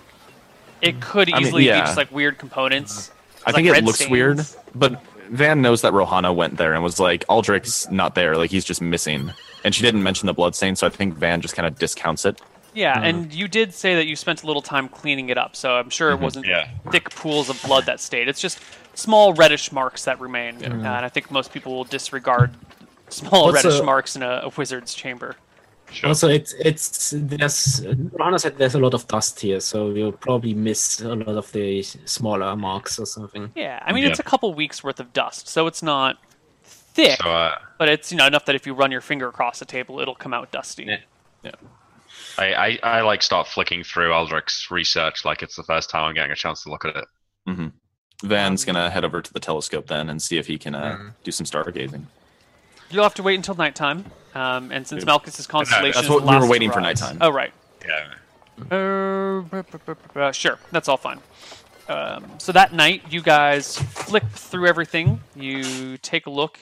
it could
I mean,
easily be
yeah.
just like weird components.
I
Like
think
red
it looks
stains.
weird, but Van knows that Rohana went there and was like, Aldrich's not there. Like, he's just missing. And she didn't mention the bloodstain, so I think Van just kind of discounts it.
Yeah, and you did say that you spent a little time cleaning it up, so I'm sure it wasn't
Yeah.
thick pools of blood that stayed. It's just small reddish marks that remain, uh, and I think most people will disregard small
What's
reddish
a-
marks in a, a wizard's chamber.
Sure.
Also, it's it's there's Rana said there's a lot of dust here, so you'll probably miss a lot of the smaller marks or something.
Yeah, I mean it's a
Yeah.
couple weeks worth of dust, so it's not thick,
So uh,
but it's you know enough that if you run your finger across the table, it'll come out dusty.
Yeah. I, I I like start flicking through Aldrich's research like it's the first time I'm getting a chance to look at it.
hmm Van's going to head over to the telescope then and see if he can
Mm-hmm.
uh, do some stargazing.
You'll have to wait until nighttime, um, and since Malchus's constellation
that's
is
what we
the
were
last to
waiting for
rise-
nighttime.
Oh right.
Yeah.
Uh, bu- bu- bu- bu- bu- sure, that's all fine. Um, so that night, you guys flick through everything. You take a look.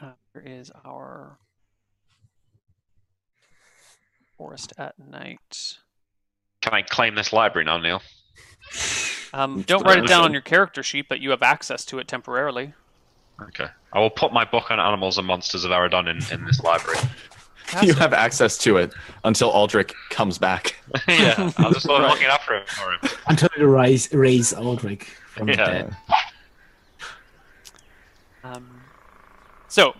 Uh, here is our forest at night.
Can I claim this library now, Neil?
Um,
Which
don't write it
direction?
down on your character sheet, but you have access to it temporarily.
Okay. I will put my book on animals and monsters of Aradon in, in this library.
You have access to it until Aldrich comes back.
yeah. I'll just start looking after him. For him.
Until you raise raise Aldrich from the
Yeah.
dead.
Um, so,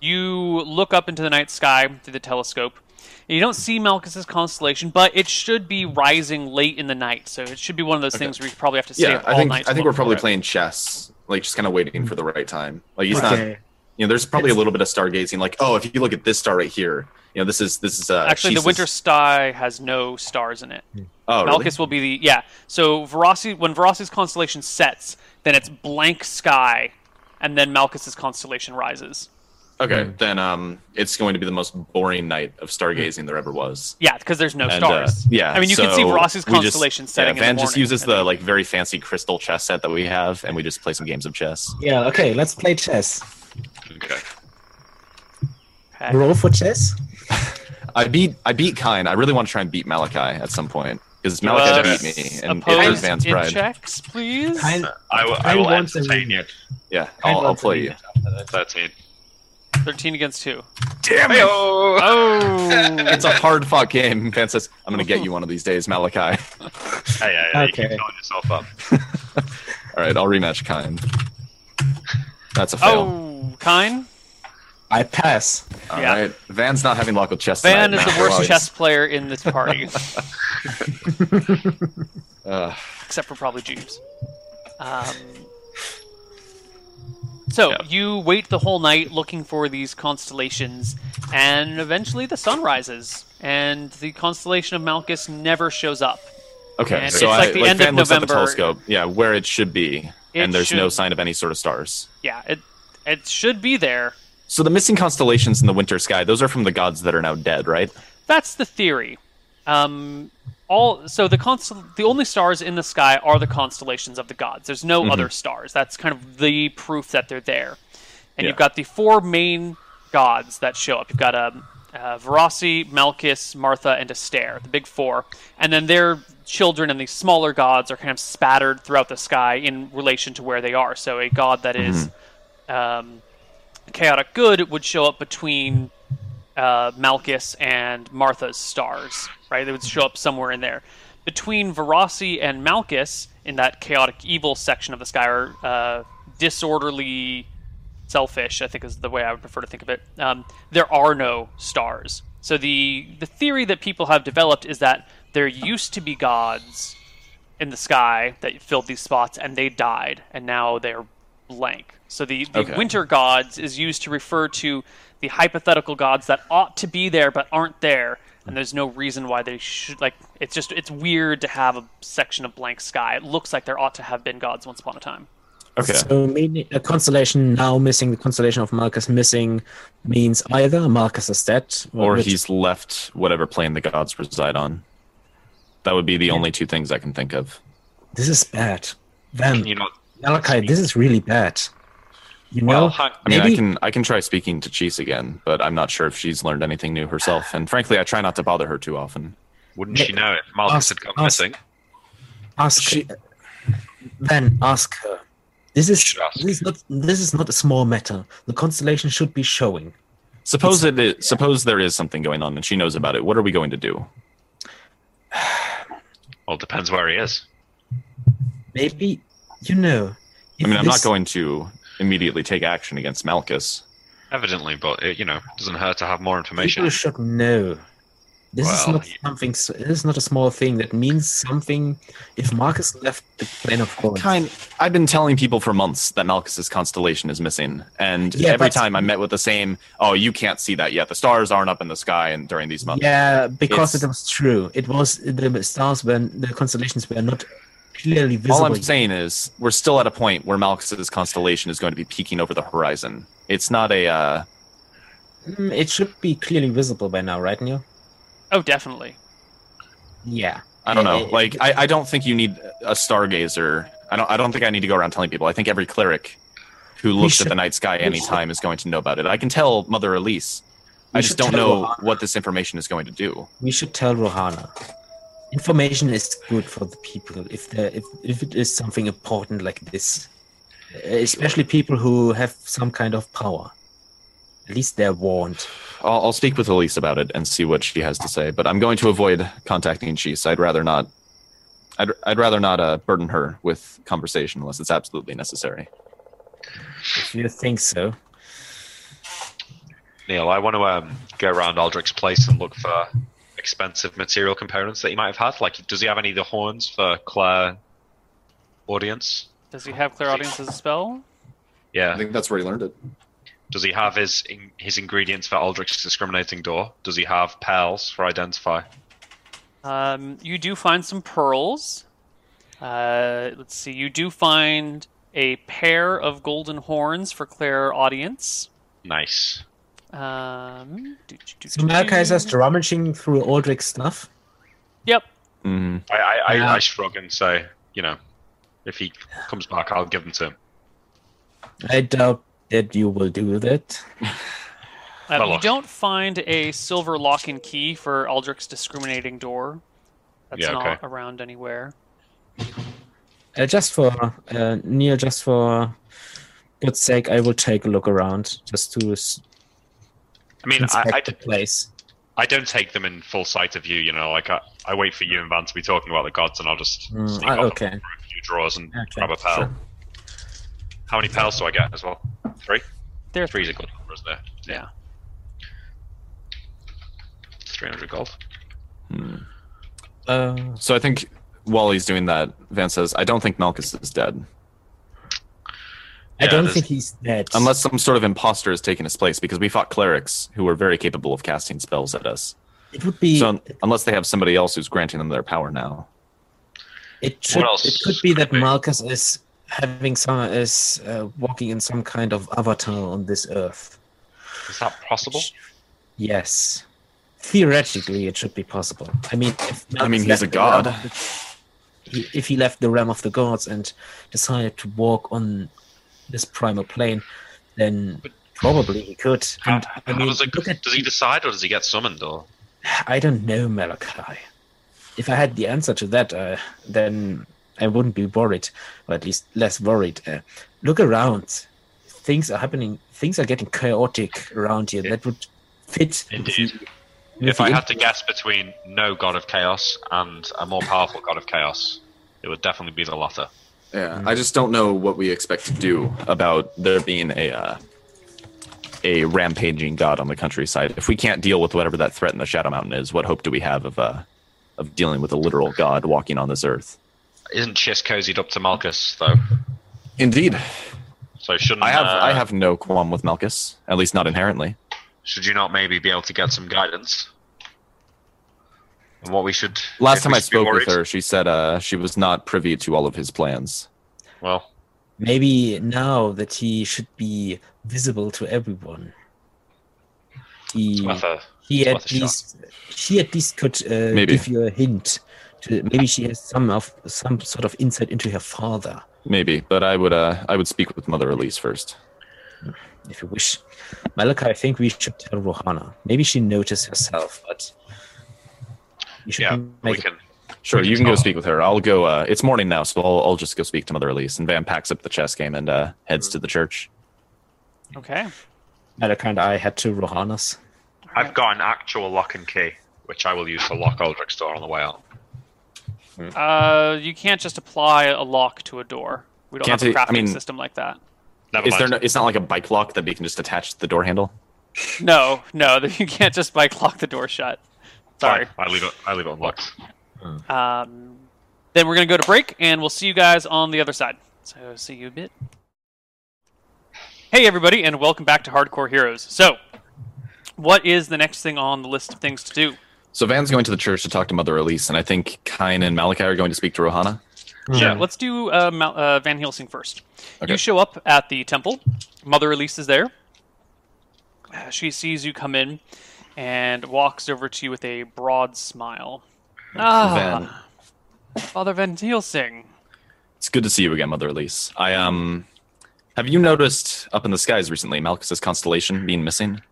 you look up into the night sky through the telescope. You don't see Malchus's constellation, but it should be rising late in the night. So it should be one of those things where you probably have to stay
Yeah,
up all
I think
night. to
I think we're
look for
probably
it.
playing chess, like just kind of waiting for the right time. Like he's not,
Okay.
you know, there's probably a little bit of stargazing. Like, oh, if you look at this star right here, you know, this is this is uh,
Actually, the
Shesis-
winter sky has no stars in it.
Oh, really?
Malchus will be the yeah. So Verossi, when Verosi's constellation sets, then it's blank sky, and then Malchus's constellation rises.
Okay.
Hmm.
Then um, it's going to be the most boring night of stargazing there ever was.
Yeah, because there's no
And, uh,
stars.
yeah,
I mean you can see
so
Verosi's
we just-
constellation setting.
Yeah, Van
in the
just
morning,
uses
and then-
the like very fancy crystal chess set that we have, and we just play some games of chess.
Yeah. Okay. Let's play chess.
Okay.
Okay.
Roll for chess.
I beat I beat Kine. I really want to try and beat Malachi at some point because Malachi
Was
beat me, and it is
Uh, opposed
Van's
in
pride.
checks, please.
Kind-
I, will- I
I
will
want to
entertain you.
Yeah, I'll, I'll
wants to
play
beat
you.
13.
Thirteen against two.
Damn
Hey-oh!
Oh,
It's a hard fought game. Van says, "I'm gonna get you one of these days, Malachi."
Hey, hey, hey, you
Okay.
keep filling yourself up.
All right, I'll rematch Kine. That's a fail.
oh, Kine.
I pass.
All right,
yeah.
Van's not having luck with chess.
Van is
tonight,
the
man.
worst
Well,
chess player in this party,
Uh,
except for probably Jeeves. Um, so
Yeah.
you wait the whole night looking for these constellations, and eventually the sun rises, and the constellation of Malchus never shows up.
okay,
And
so
it's
I,
like the end of
Van looks at the
November.
telescope. Yeah, where it should be,
It
and there's no
should-
sign of any sort of stars.
Yeah, it it should be there.
So the missing constellations in the winter sky, those are from the gods that are now dead, right?
That's the theory. Um, all so the constel- the only stars in the sky are the constellations of the gods. There's no other stars. That's kind of the proof that they're there. And you've
Yeah.
got the four main gods that show up. You've got um, uh, Verasi, Malchus, Martha, and Astaire, the big four. And then their children and these smaller gods are kind of spattered throughout the sky in relation to where they are. So a god that is um, chaotic good would show up between uh, Malchus and Martha's stars, right? They would show up somewhere in there. Between Verasi and Malchus, in that chaotic evil section of the sky, or uh, disorderly selfish, I think is the way I would prefer to think of it, um, there are no stars. So the, the theory that people have developed is that there used to be gods in the sky that filled these spots and they died and now they're blank so the, the
Okay.
winter gods is used to refer to the hypothetical gods that ought to be there but aren't there and there's no reason why they should like it's just it's weird to have a section of blank sky it looks like there ought to have been gods once upon a time
Okay.
So meaning a constellation now missing the constellation of Marcus missing means either Marcus is dead
Or
which-
he's left whatever plane the gods reside on. That would be the only two things I can think of.
this is bad. Then
Can you not?
Malachi, this is really bad. You know,
Well, hang-
I mean,
Maybe-
I can I can try speaking to Cheese again, but I'm not sure if she's learned anything new herself. And frankly, I try not to bother her too often.
wouldn't she know if Malchus had gone
ask-
missing?
ask
She-
Then ask her. This is
Should ask.
this is not this is not a small matter. The constellation should be showing.
Suppose it is, suppose there is something going on and she knows about it. What are we going to do?
Well, depends where he is.
Maybe you know.
I mean, I'm not
this-
going to immediately take action against Malchus.
Evidently, but it, you know, doesn't hurt to have more
People
information.
should know. This is
Well,
not
you-
something. s- This is not a small thing. That means something. If Marcus left the plane of God,
Kind, I've been telling people for months that Malchus's constellation is missing, and
Yeah,
every
but-
time I met with the same, "Oh, you can't see that yet. The stars aren't up in the sky." And during these months,
yeah, because
It's-
it was true. It was the stars when the constellations were not clearly visible.
all I'm
yet.
saying is we're still at a point where Malchus's constellation is going to be peeking over the horizon. It's not a. Uh,
Mm, it should be clearly visible by now, right, Neil?
Oh, definitely.
Yeah.
I don't know.
Uh,
Like, I, I don't think you need a stargazer. I don't. I don't think I need to go around telling people. I think every cleric who looks
should-
at the night sky
we should-
anytime is going to know about it. I can tell Mother Elise.
We
I
should
just don't
tell
know
Rohana.
what this information is going to do.
We should tell Rohana. Information is good for the people if there if, if it is something important like this, Uh, especially people who have some kind of power. At least they're warned.
I'll, I'll speak with Elise about it and see what she has to say. But I'm going to avoid contacting Cheese. I'd rather not. I'd, I'd rather not uh, burden her with conversation unless it's absolutely necessary.
If you think so,
Neil, I want to um, go around Aldrich's place and look for expensive material components that he might have had. Like, does he have any of the horns for Claire audience?
Does he have clear audience as a spell?
I
Yeah.
think that's where he learned it.
Does he have his in, his ingredients for Aldrich's discriminating door? Does he have pearls for identify?
Um, you do find some pearls. Uh, let's see. You do find a pair of golden horns for clear audience.
Nice.
Um, do, do, do,
so
do,
Malachi is
do.
just rummaging through Aldrich's stuff.
Yep. Uh,
Mm.
I I,
Yeah.
I, I shrug and say, you know, if he comes back, I'll give them to him.
I doubt that you will do that.
Uh,
Well,
you
look.
don't find a silver lock and key for Aldrich's discriminating door. That's
Yeah,
not
okay.
around anywhere.
Uh, just for uh, Neil, just for God's sake, I will take a look around just to s-
I mean, I,
inspect
I,
the place.
I don't take them in full sight of you, you know. Like I, I wait for you and Van to be talking about the gods, and I'll just
Mm,
sneak
ah,
off and
okay.
look for a few drawers and
Okay,
grab a pearl.
sure.
How many pearls do I get as well? Three.
There.
Three's a good number, isn't it?
Yeah.
Three hundred gold.
Uh,
So I think while he's doing that, Van says, "I don't think Malchus is dead,
I
Yeah,
don't
this-
think he's dead.
unless some sort of imposter has taken his place, because we fought clerics who were very capable of casting spells at us.
it would be
So un- unless they have somebody else who's granting them their power now,
It should.
else
It could be that
could be?
Malchus is having some is uh, walking in some kind of avatar on this earth.
Is that possible?
Yes, theoretically, it should be possible. I mean, if
I mean,
Malchus
he's
left
a
the realm
god.
of the- he- if he left the realm of the gods and decided to walk on this primal plane, then probably he could.
How,
And, I
how
mean,
does, it,
look at
does he decide, or does he get summoned? Or
I don't know, Malachi. If I had the answer to that, uh, then I wouldn't be worried, or at least less worried. Uh, look around; things are happening. Things are getting chaotic around here. That would fit. with
Indeed.
the- with
if I
the
had to guess between no god of chaos and a more powerful god of chaos, it would definitely be the latter.
Yeah, I just don't know what we expect to do.
do about there being a uh, a rampaging god on the countryside. If we can't deal with whatever that threat in the Shadow Mountain is, what hope do we have of uh, of dealing with a literal god walking on this earth?
Isn't Chiss cozied up to Malchus though?
Indeed,
So shouldn't
I have
uh,
I have no qualm with Malchus, at least not inherently.
Should you not maybe be able to get some guidance? And what we should.
Last
if
time
we
I
should be
spoke with
worried-
her, she said uh, she was not privy to all of his plans.
Well,
Maybe now that he should be visible to everyone. He,
Worth a-
he
worth
at
a shot.
least she at least could uh,
Maybe.
give you a hint. To, maybe she has some of some sort of insight into her father,
Maybe, but I would uh, I would speak with Mother Elise first.
if you wish. Malachi, I think we should tell Rohana. Maybe she noticed herself, but you should
yeah, we
make
can.
Sure,
We can
you can go
talk.
speak with her. I'll go. Uh, it's morning now, so I'll, I'll just go speak to Mother Elise. And Van packs up the chess game and uh, heads to the church.
Okay.
Malachi and I had to Rohana's.
I've got an actual lock and key, which I will use to lock Aldrich's door on the way out.
Uh, you can't just apply a lock to a door. We don't
Can't
have a
it- I
crafting
mean-
system like that.
Never
Is there?
mind.
No, it's not like a bike lock that we can just attach to the door handle.
No, no, you can't just like lock the door shut. Sorry.
Fine, I leave it. I leave it unlocked.
Um, then we're gonna go to break, and we'll see you guys on the other side. So see you a bit. Hey everybody, and welcome back to Hardcore Heroes. So, what is the next thing on the list of things to do?
So Van's going to the church to talk to Mother Elise, and I think Kine and Malachi are going to speak to Rohana.
Sure. Let's do uh, Mal- uh, Van Helsing first.
Okay.
You show up at the temple. Mother Elise is there. Uh, She sees you come in and walks over to you with a broad smile. Ah, Father Van Helsing.
It's good to see you again, Mother Elise. I um, have you noticed up in the skies recently Malchus's constellation being missing?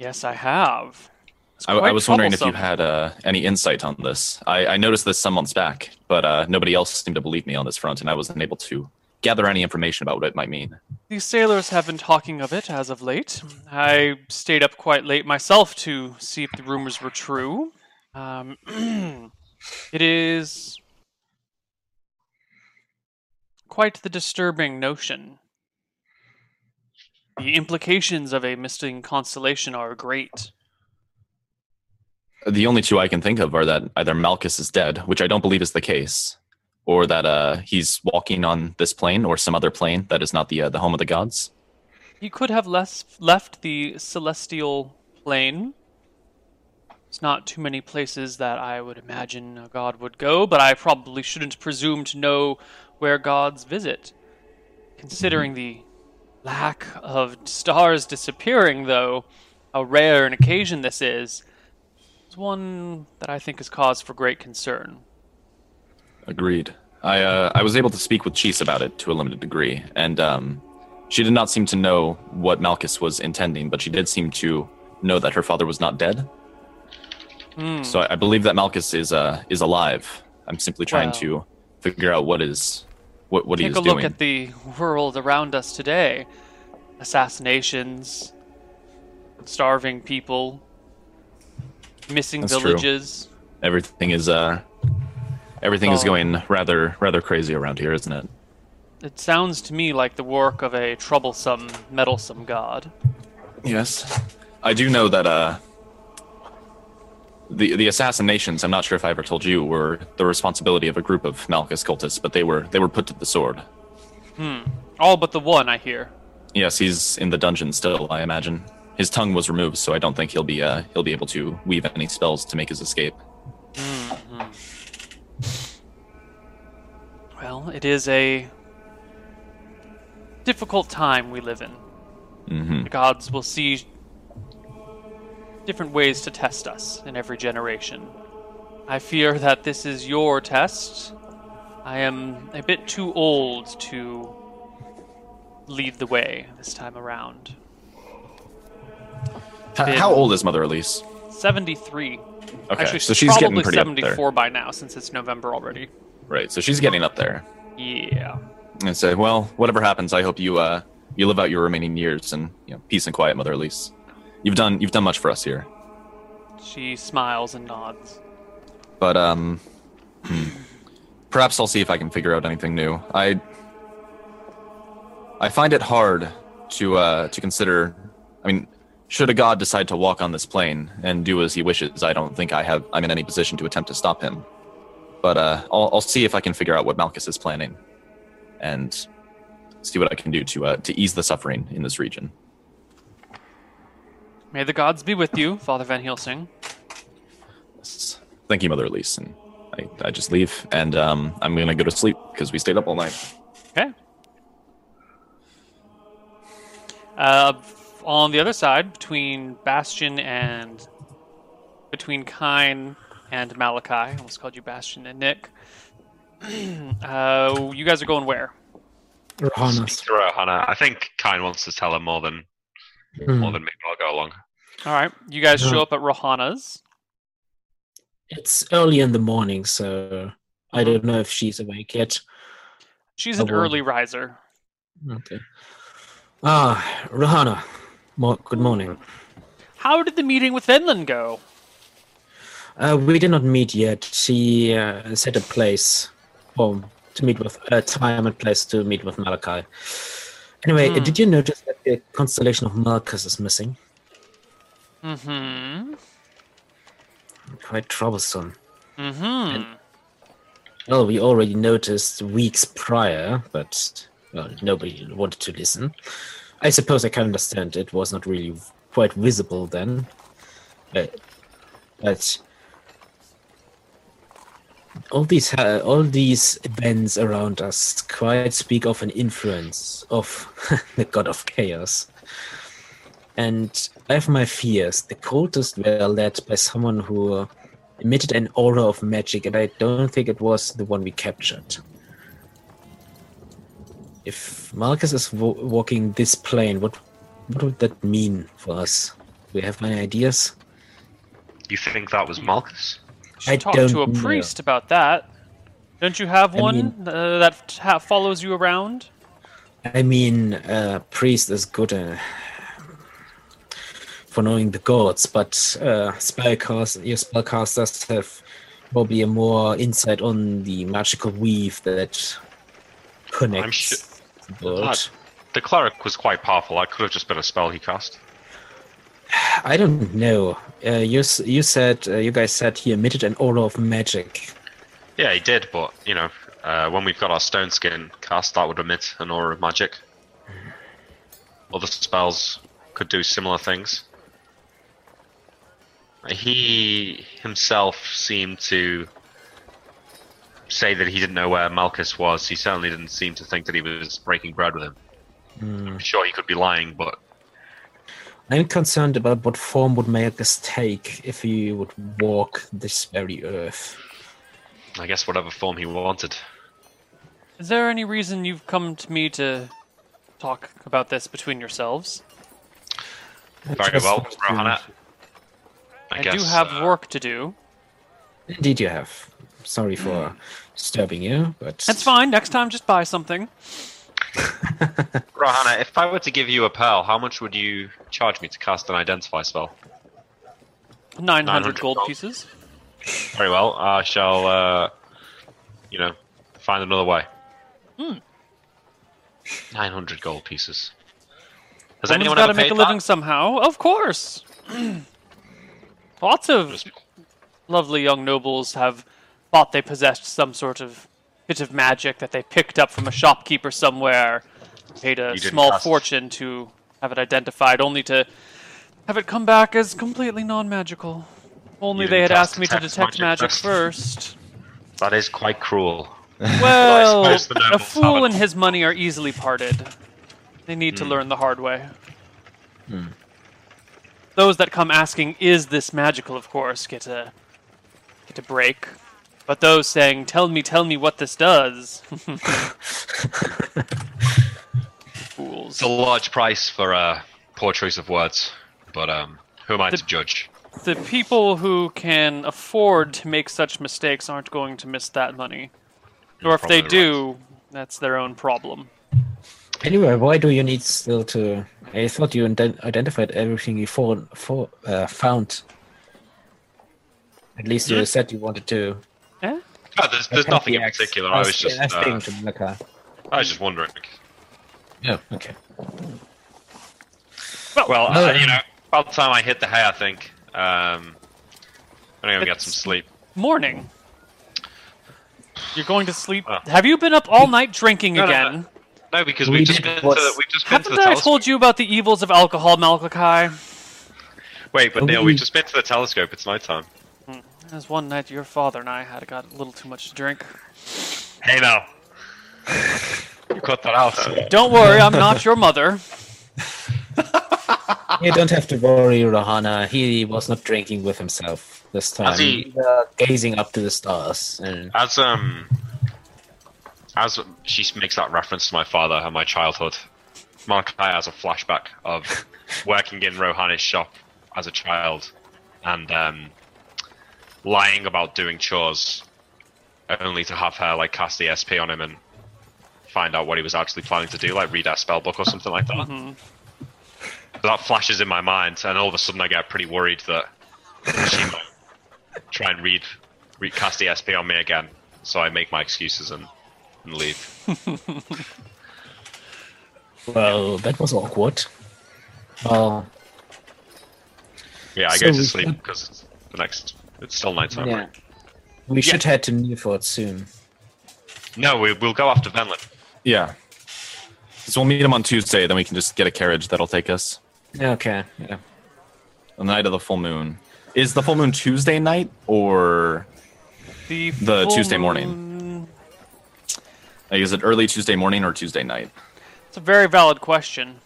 Yes, I have. It's
I, I
quite
was wondering if you
troublesome.
had uh, any insight on this. I, I noticed this some months back, but uh, nobody else seemed to believe me on this front, and I wasn't able to gather any information about what it might mean.
These sailors have been talking of it as of late. I stayed up quite late myself to see if the rumors were true. Um, it is quite the disturbing notion. The implications of a missing constellation are great.
The only two I can think of are that either Malchus is dead, which I don't believe is the case, or that uh, he's walking on this plane or some other plane that is not the uh, the home of the gods.
He could have less left the celestial plane. It's not too many places that I would imagine a god would go, but I probably shouldn't presume to know where gods visit. Considering the lack of stars disappearing, though, how rare an occasion this is, it's one that I think is cause for great concern.
Agreed. I uh, I was able to speak with Chies about it to a limited degree, and um, she did not seem to know what Malchus was intending, but she did seem to know that her father was not dead.
Hmm.
So I, I believe that Malchus is uh is alive. I'm simply trying
Well.
to figure out what is what what he
Take
is
a look
doing.
at the world around us today assassinations, starving people, missing
That's true.
villages.
everything is uh everything is
Oh.
going rather rather crazy around here, isn't it?
It sounds to me like the work of a troublesome, meddlesome god.
Yes. I do know that uh the the assassinations, I'm not sure if I ever told you, were the responsibility of a group of Malchus cultists, but they were they were put to the sword.
All but the one, I hear.
Yes, he's in the dungeon still, I imagine. His tongue was removed, so I don't think he'll be uh he'll be able to weave any spells to make his escape.
Well, it is a difficult time we live in.
Mhm.
The gods will see different ways to test us in every generation. I fear that this is your test. I am a bit too old to lead the way this time around.
H- how old is Mother Elise?
73.
Okay,
Actually,
so she's
probably
getting pretty up
74
there,
by now since it's November already.
right? So she's getting up there,
Yeah.
and say, "Well, whatever happens, I hope you uh, you live out your remaining years and you know, peace and quiet, Mother Elise. You've done you've done much for us here,
She smiles and nods.
but um, hmm, perhaps I'll see if I can figure out anything new. I I find it hard to uh, to consider. I mean, should a god decide to walk on this plane and do as he wishes, I don't think I have I'm in any position to attempt to stop him. But uh, I'll, I'll see if I can figure out what Malchus is planning, and see what I can do to uh, to ease the suffering in this region.
May the gods be with you, Father Van Helsing.
Thank you, Mother Elise. And I, I just leave, and um, I'm gonna go to sleep because we stayed up all night.
Okay. Uh, on the other side, between Bastion and between Kine and Malachi, I almost called you Bastion and Nick. uh, you guys are going where?
Rohanna's.
Speak to Rohanna. I think Kine wants to tell her more than more
Hmm.
Mm.
than me, but I'll go along.
All right, you guys
Yeah.
show up at Rohana's.
It's early in the morning, so I don't know if she's awake yet.
She's an
Oh, boy.
early riser.
Okay. Ah, Rohanna. Mo- good morning.
How did the meeting with Finland go?
Uh, we did not meet yet. She uh, set a place um, to meet with a time and place to meet with Malachi. Anyway,
Hmm.
did you notice that the constellation of Malchus is missing?
Mm-hmm.
Quite troublesome.
Mm-hmm.
Well, we already noticed weeks prior, but well, nobody wanted to listen. I suppose I can understand it was not really quite visible then. But, but all these ha- all these events around us quite speak of an influence of the god of chaos. And I have my fears. The cultists were led by someone who emitted an aura of magic, and I don't think it was the one we captured. If Malchus is wa- walking this plane, what what would that mean for us? Do we have any ideas?
You think that was Malchus?
I
Should talk
don't
to a
know.
priest about that. Don't you have
I
one
mean-
uh, that ha- follows you around?
I mean, uh, priest is good uh, for knowing the gods, but uh, spellcast your spellcasters have probably a more insight on the magical weave that connects the world.
The cleric was quite powerful. That could have just been a spell he cast.
I don't know. Uh, you s- you said uh, you guys said he emitted an aura of magic.
Yeah, he did, but you know, uh, when we've got our stone skin cast, that would emit an aura of magic. Other spells could do similar things. He himself seemed to say that he didn't know where Malchus was. He certainly didn't seem to think that he was breaking bread with him.
Hmm.
Sure, he could be lying, but
I'm concerned about what form would Malchus take if he would walk this very earth.
I guess whatever form he wanted.
Is there any reason you've come to me to talk about this between yourselves?
I
Very
trust
well,
that you-
Rohanna. I,
I,
guess,
do have
uh,
work to do.
Indeed, you have. Sorry for disturbing you, but
Hmm. That's fine. Next time, just buy something.
Rohanna, if I were to give you a pearl, how much would you charge me to cast an identify spell?
Nine
900
hundred gold
gold.
pieces.
Very well, I shall, uh, you know, find another way. Hmm. 900 gold pieces. Has
Someone's
anyone
got
ever
to make
paid
a living
that?
somehow. Of course. Lots of
Just-
lovely young nobles have thought they possessed some sort of bit of magic that they picked up from a shopkeeper somewhere, paid a
You didn't
small
trust.
fortune to have it identified, only to have it come back as completely non-magical. Only
You
they had
didn't
asked
cast
me to
detect
detect
magic
magic
first.
first.
That is quite cruel.
Well,
suppose the
a
nobles
fool and
haven't.
his money are easily parted. They need
Hmm.
to learn the hard way. Those that come asking, "Is this magical?" of course, get a get a break. But those saying, "Tell me, tell me what this does," fools.
It's a large price for uh, poor choice of words, but um, who am I
The-
to judge?
The people who can afford to make such mistakes aren't going to miss that money, or if they
Hmm, probably right.
do, that's their own problem.
Anyway, why do you need still to? I thought you ident- identified everything you for, for, uh, found. At least you said you wanted to.
Eh?
No, Ah, there's, Hmm? there's
Attack
nothing
the
in
axe.
particular. I was
Ask-
just,
ask
uh,
him to Malachi.
I was just wondering.
Oh, okay.
Well,
No, no.
uh, you know, by the time I hit the hay, I think um, I'm gonna get
It's-
some sleep.
morning. You're going to sleep.
Well.
Have you been up all night drinking
No, no,
again?
no. No, because
We
we've just
did
been to
what-
the, we've just been to the
Haven't I
telescope.
told you about the evils of alcohol, Malachi?
Wait, but
Oh,
Neil,
we-
we've just been to the telescope. It's nighttime.
There's one night your father and I had got a little too much to drink.
Hey, now. you cut that out.
Don't worry, I'm not your mother.
You don't have to worry, Rahana. He was not drinking with himself this time.
he-
was gazing up to the stars. And
As um, as she makes that reference to my father and my childhood, Malachi has a flashback of working in Rohani's shop as a child and um, lying about doing chores, only to have her like cast the SP on him and find out what he was actually planning to do, like read a spell book or something like that. So that flashes in my mind, and all of a sudden I get pretty worried that she might try and read, read cast the SP on me again. So I make my excuses and, and leave.
well, that was awkward. Well,
Yeah, I
So
go
we
to sleep
should-
because it's the next. It's still nighttime.
yeah.
Right?
We should head to Newford soon.
No, we, we'll go after Venlin.
Yeah. So we'll meet him on Tuesday, then we can just get a carriage that'll take us
Okay. Yeah.
on the night of the full moon. Is the full moon Tuesday night or
The,
the
full
Tuesday morning?
moon-
Like, is it early Tuesday morning or Tuesday night?
It's a very valid question.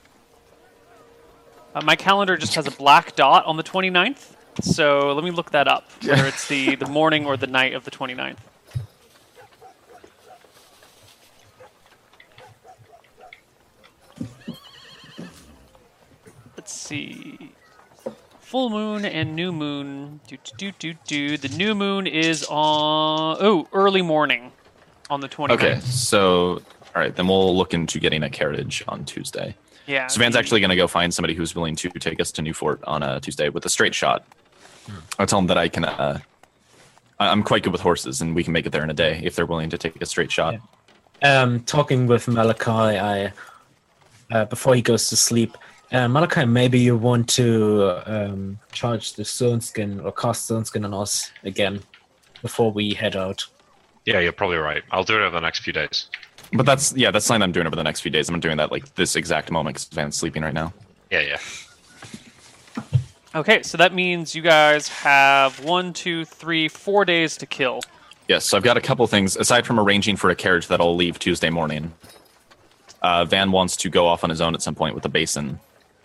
Uh, my calendar just has a black dot on the 29th, so let me look that up. Whether it's the, the morning or the night of the 29th. Let's see. Full moon and new moon. Do, do, do, do, do. The new moon is on. Oh, early morning on the 29th.
Okay, so all right, then we'll look into getting a carriage on Tuesday.
Yeah.
So Van's
the-
actually going to go find somebody who's willing to take us to Newfort on a Tuesday with a straight shot. I'll tell him that I can. Uh, I- I'm quite good with horses, and we can make it there in a day if they're willing to take a straight shot.
um, talking with Malachi, I uh, before he goes to sleep. Uh, Malachi, maybe you want to um, charge the stone skin or cast stone skin on us again before we head out.
Yeah, you're probably right. I'll do it over the next few days.
But that's yeah, that's something I'm doing over the next few days. I'm doing that like this exact moment because Van's sleeping right now.
Yeah, yeah.
Okay, so that means you guys have one, two, three, four days to kill.
Yes, so I've got a couple things aside from arranging for a carriage that'll leave Tuesday morning. Uh, Van wants to go off on his own at some point with a basin,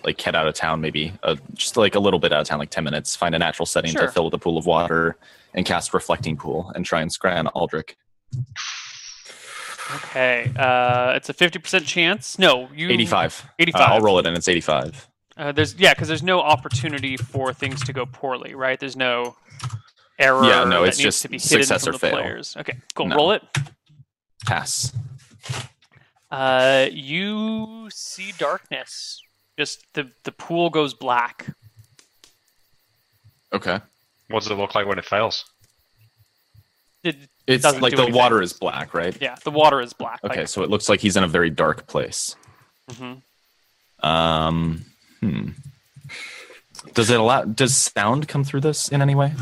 like head out of town, maybe uh, just like a little bit out of town, like ten minutes. Find a natural setting
Sure.
to fill with a pool of water and cast reflecting pool and try and scry on Aldrich.
Okay, uh, it's a fifty percent chance. No, you
Eighty-five. Uh,
85.
I'll roll it, and it's eighty-five.
Uh, there's yeah, because there's no opportunity for things to go poorly, right? There's no error.
Yeah, no,
that
it's
needs
just
to be hidden
success
from
or
the
fail.
players. Okay, cool.
No.
Roll it.
Pass.
Uh, you see darkness. Just the the pool goes black.
Okay.
What does it look like when it fails?
It
It's
doesn't
like
do
the
anything.
water is black, right?
Yeah, the water is black.
Okay,
Like,
so it looks like he's in a very dark place.
Mhm.
Um, hmm. Does it allow? Does sound come through this in any way?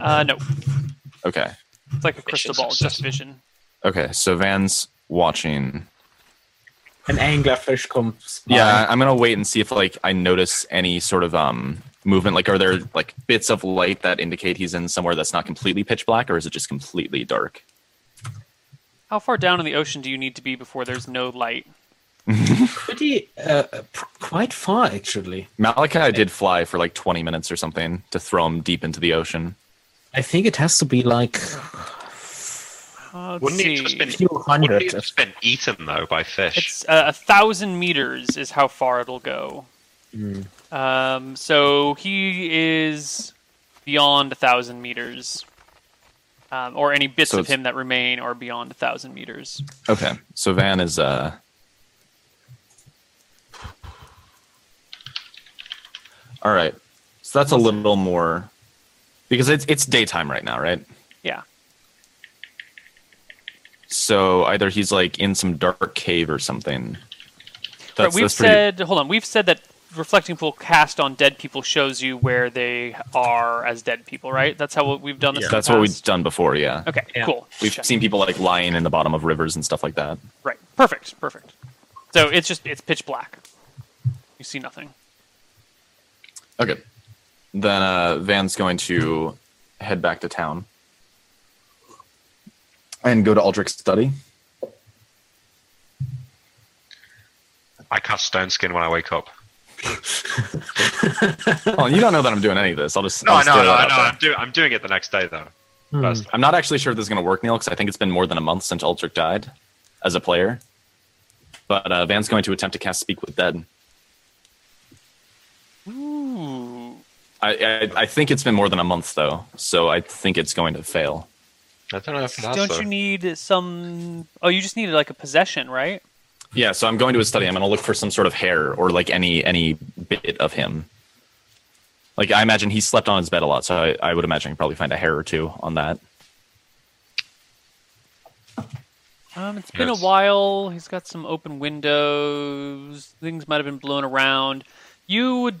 uh, no,
Okay,
it's like a crystal ball, it's just vision.
okay. So Van's watching.
An anglerfish comes. by.
Yeah, I'm gonna wait and see if like I notice any sort of um movement. Like, are there like bits of light that indicate he's in somewhere that's not completely pitch black, or is it just completely dark?
How far down in the ocean do you need to be before there's no light?
pretty uh, uh, pr- quite far actually.
Malachi did fly for like 20 minutes or something to throw him deep into the ocean.
I think it has to be like
Uh, let's
Wouldn't
see.
it just been
few
wouldn't it
hundred.
just been eaten though by fish?
It's uh, a thousand meters is how far it'll go.
Hmm.
Um, so he is beyond a thousand meters, um, or any bits
So
of
it's-
him that remain are beyond a thousand meters.
Okay, so Van is uh All right. So that's a little more because it's it's daytime right now, right?
Yeah.
So either he's like in some dark cave or something.
Right, we've
that's pretty-
said. Hold on. We've said that reflecting pool cast on dead people shows you where they are as dead people. Right. That's how we've done this. in the
that's what we've
past?
done before, yeah.
Okay.
Yeah.
Cool.
We've
Check.
seen people like lying in the bottom of rivers and stuff like that.
Right. Perfect. Perfect. So it's just it's pitch black. You see nothing.
Okay. Then uh, Van's going to head back to town and go to Aldrich's study.
I cast stone skin when I wake up.
Oh, you don't know that I'm doing any of this. I'll just.
No,
I'll
I
just
know,
throw
I know,
that
I
out
know.
there.
I'm, do- I'm doing it the next day, though.
Hmm.
personally.
I'm not actually sure if this is going to work, Neil, because I think it's been more than a month since Ultrich died as a player. But uh, Van's going to attempt to cast Speak with Dead.
Ooh.
I, I, I think it's been more than a month, though, so I think it's going to fail.
I don't know if that's
Don't you need some? Oh, you just needed like a possession, right?
Yeah, so I'm going to his study. I'm going to look for some sort of hair or like any any bit of him. Like I imagine he slept on his bed a lot, so I, I would imagine I can probably find a hair or two on that.
Um, it's been
Yes.
a while. He's got some open windows. Things might have been blown around. You would.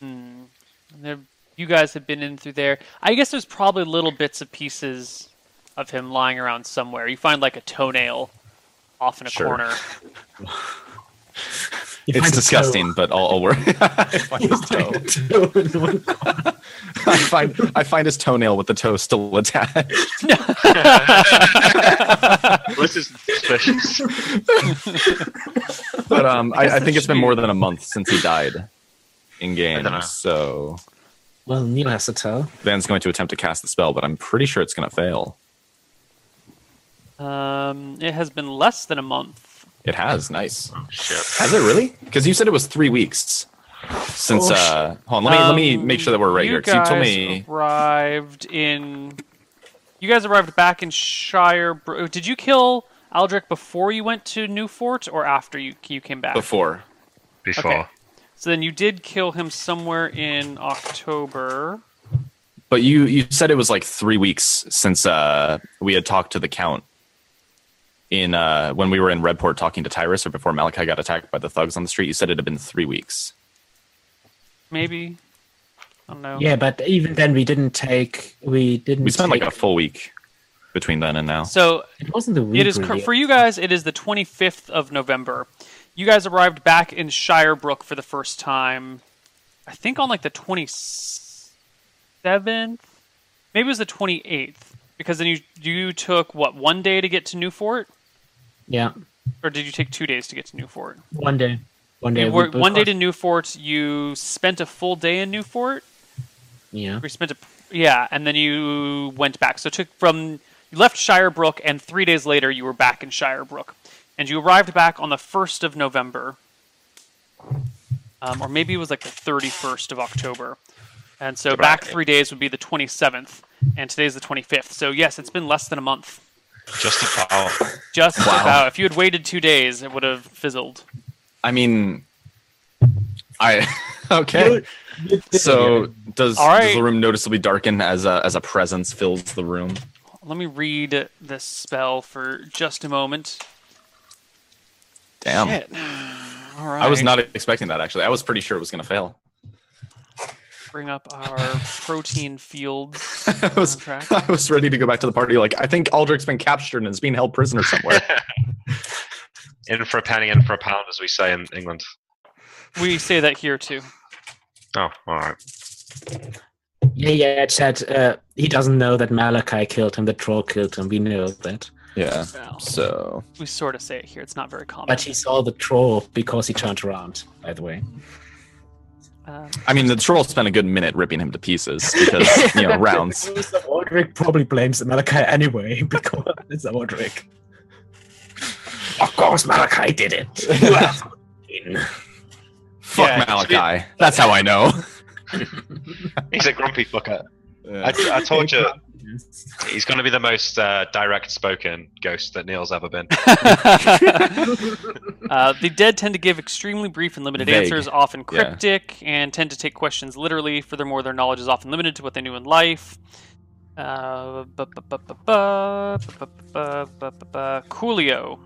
Hmm. There, you guys have been in through there. I guess there's probably little bits and pieces of him lying around somewhere. You find like a toenail off in a
Sure.
corner.
You find
It's
a
disgusting, but I'll, I'll work. I find his toe.
toe. Toe in one-
I find I find his toenail with the toe still attached.
This is suspicious.
but um, I, I think it's been more than a month since he died in game.
dunno.
So
well, Neil has a tell.
Van's going to attempt to cast the spell, but I'm pretty sure it's going to fail.
Um, it has been less than a month.
It has. Nice.
Shit.
Has it really? Because you said it was three weeks since.
Oh, sh-
uh, hold on. Let me let me
Um,
make sure that we're right
you
here. Because you told
guys
me.
arrived in. You guys arrived back in Shire. Bro- Did you kill Aldrich before you went to Newfort, or after you you came back?
Before.
Before.
Okay. So then you did kill him somewhere in October.
But you you said it was like three weeks since uh, we had talked to the count in uh, when we were in Redport talking to Tyrus or before Malachi got attacked by the thugs on the street. You said it had been three weeks.
Maybe. I don't know.
Yeah, but even then we didn't take. We didn't.
We spent like a
take-
full week between then and now.
So
It wasn't the week.
It is cur-
really.
for you guys. It is the 25th of November. You guys arrived back in Shirebrook for the first time. I think on like the 27th, maybe it was the 28th, because then you you took what one day to get to Newfort,
Yeah,
or did you take two days to get to Newfort?
one day. One day.
you
we
were,
both
one day
are-
to Newfort. You spent a full day in Newfort.
Yeah.
We spent a yeah, and then you went back. So it took from you left Shirebrook, and three days later you were back in Shirebrook, and you arrived back on the first of November, um, or maybe it was like the thirty-first of October, and so back three days would be the twenty-seventh, and today's the twenty-fifth. So yes, it's been less than a month.
Just about.
Just about. If you had waited two days, it would have fizzled.
I mean, I okay.
You- you did
So
it.
does,
All right.
does the room noticeably darken as a as a presence fills the room?
Let me read this spell for just a moment.
Damn,
Shit. All right.
I was not expecting that actually. I was pretty sure it was gonna fail.
bring up our protein fields.
I was
Contract.
I was ready to go back to the party. Like I think Aldrich's been captured and is being held prisoner somewhere.
In for a penny, in for a pound, as we say in England.
We say that here too.
Oh, all right.
yeah, yeah, Chad. Uh, he doesn't know that Malachi killed him. The troll killed him. We know that,
yeah.
Well,
So
we sort of say it here. It's not very common.
but he saw the troll because he turned around. By the way.
Um,
I mean, the troll spent a good minute ripping him to pieces because you know rounds.
Aldrich probably blames Malachi anyway because it's Aldrich. Of course, Malachi did it. Who else would win?
Fuck
Yeah,
Malachi. That's how I know.
He's a grumpy fucker. I, I told you, he's going to be the most uh, direct spoken ghost that Neil's ever been.
uh, the dead tend to give extremely brief and limited
Vague.
answers, often
Yeah.
cryptic, and tend to take questions literally. Furthermore, their knowledge is often limited to what they knew in life. Uh, bu- bu- bu- bu- bu- bu- bu- bu- bu- bu- bu- Coolio.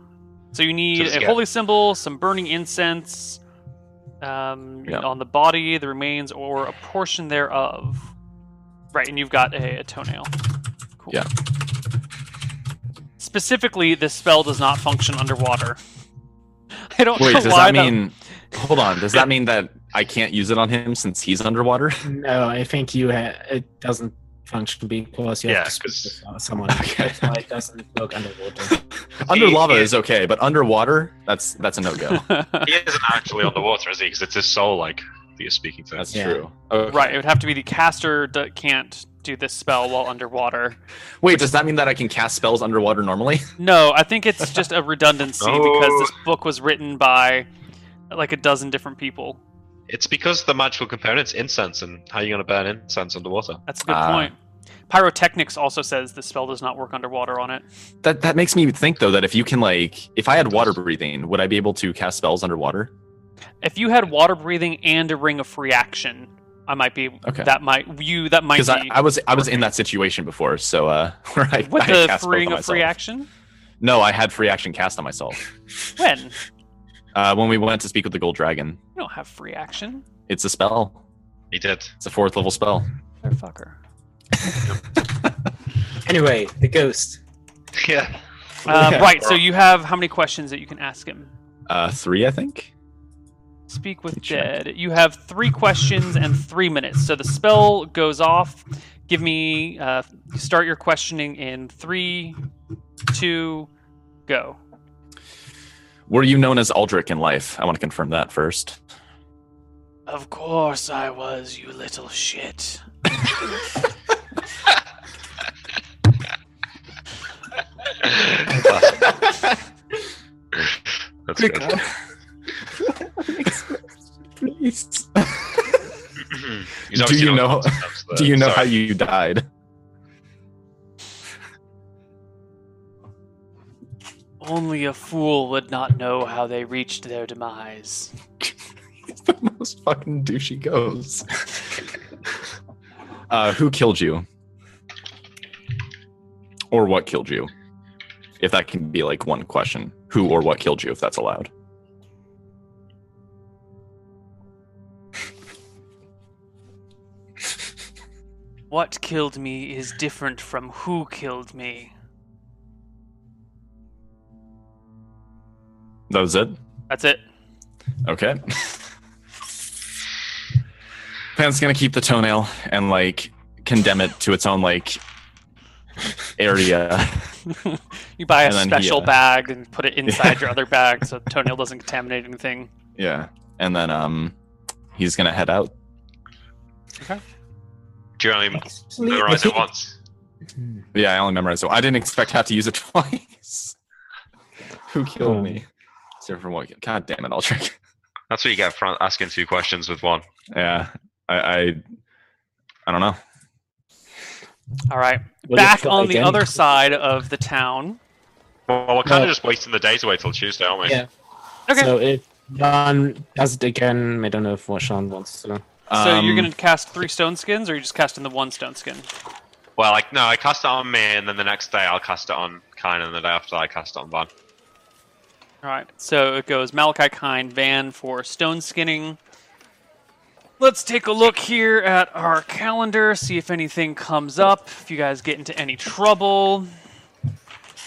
So you need
it's
a
got-
holy symbol, some burning incense um,
Yeah.
on the body, the remains, or a portion thereof. Right, and you've got a, a toenail. Cool.
Yeah.
Specifically, this spell does not function underwater. I don't
Wait,
know
does
why
that mean? Hold on. Does that mean that I can't use it on him since he's underwater?
No, I think you ha- it doesn't function because you
Yeah,
have to speak
'cause-
with someone.
Okay.
That's why it doesn't work underwater.
Under
He-
lava
he-
is okay, but underwater, that's that's a no go.
He isn't actually on the water, is he? Because it's his soul, like, be a speaking thing.
That's
Yeah.
true. Okay.
Right, it would have to be the caster that can't do this spell while underwater.
Wait, does that mean that I can cast spells underwater normally?
No, I think it's just a redundancy because this
Oh.
book was written by like a dozen different people.
It's because the magical component's incense, and how are you going to burn incense underwater?
That's a good
Ah.
point. Pyrotechnics also says the spell does not work underwater on it.
That that makes me think though that if you can like if I had water breathing, would I be able to cast spells underwater?
If you had water breathing and a ring of free action, I might be
Okay.
that might you that might
Because I,
be
I was I was in that situation before, so uh where I,
with
I
the
cast both
ring
on
of free
myself.
action.
No, I had free action cast on myself.
When you
Uh, when we went to speak with the gold dragon.
don't have free action,
It's a spell.
He did.
It's a fourth level spell.
motherfucker.
Anyway, the ghost.
Yeah.
Um,
Yeah.
Right, so you have how many questions that you can ask him?
Uh, three, I think.
Speak with
Check.
dead. You have three questions and three minutes. So the spell goes off. Give me uh, start your questioning in three, two, go.
Were you known as Aldrich in life? I want to confirm that first.
Of course I was, you little shit.
That's good.
Please.
He's obviously
you
not
know-
gonna announce that.
Do you know
Sorry.
how you died?
Only a fool would not know how they reached their demise.
He's the most fucking douchey goes. uh, who killed you? Or what killed you? If that can be like one question. Who or what killed you, if that's allowed?
What killed me is different from who killed me.
That was it?
That's it.
Okay. Pan's gonna keep the toenail and like condemn it to its own like area.
you buy a
And then he,
special
uh,
bag and put it inside your other bag so the toenail doesn't contaminate anything.
yeah. And then um he's gonna head out.
Do you only
Actually, I
memorize it
think-
once?
Hmm.
Yeah, I only memorized so I didn't expect to have to use it twice. Who killed me? Except for what god damn it, Aldrich.
That's what you get for asking two questions with one.
Yeah. I I, I don't know.
All right.
Will it
Back
try
on the
again?
other side of the town.
Well, we're kind
No.
of just wasting the days away till Tuesday, aren't we?
Yeah.
Okay. So,
So if Jan does it again, I don't know if what Sean wants to.
you're
Um,
going to cast three stone skins, or you're just casting the one stone skin?
Well, like no, I cast it on me, and then the next day I'll cast it on Kine, and the day after I cast it on Van.
All right. So it goes Malachi Kind Van for stone skinning. Let's take a look here at our calendar, see if anything comes up, if you guys get into any trouble.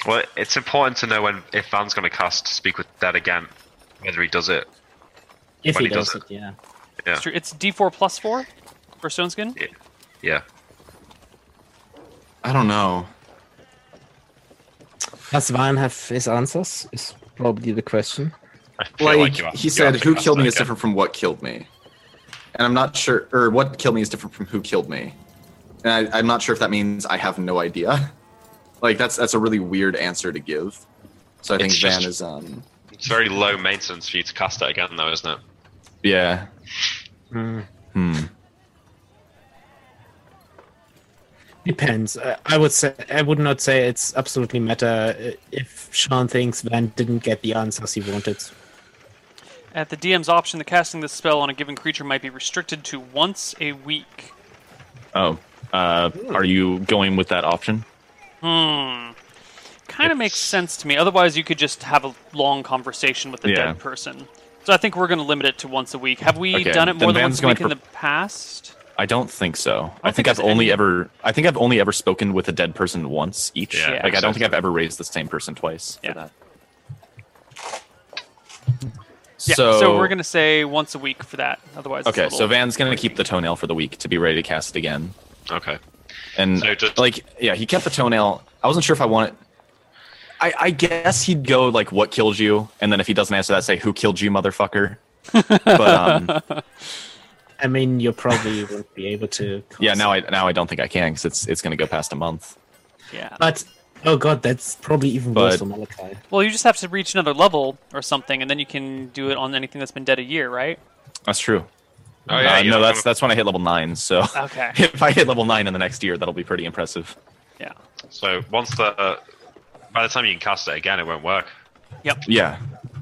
Well, it's important to know when if Van's going to cast Speak with Dead again, whether he does it.
If
But
he
he
does it,
doesn't.
yeah.
Yeah,
It's true- It's D4 plus 4 for stone skin.
yeah.
I don't know.
Does Van have his answers? Is probably the question.
I feel
Like,
you have-
he
you
said,
have to
who
cast
killed
that
me is
again.
different from what killed me. And I'm not sure, or what killed me is different from who killed me. And I, I'm not sure if that means I have no idea. Like that's that's a really weird answer to give. So I think
It's
Van
just-
is um.
It's very low maintenance for you to cast it again, though, isn't it?
Yeah. Hmm.
Depends. I, I would say I would not say it's absolutely matter uh, if Sean thinks Van didn't get the answers he wanted.
At the DM's option, the casting this spell on a given creature might be restricted to once a week.
Oh, uh, are you going with that option?
Hmm. Kind of makes
It's-
sense to me. Otherwise, you could just have a long conversation with a
Yeah.
dead person. So I think we're going to limit it to once a week. Have we
Okay,
done it more
then
than
Van's
once a week
going
in the past?
I don't think so. I,
think
think, I've
there's
only
any-
ever I think I've only ever spoken with a dead person once each.
Yeah,
like I don't
exactly.
think I've ever raised the same person twice
Yeah.
for that.
Yeah.
So,
So, we're going to say once a week for that. Otherwise, it's a
Okay, so
little-
Van's gonna keep the toenail for the week to be ready to cast again.
Okay.
And
So just-
like yeah, he kept the toenail. I wasn't sure if I wanted I, I guess he'd go like what killed you, and then if he doesn't answer that, say who killed you, motherfucker. But um
I mean, you probably won't be able to.
Yeah, now I now I don't think I can because it's it's gonna go past a month.
Yeah.
But oh god, that's probably even worse
But-
for Malachi.
Well, you just have to reach another level or something, and then you can do it on anything that's been dead a year, right?
That's true.
Oh yeah,
Uh,
you
no,
don't
that's
have-
that's when I hit level nine. So
Okay.
if I hit level nine in the next year, that'll be pretty impressive.
Yeah.
So once the, uh, by the time you can cast it again, it won't work.
Yeah.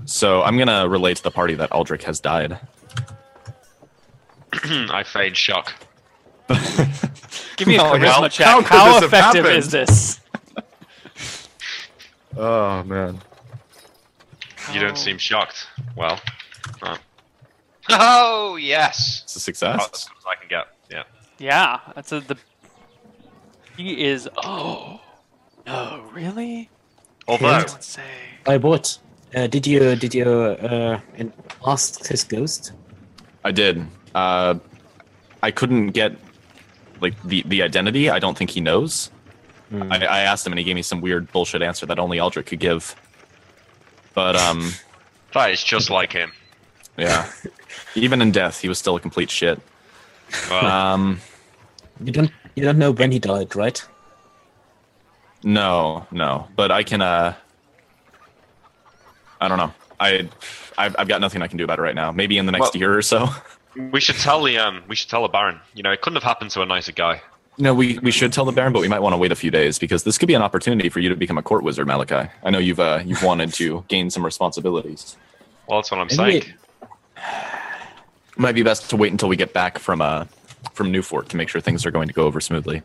So I'm gonna relay to the party that Aldrich has died.
Hmm, I feigned shock.
Give me a
Oh,
charisma
yeah. How-
check.
how
How,
could this have
effective
happened?
is this?
Oh man.
You
Oh.
don't seem shocked. Well. no. Oh yes.
It's a
Oh,
success.
as good as I can get. Yeah.
Yeah, that's a, the. He is. Oh no, really?
Although
Let's say.
I what? Uh, did you did you uh, in- ask his ghost?
I did. Uh, I couldn't get like the the identity. I don't think he knows.
Hmm.
I, I asked him, and he gave me some weird bullshit answer that only Aldrich could give. But um,
that is just like him.
yeah, even in death, he was still a complete shit.
Well,
Um,
You don't you don't know when he died, right?
no, no, but I can. Uh, I don't know. I I've, I've got nothing I can do about it right now. Maybe in the next
Well-
year or so.
we should tell the um, we should tell the Baron. You know, it couldn't have happened to a nicer guy.
No, we, we should tell the Baron, but we might want to wait a few days because this could be an opportunity for you to become a court wizard, Malachi. I know you've uh, you've wanted to gain some responsibilities.
Well, that's what I'm
Maybe
saying.
Might be best to wait until we get back from uh from Newfort to make sure things are going to go over smoothly.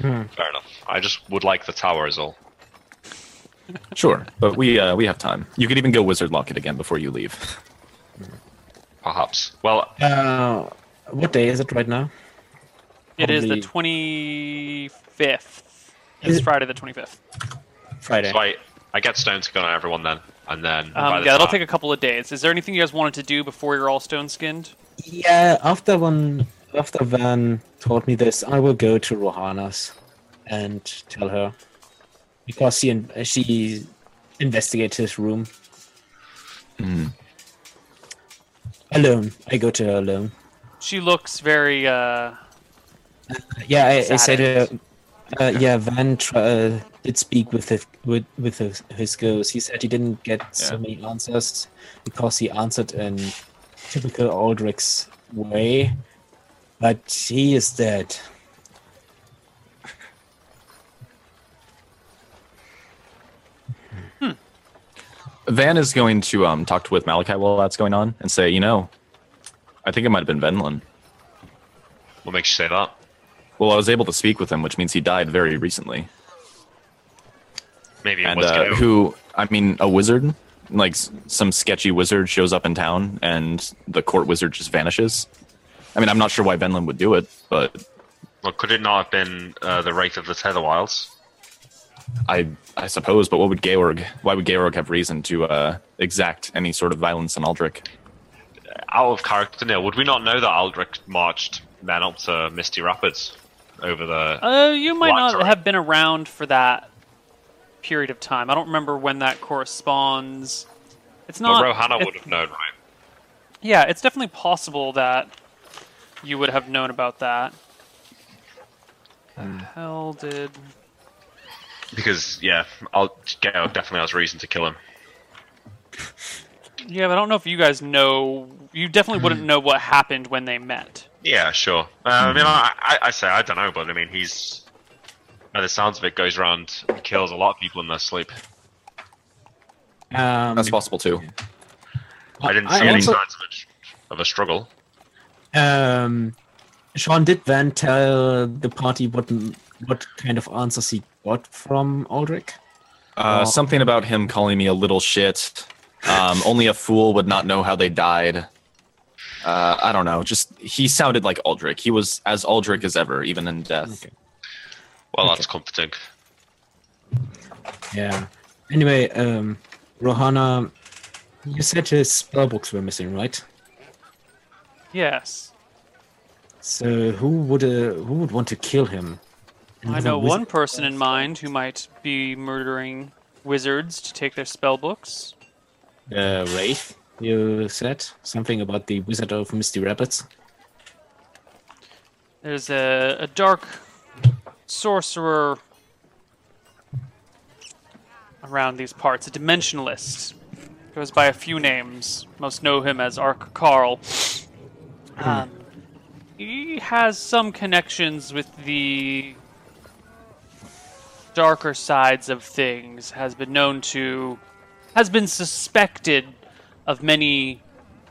Fair enough. I just would like the tower is all.
Sure, but we uh, we have time. You could even go wizard locket again before you leave.
Perhaps. Well,
Uh, what day is it right now?
It is the
Probably-
twenty fifth.
Is
It's
it-
Friday the twenty fifth.
Friday.
so I, I get stone to gun on everyone then, and then
Um,
by the
yeah, that'll
time-
take a couple of days. Is there anything you guys wanted to do before you're all stone skinned?
Yeah, after one after Van told me this, I will go to Rohana's and tell her because she in- she investigated his room alone. I go to her alone.
She looks very. Uh,
Yeah, I, I said.
Saddened.
Uh, uh, yeah, Van tr- uh, did speak with his, with with his, his ghost. He said he didn't get so
Yeah.
many answers because he answered in typical Aldrich's way, but he is dead.
Van is going to um talk with Malachi while that's going on and say, you know, I think it might have been Venlin.
What makes you say that?
Well, I was able to speak with him, which means he died very recently.
Maybe it
and
was
uh,
Gale.
who I mean, a wizard, like s- some sketchy wizard, shows up in town, and the court wizard just vanishes. I mean, I'm not sure why Venlin would do it, but
Well, could it not have been uh, the Wraith of the Tetherwilds?
I I suppose. But what would Georg? Why would Georg have reason to uh, exact any sort of violence on Aldrich?
Out of character, Neil. Would we not know that Aldrich marched men up to Misty Rapids over the?
uh, you might
Lots
not
are-
have been around for that period of time. I don't remember when that corresponds. It's
well,
not.
Rohanna
it's-
would have known, right?
Yeah, it's definitely possible that you would have known about that. The hell did.
Because yeah, I'll Gale definitely has reason to kill him.
Yeah, but I don't know if you guys know. You definitely wouldn't know what happened when they met.
Yeah, sure. Uh, I mean, I, I, I say I don't know, but I mean, he's by the sounds of it, goes around and kills a lot of people in their sleep.
Um,
That's possible too.
I didn't
I
see any
also-
signs of a, of a struggle.
Um, Sean, did Van tell the party what what kind of answers he got from Aldrich?
Uh, something about him calling me a little shit. Um, only a fool would not know how they died. Uh, I don't know. Just he sounded like Aldrich. He was as Aldrich as ever, even in death.
Well, that's comforting.
Yeah. Anyway, um, Rohana, you said his spell books were missing, right?
Yes.
So who would uh, who would want to kill him?
I know one person in mind who might be murdering wizards to take their spell books.
Uh, Wraith. You said something about the Wizard of Misty Rapids.
There's a, a dark sorcerer around these parts, a dimensionalist. Goes by a few names. Most know him as Ark Carl. Um, he has some connections with the darker sides of things, has been known to, has been suspected of many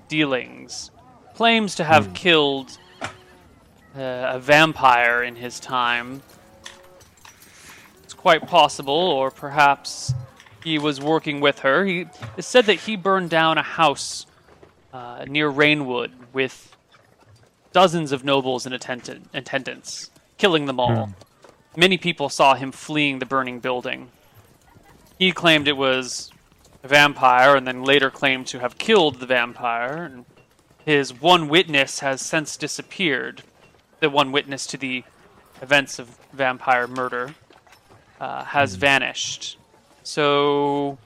dealings. Claims to have killed uh, a vampire in his time. It's quite possible, or perhaps he was working with her. He it's said that he burned down a house uh, near Rainwood with dozens of nobles in attendant, attendance, killing them all. Many people saw him fleeing the burning building. He claimed it was a vampire, and then later claimed to have killed the vampire. And his one witness has since disappeared. The one witness to the events of vampire murder uh, has vanished. So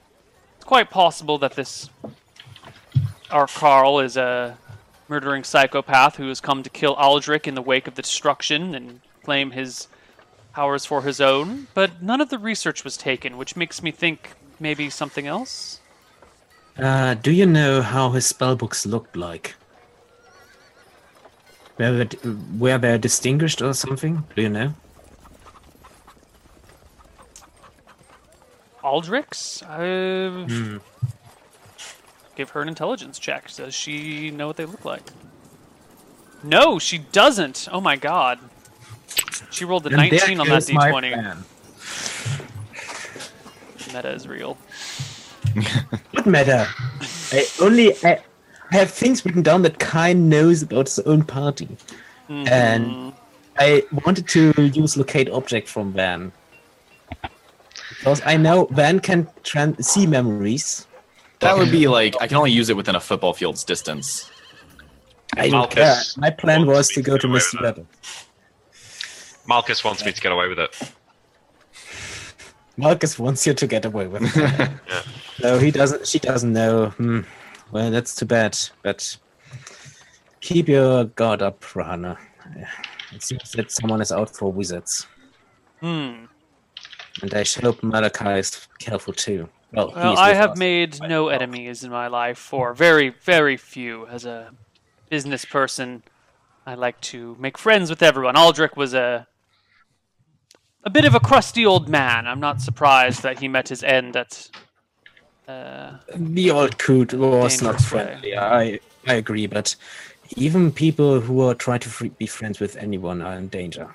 it's quite possible that this our Carl is a murdering psychopath who has come to kill Aldrich in the wake of the destruction and claim his powers for his own. But none of the research was taken, which makes me think maybe something else.
Uh, do you know how his spell books looked like? Were they, were they distinguished or something? Do you know?
Aldrich's? Uh,
Hmm.
Give her an intelligence check. Does she know what they look like? No, she doesn't. Oh my god. She rolled a 19 on that d20. Meta is real.
What matter? I only I, I have things written down that Kai knows about his own party, and I wanted to use locate object from Van because I know Van can tran- see memories.
That would
be
be
like
like I can only use it within a football field's distance.
I don't
Malchus
care. My plan
wants
was
me
to
to
go
get
to Mr.
away with that.
Rabbit.
Malchus wants me to get away with it.
Marcus wants you to get away with it. So he doesn't. She doesn't know. Hmm. Well, that's too bad. But keep your guard up, Rahana. It seems that someone is out for wizards,
Hmm.
and I should hope Malachi is careful too. Well, he
Well,
is
I
with
have
us.
made no enemies in my life, or very, very few. As a business person, I like to make friends with everyone. Aldrich was a a bit of a crusty old man. I'm not surprised that he met his end at. Uh,
the old coot was
Dangerous
not
way.
friendly. I I agree, but even people who are trying to free, be friends with anyone are in danger.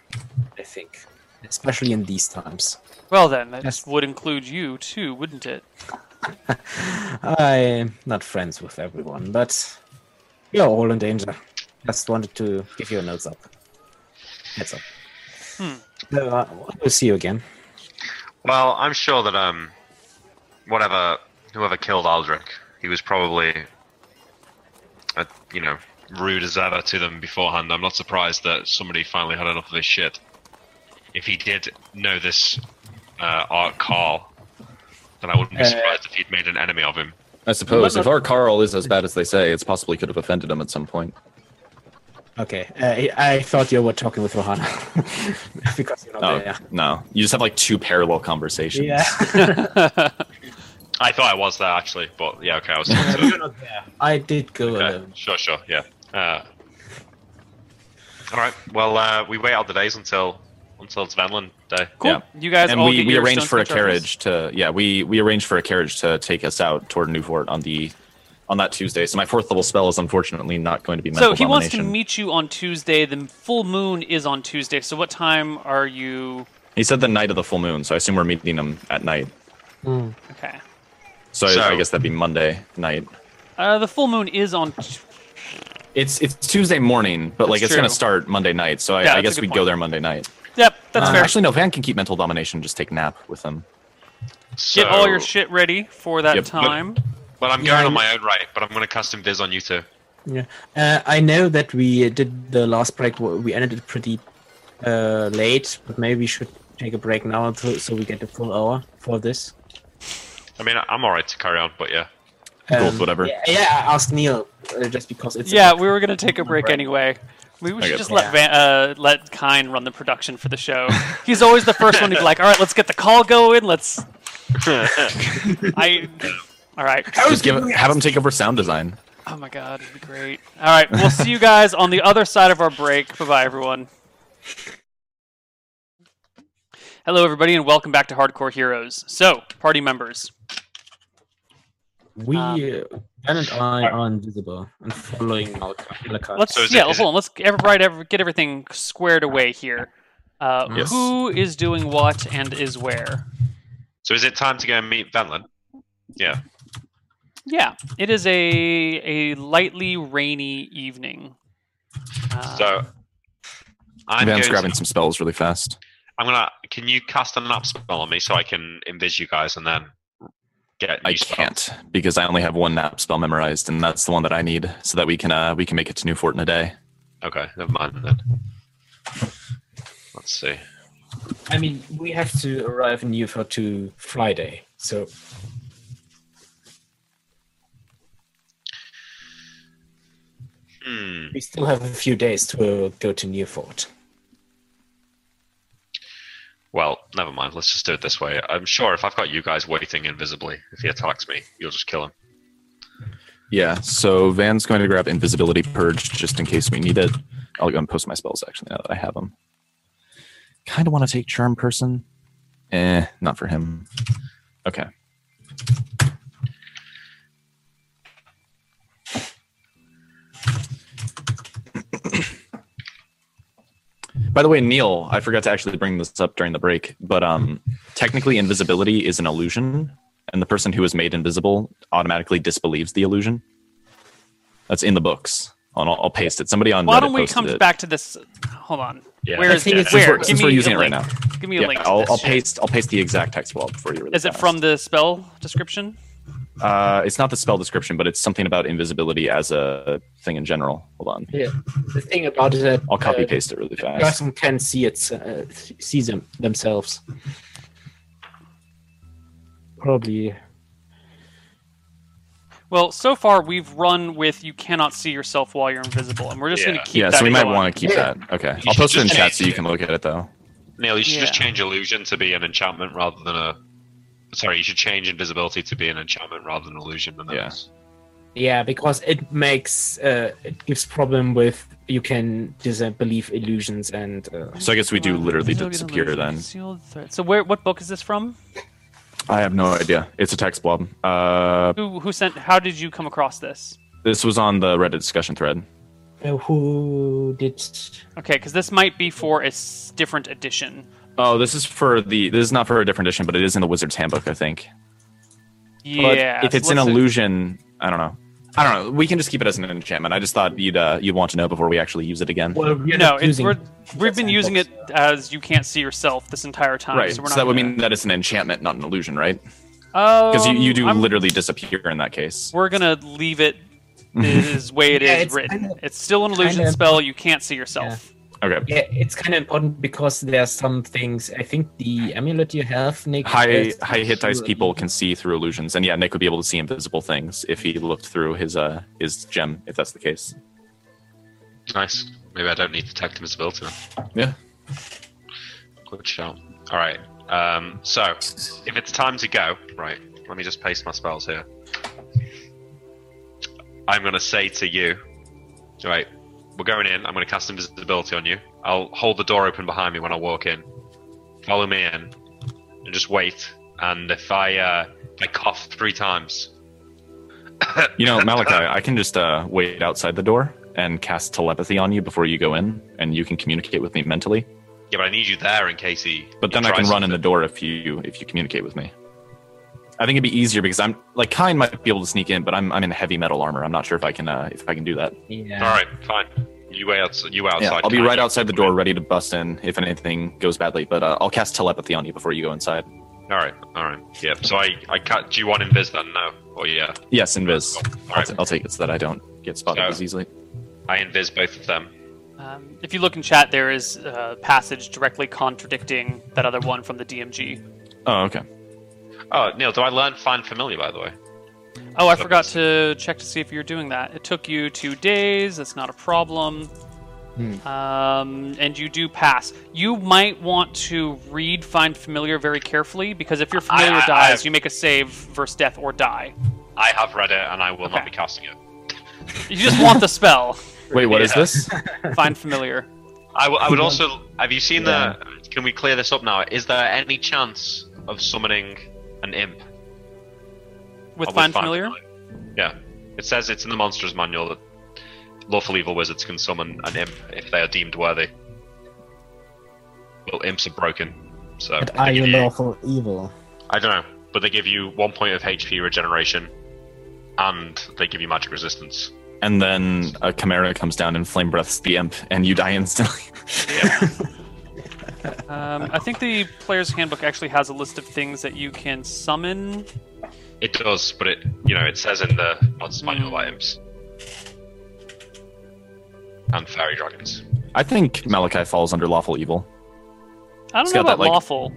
I think, especially in these times.
well, then, that
Yes.
would include you too, wouldn't it?
I'm not friends with everyone, but we are all in danger. Just wanted to give you a notes up. Heads up. So, uh, we'll see you again.
Well, I'm sure that um, whatever whoever killed Aldrich, he was probably, uh, you know, rude as ever to them beforehand. I'm not surprised that somebody finally had enough of his shit. If he did know this uh, Art Carl, then I wouldn't be surprised if he'd made an enemy of him.
I suppose if our Carl is as bad as they say, it's possible he could have offended him at some point.
Okay. Uh, I I thought you were talking with Rohana because you're not
Oh
there.
no, you just have like two parallel conversations.
Yeah.
I thought I was there actually, but yeah, okay, I was.
you're not there. I did go
Okay,
alone.
sure, sure, yeah. Uh, all right. Well, uh, we wait out the days until until it's Vanland Day.
Cool.
Yeah.
You guys
and
all
we,
get
we
your
arranged
stones
for a
and charges.
carriage to yeah we we arranged for a carriage to take us out toward Newport on the on that Tuesday. So my fourth level spell is unfortunately not going to be mental
So he wants to
domination.
meet you on Tuesday. The full moon is on Tuesday. So what time are you?
He said the night of the full moon, so I assume we're meeting him at night.
Okay.
So, I-
So-
I, guess that'd be Monday night.
Uh, the full moon is on. T-
It's it's Tuesday morning, but like
That's
it's gonna
true.
start Monday night. So
Yeah,
I, I
that's a
guess
good
we'd
point.
go there Monday night.
yep, that's
Uh,
fair.
Actually, no. Van can keep mental domination. Just take a nap with him.
So,
Get all your shit ready for that
Yep, but-
time.
Well, I'm
Yeah,
going
I
on
know.
my own right, but I'm going to custom Viz on you two.
Yeah. Uh, I know that we did the last break. w- We ended it pretty uh, late, but maybe we should take a break now until, so we get a full hour for this.
I mean, I'm all right to carry on, but yeah.
Um,
Gold, whatever.
Yeah, yeah, I asked Neil uh, just because it's
Yeah, we were gonna take a break anyway. Maybe we
I
should
guess.
just let Van, uh, let Kine run the production for the show. He's always the first one who's like, "All right, let's get the call going. Let's." I. All right.
Just give it, have him take over sound design.
Oh my god, it'd be great. All right, we'll see you guys on the other side of our break. Bye bye, everyone. Hello, everybody, and welcome back to Hardcore Heroes. So, party members,
We,
Um,
uh, Ben and I are invisible and following Malachi. Malachi.
let's
So is it-
yeah,
is
hold on. Let's everybody ever- get everything squared away here. Uh,
Yes.
Who is doing what and is where?
So is it time to go and meet Venlin? Yeah.
Yeah, it is a a lightly rainy evening. Uh,
So I'm going
Van's
to-
grabbing some spells really fast.
I'm gonna. Can you cast a nap spell on me so I can envis you guys and then get?
I
new spell?
can't because I only have one nap spell memorized, and that's the one that I need so that we can uh, we can make it to New Fort in a day.
Okay, never mind then. Let's see.
I mean, we have to arrive in UFO to Friday, so
Hmm.
we still have a few days to go to Newfort.
Well, never mind. Let's just do it this way. I'm sure if I've got you guys waiting invisibly, if he attacks me, you'll just kill him.
Yeah, so Van's going to grab Invisibility Purge just in case we need it. I'll go and post my spells actually now that I have them. Kind of want to take Charm Person. Eh, not for him. Okay. By the way, Neil, I forgot to actually bring this up during the break, but um, technically invisibility is an illusion, and the person who is made invisible automatically disbelieves the illusion. That's in the books. I'll, I'll paste it. Somebody on
why
Reddit
don't we
posted
come
it.
back to this? Hold on.
Yeah.
Where
I
is
think
it?
it's- since
Where?
we're- since we're using it right
link. Give me a
Yeah,
link. to
I'll,
this
I'll
shit.
paste. I'll paste the exact text blob for you. Really
Is it
fast.
from the spell description?
Uh, it's not the spell description, but it's something about invisibility as a thing in general. Hold on,
Yeah, the thing about it that
I'll copy
uh,
paste it really
the
fast.
person can see it, uh, see them themselves. Probably.
Well, so far we've run with you cannot see yourself while you're invisible, and we're just going
Yeah.
to keep
Yeah,
that.
so we might
going.
want to keep
Yeah.
that. Okay,
You
I'll
should
post it in
just
chat
change
so you
it.
can look at it though.
Neil, you should just
Yeah.
change illusion to be an enchantment rather than a. Sorry, you should change invisibility to be an enchantment rather than illusion. And
Yeah.
that's
Yeah, because it makes uh, it gives problem with you can disbelieve illusions and uh,
So I guess we do
Well, so
literally
we can
disappear
illusion
then.
concealed threat. So where? What book is this from?
I have no idea. It's a text blob. Uh,
Who who sent? How did you come across this?
this was on the Reddit discussion thread.
uh, who did
Okay, because this might be for a s- different edition.
Oh, this is for the. This is not for a different edition, but it is in the Wizard's Handbook, I think. But
Yeah.
if
so
it's an
let's-
illusion, I don't know. I don't know. We can just keep it as an enchantment. I just thought you'd uh, you'd want to know before we actually use it again.
well, we're
No,
not
it's,
using
we're, we've been
Handbook,
using it as you can't see yourself this entire time.
Right.
So
So,
we're not
that would
gonna-
mean that it's an enchantment, not an illusion, right?
Oh,
Because you, you do
I'm-
literally disappear in that case.
We're gonna leave it is way it is
Yeah, it's
written.
kind of-
it's still an illusion
kind of-
spell. You can't see yourself.
Okay.
Yeah, it's kind of important because there are some things. I think the amulet you have, Nick.
High
has-
high hit dice people can see through illusions, and yeah, Nick would be able to see invisible things if he looked through his uh his gem, if that's the case.
nice. Maybe I don't need detect invisibility. Then.
Yeah.
Good shout. All right. Um, so, if it's time to go, right, let me just paste my spells here. I'm going to say to you, right, we're going in. I'm going to cast invisibility on you. I'll hold the door open behind me when I walk in. Follow me in and just wait. And if I, uh, if I cough three times,
You know, Malachi, I can just uh wait outside the door and cast telepathy on you before you go in, and you can communicate with me mentally.
yeah, but I need you there in case he.
But
he
then I can
tries
run in the
something.
door if you if you communicate with me. I think it'd be easier because I'm like Kine might be able to sneak in, but I'm I'm in heavy metal armor. I'm not sure if I can uh, if I can do that.
Yeah.
All right, fine. You wait outside. You wait outside.
Yeah, I'll be
Kyle.
right outside the door, ready to bust in if anything goes badly. But uh, I'll cast telepathy on you before you go inside.
All right, all right. Yeah. So I, I can't. Do you want invis then? No. Or yeah.
Yes, invis.
Cool. All
I'll,
right.
t- I'll take it so that I don't get spotted
So-
as easily.
I invis both of them.
Um, if you look in chat, there is a passage directly contradicting that other one from the DMG.
Oh, okay.
Oh, Neil, do I learn find familiar by the way?
Oh, I forgot to check to see if you're doing that. It took you two days. That's not a problem. Um, and you do pass. You might want to read Find Familiar very carefully because if your
I-
familiar
I-
dies,
I've-
you make a save versus death or die.
I have read it and I will
Okay.
not be casting it.
You just want the spell.
Wait, what is
Yeah.
this?
Find Familiar.
I, w- I would also. Have you seen
Yeah.
the. Can we clear this up now? Is there any chance of summoning an imp?
With
Or
Find Familiar?
Yeah. It says it's in the Monsters Manual that lawful evil wizards can summon an imp if they are deemed worthy. Well, imps are broken. So.
But
they
are
give
you
you-
lawful evil?
I don't know, but they give you one point of HP regeneration, and they give you magic resistance.
And then a chimera comes down and flame breaths the imp, and you die instantly.
Um, I think the player's handbook actually has a list of things that you can summon.
It does, but it you know it says in the monsters
Hmm.
manual about imps and fairy dragons.
I think Malachi falls under lawful evil.
I don't
It's
know
got
about
that, like-
lawful.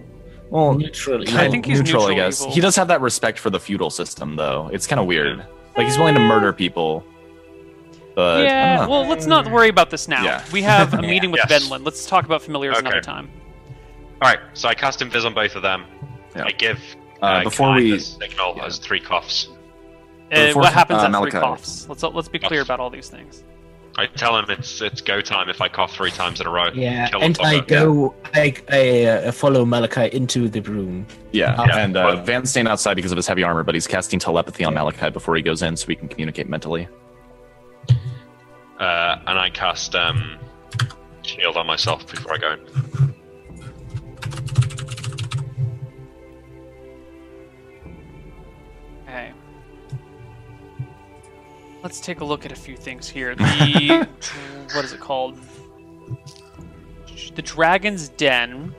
Oh,
Well,
Neutral.
I think he's
neutral, I
neutral
guess.
evil.
He does have that respect for the feudal system, though. It's kind of weird. Like he's willing to murder people, but I
yeah,
don't know.
well, let's not worry about this now.
Yeah.
We have a meeting with
Yes.
Venlin. Let's talk about familiars
Okay.
another time.
All right, so I cast invis on both of them.
Yeah.
I give
Uh,
uh,
before
Kai
we-
the signal as three coughs.
Uh,
Before-
what happens
uh,
at three
Malachi.
coughs? Let's let's be clear about all these things.
I tell him it's it's go time if I cough three times in a row.
Yeah,
kill the
and I
fucker.
go, I, I uh, follow Malachi into the room.
yeah.
Yeah.
And uh, Van's staying outside because of his heavy armor, but he's casting telepathy on Malachi before he goes in, so he can communicate mentally.
Uh, and I cast um, shield on myself before I go in.
Okay. Let's take a look at a few things here. The dr- what is it called? The Dragon's Den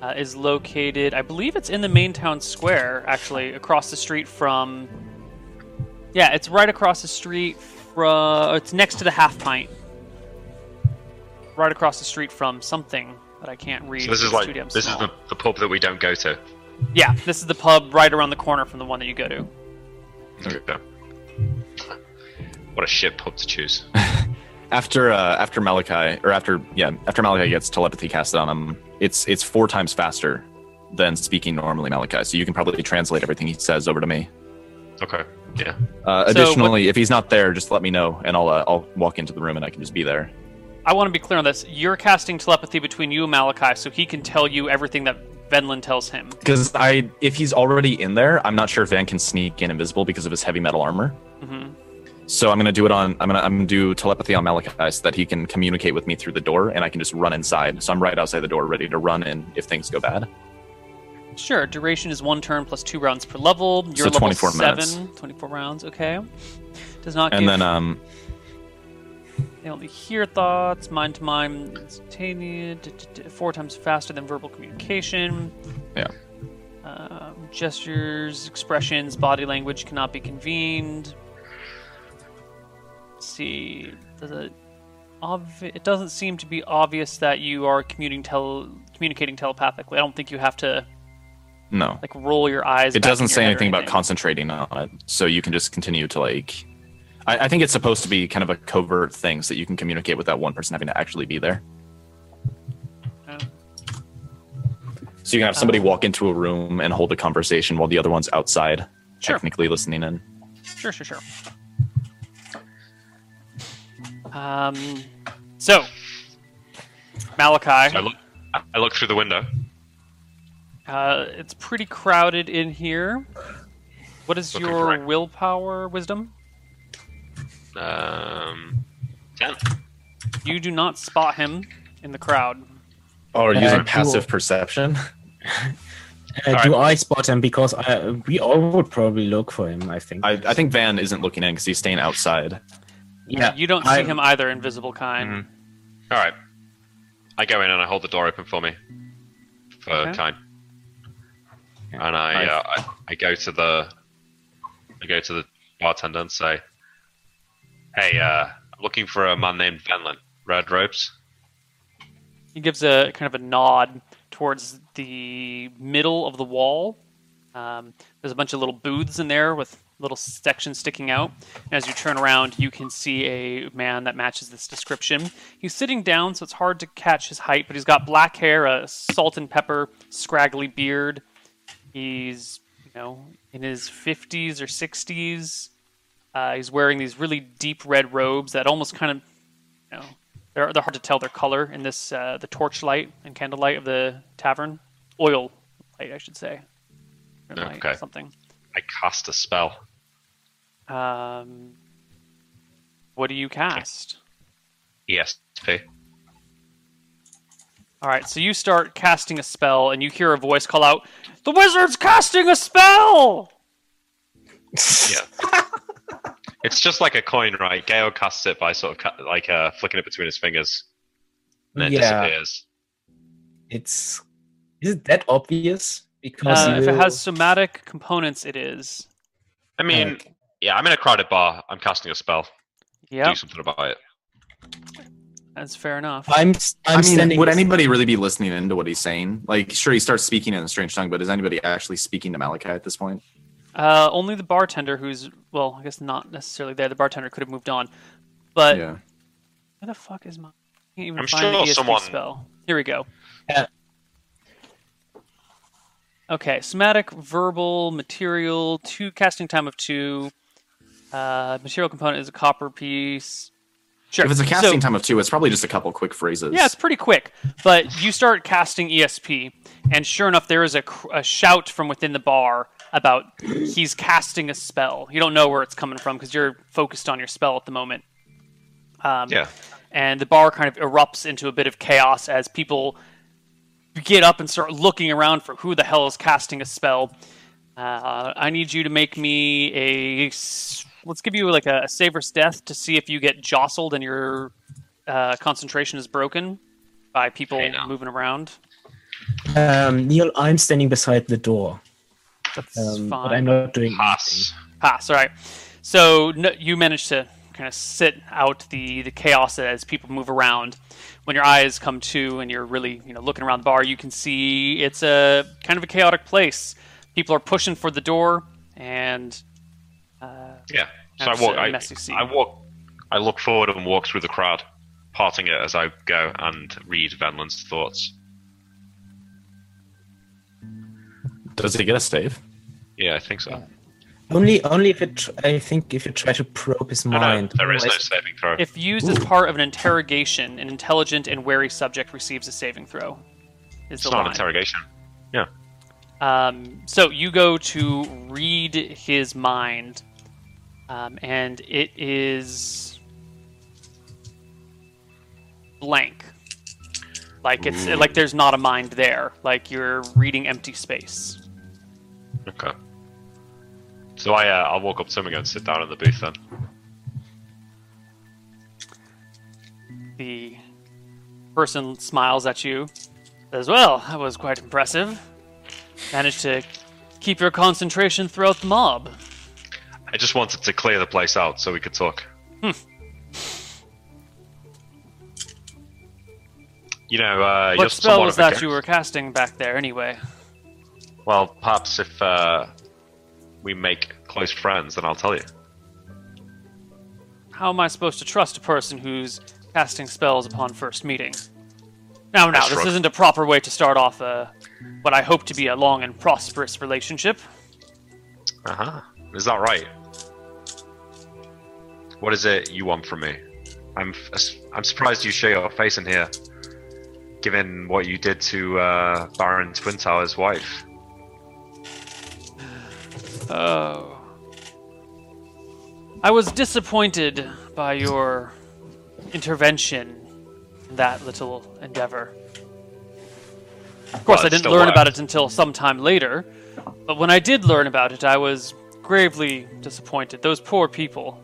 uh, is located, I believe it's in the main town square, actually, across the street from. Yeah, it's right across the street from. It's next to the Half Pint. Right across the street from something that I can't read.
So this is
it's
like
too damn
this is
small.
the, the pub that we don't go to.
Yeah, this is the pub right around the corner from the one that you go to.
Okay. What a shit pub to choose.
After uh, after Malachi, or after yeah, after Malachi gets telepathy casted on him, it's it's four times faster than speaking normally Malachi. So you can probably translate everything he says over to me.
Okay. Yeah.
Uh,
So what-
additionally, if he's not there, just let me know, and I'll uh, I'll walk into the room and I can just be there.
I want to be clear on this. You're casting telepathy between you and Malachi, so he can tell you everything that Venlin tells him.
Because I, if he's already in there, I'm not sure if Van can sneak in invisible because of his heavy metal armor.
hmm
So I'm gonna do it on. I'm gonna I'm gonna do telepathy on Malachi so that he can communicate with me through the door, and I can just run inside. So I'm right outside the door, ready to run in if things go bad.
Sure. Duration is one turn plus two rounds per level. You're
So
level
24
seven.
minutes.
Twenty-four rounds. Okay. Does not.
And
give,
then um,
they only hear thoughts, mind to mind, instantaneous, d- d- d- four times faster than verbal communication.
Yeah.
Um, gestures, expressions, body language cannot be convened. Let's see, does it? Obvi- it doesn't seem to be obvious that you are commuting tel- communicating telepathically. I don't think you have to
no,
like roll your eyes.
it
back in
doesn't
your
say
head or
anything about concentrating on it. So you can just continue to like. I, I think it's supposed to be kind of a covert thing so that you can communicate without one person having to actually be there.
Yeah.
So you can have
Oh.
somebody walk into a room and hold a conversation while the other one's outside,
Sure.
technically listening in.
Sure, sure, sure. Um, so Malachi,
I look. I- I look through the window.
uh, it's pretty crowded in here. What is
Looking
your
for it.
willpower wisdom?
Um, ten.
You do not spot him in the crowd.
Oh, are you
Uh,
using
cool.
passive perception?
Uh, do I spot him? Because uh we all would probably look for him. I think.
I, I think Van isn't looking in because he's staying outside.
yeah,
you don't see
I'm-
him either, invisible kind.
All right. I go in and I hold the door open for me for
Okay.
time. And I, uh, I I go to the I go to the bartender and say, "Hey, uh, I'm looking for a man named Venlin. Red robes."
He gives a kind of a nod towards the middle of the wall. Um, there's a bunch of little booths in there with little section sticking out. And as you turn around, you can see a man that matches this description. He's sitting down, so it's hard to catch his height, but he's got black hair, a salt and pepper, scraggly beard. He's, you know, in his 50s or 60s. Uh, he's wearing these really deep red robes that almost kind of, you know, they're, they're hard to tell their color in this uh, the torchlight and candlelight of the tavern, oil light, I should say. Or light,
Okay.
Something.
I cast a spell.
Um, what do you cast?
E ESP.
All right, so you start casting a spell, and you hear a voice call out, "The wizard's casting a spell!"
Yeah. it's just like a coin, right? Gale casts it by sort of ca- like uh, flicking it between his fingers, and then it
Yeah.
disappears.
It's is it that obvious? Because
Uh,
you
if it
will-
has somatic components, it is.
I mean,
like,
yeah, I'm in a crowded bar. I'm casting a spell.
Yeah,
Do something about it.
that's fair enough.
I'm s- I'm
I mean,
standing.
would anybody really be listening into what he's saying? Like, sure, he starts speaking in a strange tongue, but is anybody actually speaking to Malachi at this point?
Uh, only the bartender, who's well, I guess not necessarily there. The bartender could have moved on, but
yeah.
where the fuck is my? I can't even
I'm
find
sure
the ESP
someone-
spell. Here we go.
Yeah.
Okay, somatic, verbal, material. Two casting time of two. Uh, material component is a copper piece. Sure.
If it's a
so-
casting time of two, it's probably just a couple quick phrases.
yeah, it's pretty quick. But you start casting ESP, and sure enough, there is a, cr- a shout from within the bar about he's casting a spell. You don't know where it's coming from because you're focused on your spell at the moment. Um,
Yeah.
And the bar kind of erupts into a bit of chaos as people get up and start looking around for who the hell is casting a spell. Uh, I need you to make me a. s- Let's give you like a, a saver's death to see if you get jostled and your uh, concentration is broken by people
Hey, now.
moving around.
um, Neil, I'm standing beside the door,
That's fine.
um, but I'm not doing.
Pass.
pass. All right. So no, you manage to kind of sit out the the chaos as people move around. When your eyes come to and you're really you know looking around the bar, you can see it's a kind of a chaotic place. People are pushing for the door, and
Yeah. So
That's
I walk.
a
I,
messy scene.
I walk. I look forward and walk through the crowd, parting it as I go and read Venland's thoughts.
Does he get a save?
Yeah, I think so.
Only only if it. tr- I think if you try to probe his
No, no,
mind.
there is no
otherwise-
saving throw.
if used as part of an interrogation, an intelligent and wary subject receives a saving throw. Is
it's
the
not an
line.
interrogation.
Um, so you go to read his mind, um, and it is blank. Like it's like there's not a mind there. Like you're reading empty space.
Okay. So I, uh, I'll walk up to him again, and sit down in the booth then.
The person smiles at you, says, "Well, that was quite impressive. Managed to keep your concentration throughout the mob."
I just wanted to clear the place out so we could talk.
Hmm.
you know, uh, you're
what spell
somewhat
was
of a
that you
ghost.
were casting back there, anyway?
Well, perhaps if uh, we make close friends, then I'll tell you.
How am I supposed to trust a person who's casting spells upon first meeting? Now, now,
That's
this
right.
isn't a proper way to start off a, what I hope to be a long and prosperous relationship.
Uh huh. Is that right? What is it you want from me? I'm f- I'm surprised you show your face in here, given what you did to uh, Baron Twin Towers' wife.
Oh. I was disappointed by your intervention in that little endeavor. Of course,
Well,
I
it
didn't
still
learn about
worked.
it until sometime later, but when I did learn about it, I was gravely disappointed. Those poor people.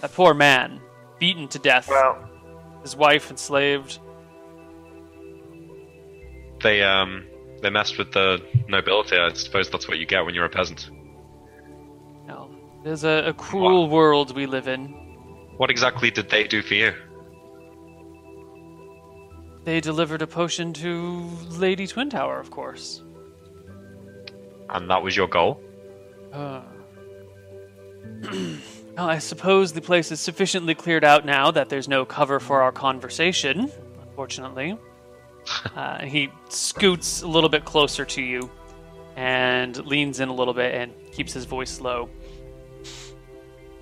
That poor man, beaten to death,
Well,
his wife enslaved.
they um they messed with the nobility. I suppose that's what you get when you're a peasant.
No, there's a, a cruel world we live in.
What exactly did they do for you?
They delivered a potion to Lady Twin Tower, of course.
And that was your goal?
Uh, Well, I suppose the place is sufficiently cleared out now that there's no cover for our conversation, unfortunately. Uh, and he scoots a little bit closer to you and leans in a little bit and keeps his voice low.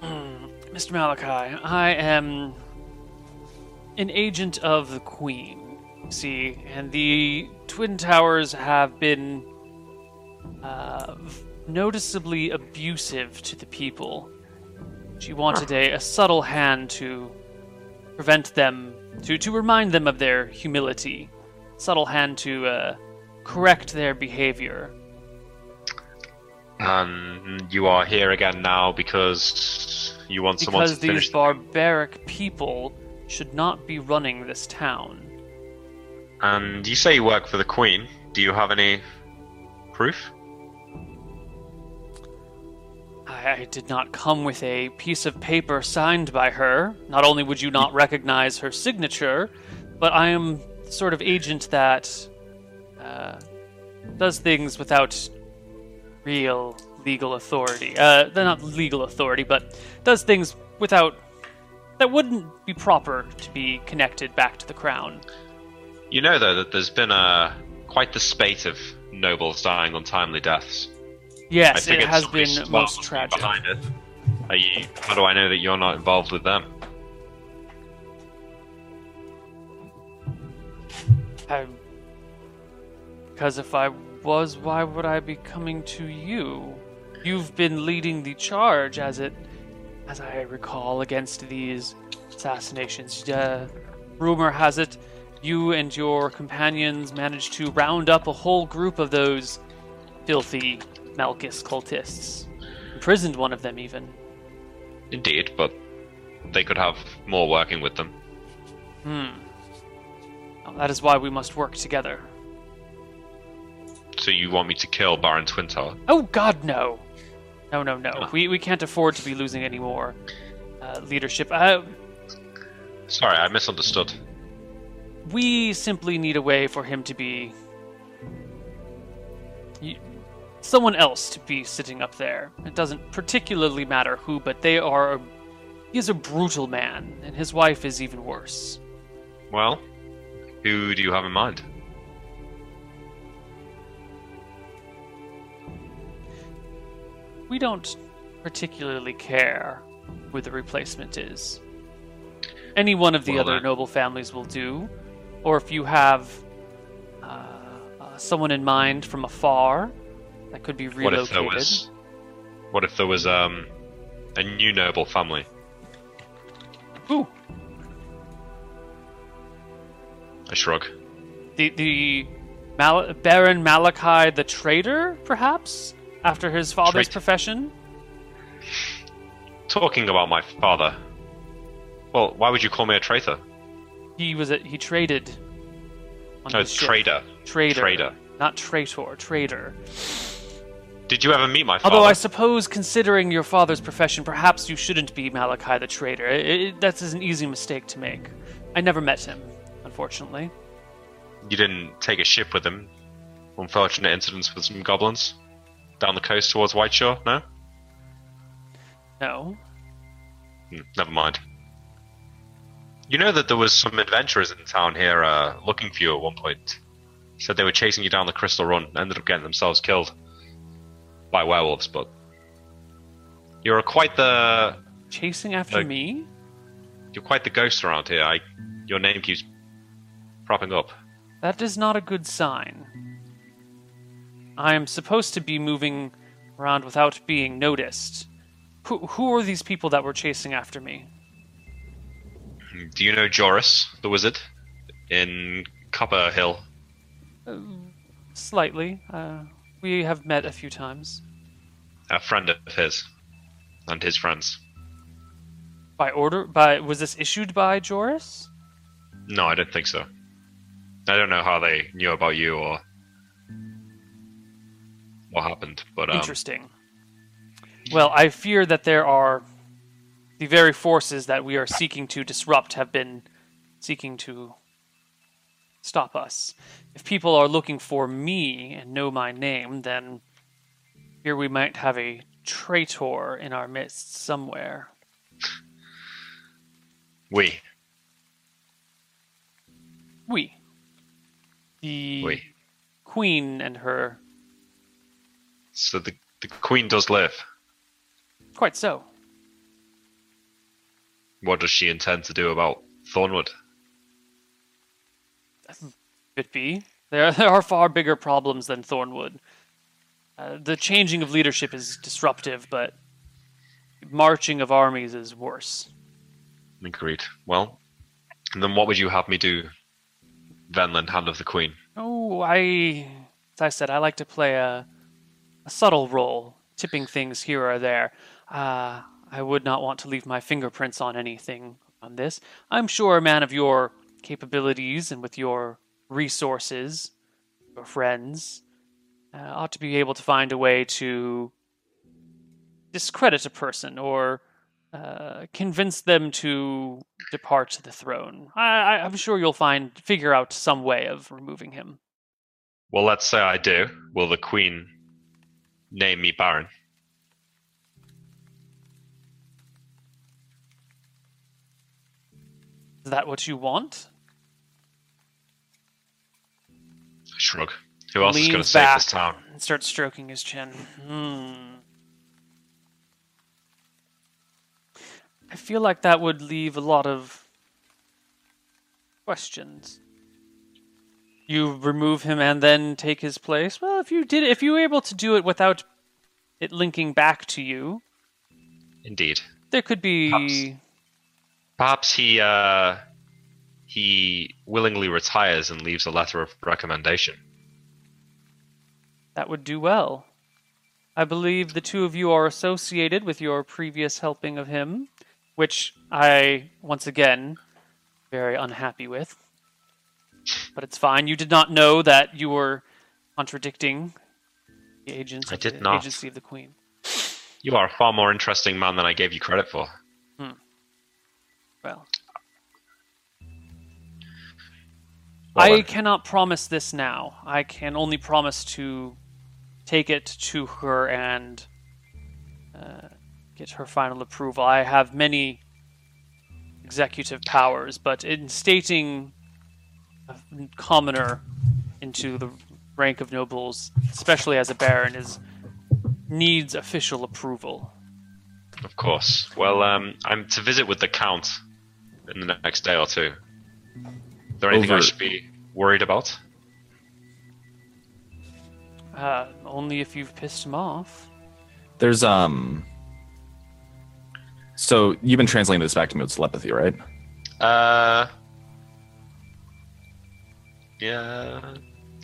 Hmm, Mr. Malachi, I am an agent of the Queen, you see, and the Twin Towers have been uh, noticeably abusive to the people. She wanted a, a subtle hand to prevent them, to, to remind them of their humility. Subtle hand to uh, correct their behavior.
And you are here again now because you want someone to
Because
finish.
these barbaric people should not be running this town.
and you say you work for the Queen. Do you have any proof?
I, I did not come with a piece of paper signed by her. Not only would you not recognize her signature, but I am the sort of agent that uh, does things without real legal authority. Uh, they're not legal authority, but does things without that wouldn't be proper to be connected back to the crown.
You know, though, that there's been a quite the spate of nobles dying untimely deaths.
Yes,
I
it
think it's
has
somebody
been
smart
most tragic.
Behind it. Are you, how do I know that you're not involved with them?
I, because if I was, why would I be coming to you? You've been leading the charge, as it, as I recall, against these assassinations. Uh, rumor has it, you and your companions managed to round up a whole group of those filthy Malchus cultists, imprisoned one of them even.
Indeed, but they could have more working with them.
That is why we must work together.
So you want me to kill Baron Twintower?
Oh God, no, no, no, no. We we can't afford to be losing any more uh, leadership. Uh,
Sorry, I misunderstood.
we simply need a way for him to be y- someone else to be sitting up there. It doesn't particularly matter who, but they are. A, he is a brutal man, and his wife is even worse.
Well, who do you have in mind?
We don't particularly care who the replacement is. Any one of the
Well,
other
that-
noble families will do, or if you have uh, uh, someone in mind from afar that could be
What if
relocated.
there was? What if there was um, a new noble family?
Ooh,
I shrug.
the the Mal- Baron Malachi the traitor, perhaps after his father's
Traitor.
profession.
Talking about my father. Well, why would you call me a traitor?
He was a, he traded. on
No,
his
it's
ship.
trader.
Trader.
Trader.
Not traitor. Trader.
Did you ever meet my father?
Although I suppose, considering your father's profession, perhaps you shouldn't be Malachi the traitor. I I- that is an easy mistake to make. I never met him, unfortunately.
You didn't take a ship with him. Unfortunate incidents with some goblins down the coast towards Whiteshore. No,
No.
Hmm, never mind. You know that there was some adventurers in town here uh, looking for you at one point. Said they were chasing you down the Crystal Run. Ended up getting themselves killed by werewolves. But you're quite the
Chasing after
Like-
me?
you're quite the ghost around here. I, your name keeps propping up.
That is not a good sign. I am supposed to be moving around without being noticed. Who, who are these people that were chasing after me?
Hmm, Do you know Joris, the wizard, in Copper Hill?
Slightly. Uh, we have met a few times.
A friend of his and his friends.
By order? By Was this issued by Joris?
No, I don't think so. I don't know how they knew about you or what happened, but um,
Interesting. Well, I fear that there are the very forces that we are seeking to disrupt have been seeking to stop us. If people are looking for me and know my name, then here we might have a traitor in our midst somewhere.
We.
We. The
We.
queen and her.
So the, the queen does live.
Quite so.
What does she intend to do about Thornwood?
Could be. There, there are far bigger problems than Thornwood. Uh, the changing of leadership is disruptive, but marching of armies is worse.
Agreed. Well, and then what would you have me do? Venland, Hand of the Queen.
Oh, I, as I said, I like to play a, a subtle role, tipping things here or there. Uh, I would not want to leave my fingerprints on anything on this. I'm sure a man of your capabilities and with your resources, your friends, uh, ought to be able to find a way to discredit a person or uh, convince them to depart the throne. I, I, I'm sure you'll find figure out some way of removing him.
Well, let's say I do. Will the Queen name me Baron?
Is that what you want?
Shrug. Who else is
Leans
going to save
back.
this town?
And starts stroking his chin. Hmm. I feel like that would leave a lot of questions. You remove him and then take his place. Well, if you did, if you were able to do it without it linking back to you,
Indeed.
there could be.
Perhaps. Perhaps he uh, he willingly retires and leaves a letter of recommendation.
That would do well. I believe the two of you are associated with your previous helping of him, which I, once again, very unhappy with. But it's fine. You did not know that you were contradicting the agents
I
of
did
the
not.
agency of the Queen.
You are a far more interesting man than I gave you credit for.
Well,
Well,
I
then.
cannot promise this now. I can only promise to take it to her and uh, get her final approval. I have many executive powers, but in stating a commoner into the rank of nobles, especially as a baron, is needs official approval.
Of course. Well, um, I'm to visit with the Count in the next day or two. Is there anything I
Over-
should be worried about?
Uh, only if you've pissed him off.
There's um. So you've been translating this back to me with telepathy, right?
Uh, yeah,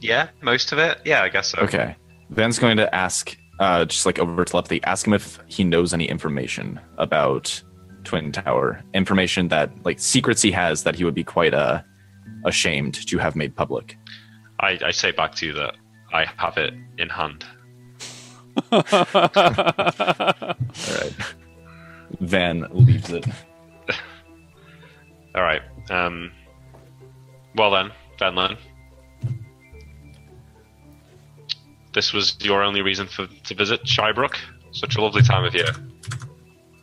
yeah, most of it. Yeah, I guess so.
Okay. Van's going to ask, uh, just like over telepathy, ask him if he knows any information about Twin Tower. Information that, like, secrets he has that he would be quite uh, ashamed to have made public.
I, I say back to you that I have it in hand.
All right. Van leaves it.
All right. Um. Well then, Venlan. This was your only reason for to visit Shybrook. Such a lovely time of year.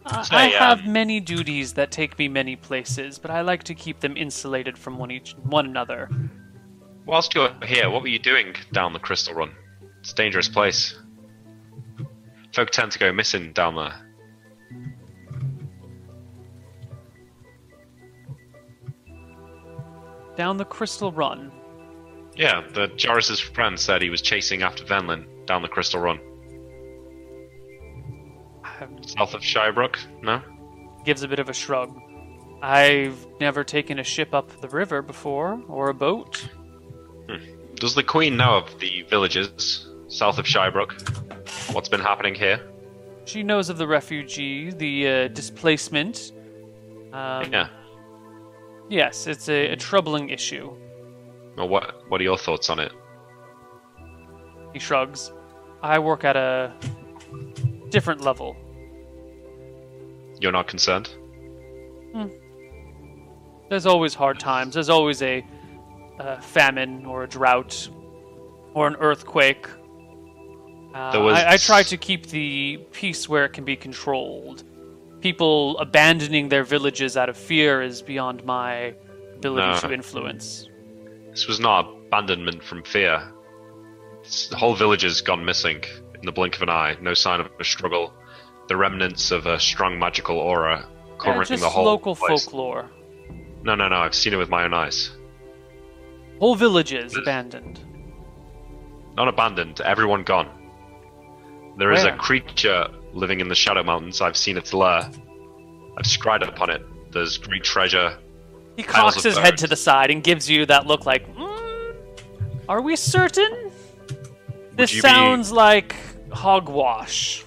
I-
Say,
I have
um,
many duties that take me many places, but I like to keep them insulated from one each one another.
Whilst you're here, what were you doing down the Crystal Run? It's a dangerous place. Folk tend to go missing down there.
Down the Crystal Run.
Yeah, the Jarvis's friend said he was chasing after Venlin down the Crystal Run,
Um,
south of Shybrook. No,
gives a bit of a shrug. I've never taken a ship up the river before, or a boat.
does the Queen know of the villages south of Shybrook? What's been happening here?
She knows of the refugee, the uh, displacement. Um,
Yeah.
Yes, it's a, a troubling issue.
Well, what what are your thoughts on it?
He shrugs. I work at a different level.
You're not concerned?
There's always hard times. There's always a, uh famine or a drought or an earthquake Uh,
There was-
I, I try to keep the peace where it can be controlled. People abandoning their villages out of fear is beyond my ability
No.
to influence.
This was not abandonment from fear. This, the whole village has gone missing in the blink of an eye. No sign of a struggle. The remnants of a strong magical aura
Yeah,
covering
just
the whole
local
place.
folklore.
No, no, no. I've seen it with my own eyes.
Whole villages
This-
abandoned.
Not abandoned. Everyone gone. There is
Where?
a creature living in the Shadow Mountains. I've seen its lair. I've scried upon it. There's great treasure.
He
Piles
cocks
of
his head
bones.
to the side and gives you that look like, "Mm, Are we certain? This
you be-
sounds like hogwash.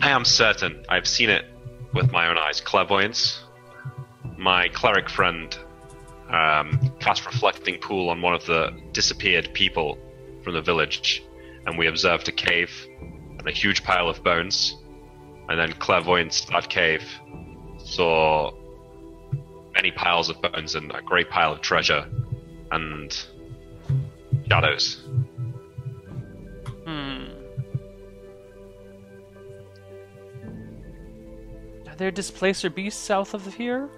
I am certain. I've seen it with my own eyes. Clairvoyance. My cleric friend um, cast reflecting pool on one of the disappeared people from the village, and we observed a cave and a huge pile of bones. And then clairvoyance that cave saw many piles of bones and a great pile of treasure and shadows.
Hmm. Are there displacer beasts south of here?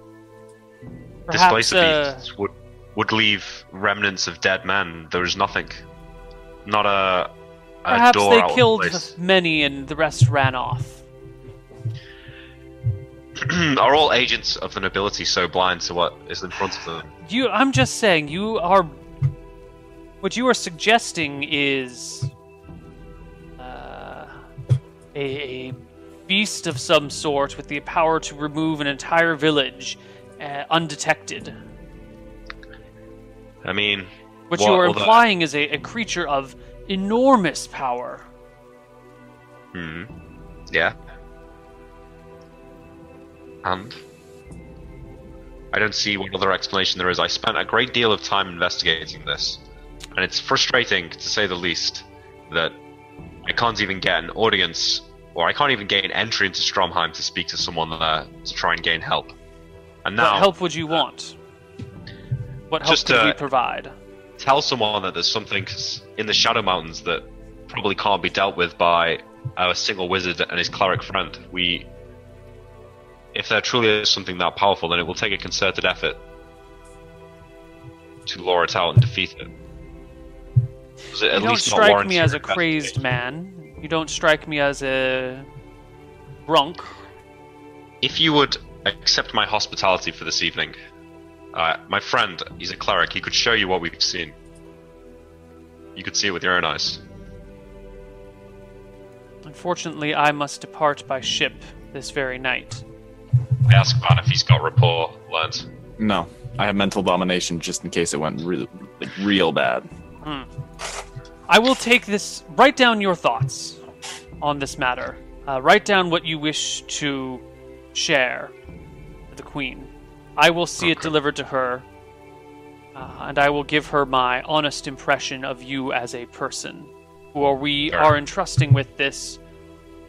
Perhaps,
Displacer
uh,
beasts would would leave remnants of dead men. There is nothing, not a, a
uh, Perhaps
door out
they
of
killed
place.
many and the rest ran off.
Are all agents of the nobility so blind to what is in front of them?
You, I'm just saying, you are. What you are suggesting is uh, a, a beast of some sort with the power to remove an entire village uh, undetected.
I mean,
What,
Well,
you are
well, the-
implying is a, a creature of enormous power.
hmm, yeah. And I don't see what other explanation there is. I spent a great deal of time investigating this, and it's frustrating to say the least that I can't even get an audience, or I can't even gain entry into Stromheim to speak to someone there to try and gain help. And now,
What help would you want? What help
Just,
could we
uh,
provide?
tell someone that there's something in the Shadow Mountains that probably can't be dealt with by a single wizard and his cleric friend. We, if there truly is something that powerful, then it will take a concerted effort to lure it out and defeat it. Does it at
you don't
least not
strike
warrant
me
your
as a
investigation?
crazed man. You don't strike me as a drunk.
If you would accept my hospitality for this evening, uh, my friend, he's a cleric. He could show you what we've seen. You could see it with your own eyes.
Unfortunately, I must depart by ship this very night.
I ask Van if he's got rapport learned.
No, I have mental domination just in case it went real, like real bad.
I will take this. Write down your thoughts on this matter. Uh, write down what you wish to share with the Queen. I will see it delivered to her, uh, and I will give her my honest impression of you as a person, who are we
Sure.
are entrusting with this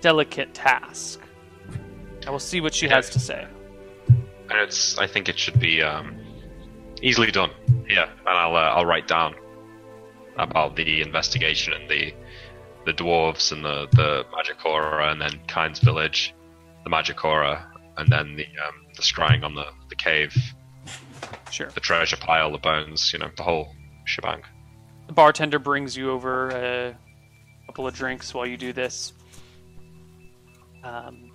delicate task. I will see what she has to say.
and it's I think it should be um, easily done. Yeah, and I'll uh, I'll write down about the investigation and the the dwarves and the the magic aura and then Kynes village, the magic aura, and then the um, the scrying on the the cave,
Sure.
the treasure pile, the bones, you know, the whole shebang.
The bartender brings you over a couple of drinks while you do this. Um,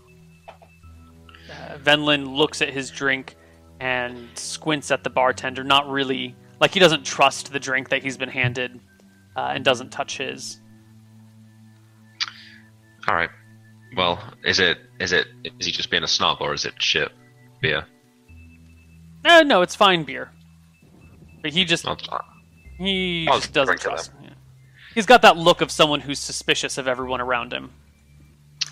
uh, Venlin looks at his drink and squints at the bartender, not really like he doesn't trust the drink that he's been handed, uh, and doesn't touch his.
All right. Well, is it is it is he just being a snob or is it shit beer?
No, Eh, no, it's fine beer. But he just
I'll,
he
I'll
just doesn't
drink to
trust. yeah. He's got that look of someone who's suspicious of everyone around him.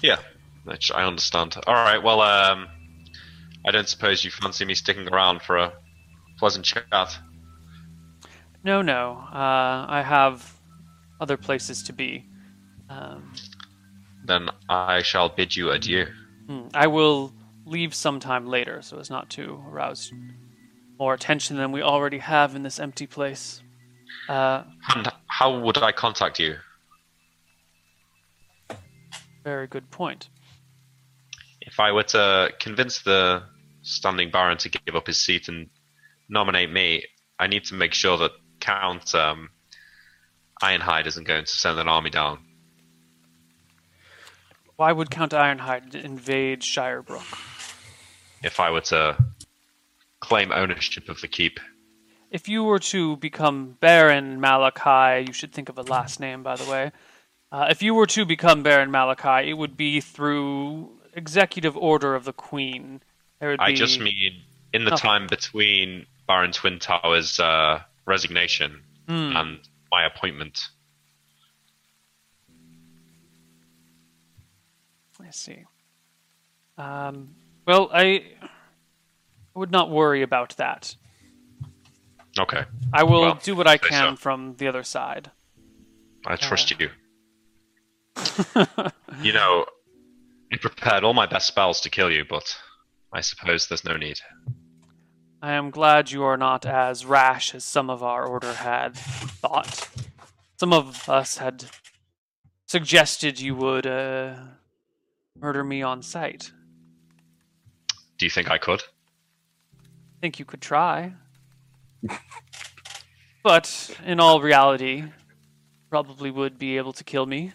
Yeah, which I understand. All right, well, um, I don't suppose you fancy me sticking around for a pleasant chat.
No, no. Uh, I have other places to be. Um,
Then I shall bid you adieu.
hmm, I will leave sometime later so as not to arouse more attention than we already have in this empty place. Uh,
And how would I contact you?
Very good point.
If I were to convince the standing baron to give up his seat and nominate me, I need to make sure that Count um, Ironhide isn't going to send an army down.
Why would Count Ironhide invade Shirebrook?
If I were to claim ownership of the keep,
If you were to become Baron Malachi, you should think of a last name, by the way. Uh, if you were to become Baron Malachi, it would be through executive order of the Queen. There would
I
be-
just mean in the
Oh.
time between Baron Twin Tower's uh, resignation and my appointment.
I see. Um, well, I would not worry about that.
Okay,
I will
Well,
do what I
say so.
can from the other side.
I trust you. you know, I prepared all my best spells to kill you, but I suppose there's no need.
I am glad you are not as rash as some of our order had thought. Some of us had suggested you would uh, murder me on sight.
Do you think I could?
think you could try. but in all reality, probably would be able to kill me.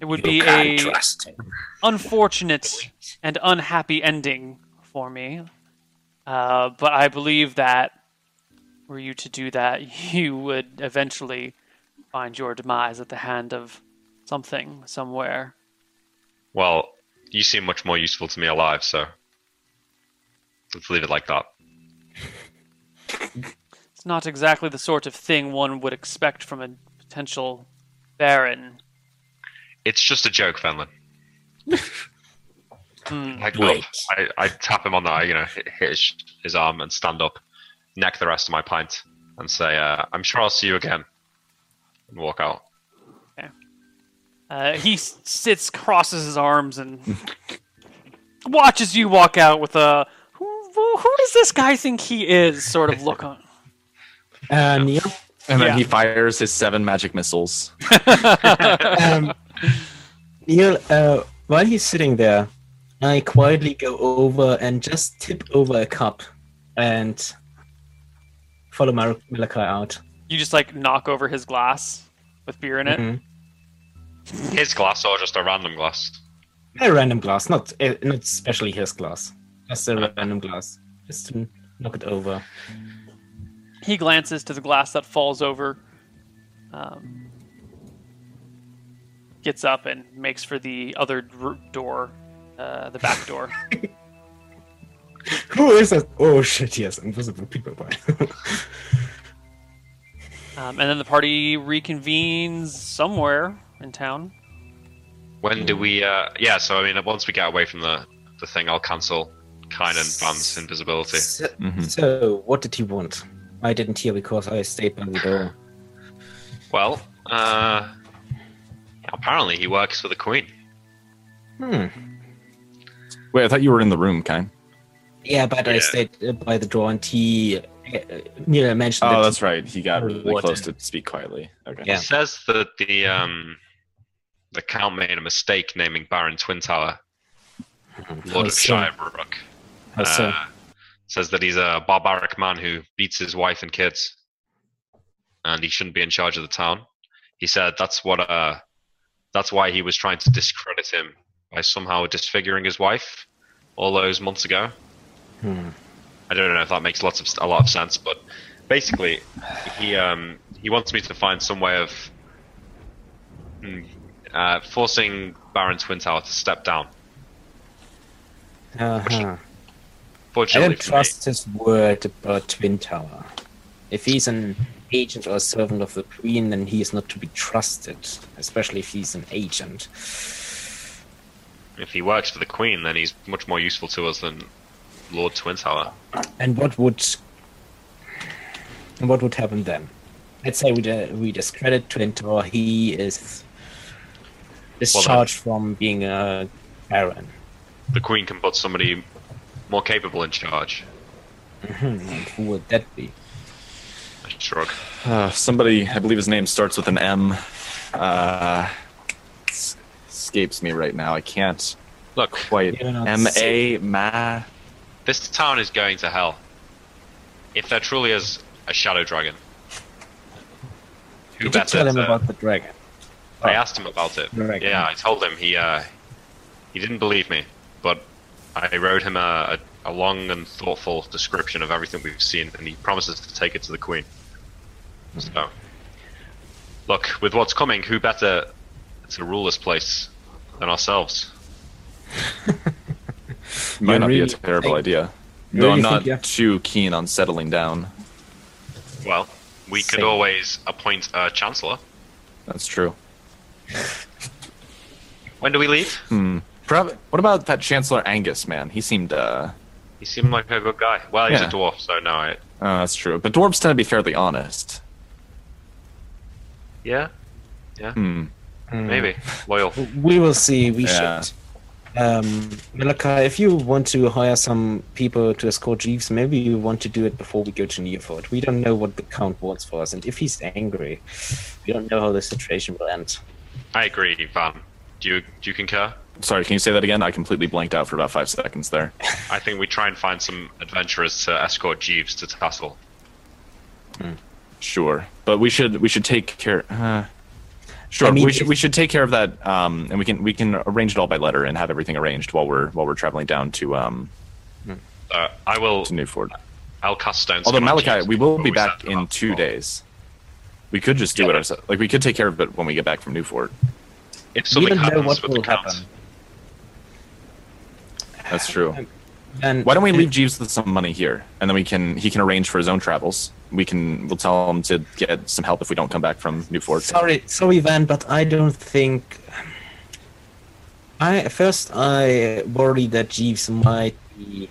It would be a unfortunate and unhappy ending for me. Uh, but I believe that were you to do that, you would eventually find your demise at the hand of something somewhere.
Well, you seem much more useful to me alive, so let's leave it like that.
It's not exactly the sort of thing one would expect from a potential baron
It's just a joke, Fenlon. I go up, I, I tap him on the, you know, hit his, his arm and stand up, neck the rest of my pint, and say, uh, "I'm sure I'll see you again," and walk out.
Uh, he s- sits, crosses his arms, and watches you walk out with a "Who, who who does this guy think he is?" sort of look on.
Uh, Neil,
And then
Yeah.
he fires his seven magic missiles.
um, Neil, uh, while he's sitting there, I quietly go over and just tip over a cup and follow Mar- Malachi out.
You just like knock over his glass with beer in it.
Mhm.
His glass or just a random glass?
A random glass, not uh, not especially his glass, just a random glass, just to knock it over.
He glances to the glass that falls over, um, gets up, and makes for the other dr- door, uh, the back door.
Who is that? Oh shit! Yes, invisible people. Bye.
um, and then the party reconvenes somewhere in town.
When do we? Uh, yeah, so I mean, once we get away from the the thing, I'll cancel Kine and Van's invisibility.
So,
Mhm.
so, what did he want? I didn't hear because I stayed by the door.
Well, uh, apparently he works for the Queen.
Hmm.
Wait, I thought you were in the room, kind.
Yeah, but I
Yeah.
stayed uh, by the door and he. Uh, Neil mentioned
Oh,
that
that's right. He got really
What?
close to speak quietly. Okay.
Yeah.
It says that the um, the Count made a mistake naming Baron Twintower Lord of
so-
Shirebrook.
how so?
Uh, says that he's a barbaric man who beats his wife and kids, and he shouldn't be in charge of the town. He said that's what uh, that's why he was trying to discredit him by somehow disfiguring his wife all those months ago.
Hmm.
I don't know if that makes lots of a lot of sense, but basically, he um, he wants me to find some way of mm, uh, forcing Baron Twintower to step down.
Uh-huh. I
Fortunately,
don't
for me-
trust his word about Twin Tower. If he's an agent or a servant of the Queen, then he is not to be trusted, especially if he's an agent.
If he works for the Queen, then he's much more useful to us than Lord Twintower.
And what would. And what would happen then? Let's say we, de- we discredit Twin Tower, he is discharged from being a Baron.
The Queen can put somebody more capable in charge.
And who would that be?
I shrug.
Uh, somebody, I believe his name starts with an M. Uh, s- escapes me right now. I can't
Look,
quite.
You're not
M A ma.
this town is going to hell. If there truly is a shadow dragon,
You
who
did
better?
tell him
to-
about the dragon.
I
Oh.
asked him about it.
Right.
Yeah, I told him. He uh, he didn't believe me, but I wrote him a, a, a long and thoughtful description of everything we've seen, and he promises to take it to the queen.
Hmm.
So, look, with what's coming, who better to rule this place than ourselves?
Might not be a
really
terrible
think-
idea.
you
Though
really
I'm
think
not
you have-
too keen on settling down.
Well, we could
Same.
always appoint a chancellor.
That's true.
When do we leave?
Hmm. Probably. What about that Chancellor Angus man? He seemed. uh
He seemed like a good guy. Well, he's
Yeah.
a dwarf, so no. I,
Oh, that's true. But dwarves tend to be fairly honest.
yeah,
Hmm.
maybe loyal.
We will see. We
Yeah.
should. Um, Malachi, if you want to hire some people to escort Jeeves, maybe you want to do it before we go to Nearford. We don't know what the Count wants for us, and if he's angry, we don't know how the situation will end.
I agree, Van. Do you do you concur?
Sorry, can you say that again? I completely blanked out for about five seconds there.
I think we try and find some adventurers to escort Jeeves to Tassel.
Sure, but we should we should take care. Uh, sure,
I mean,
we should
if-
we should take care of that, um, and we can we can arrange it all by letter and have everything arranged while we're while we're traveling down to um
Uh, I will.
to Newford.
I'll cast stones.
Although
on
Malachi,
Jeeves
we will
before
be
we
back
set them
in
up.
two days. We could just do
Yeah.
it ourselves. Like we could take care of it when we get back from Newford.
If something
we don't know
happens
what
with
will
the count,
happen.
That's true.
And
Why don't we leave Jeeves with some money here, and then we can he can arrange for his own travels. We can we'll tell him to get some help if we don't come back from Newford.
Sorry, sorry, Van, but I don't think. I first I worry that Jeeves might be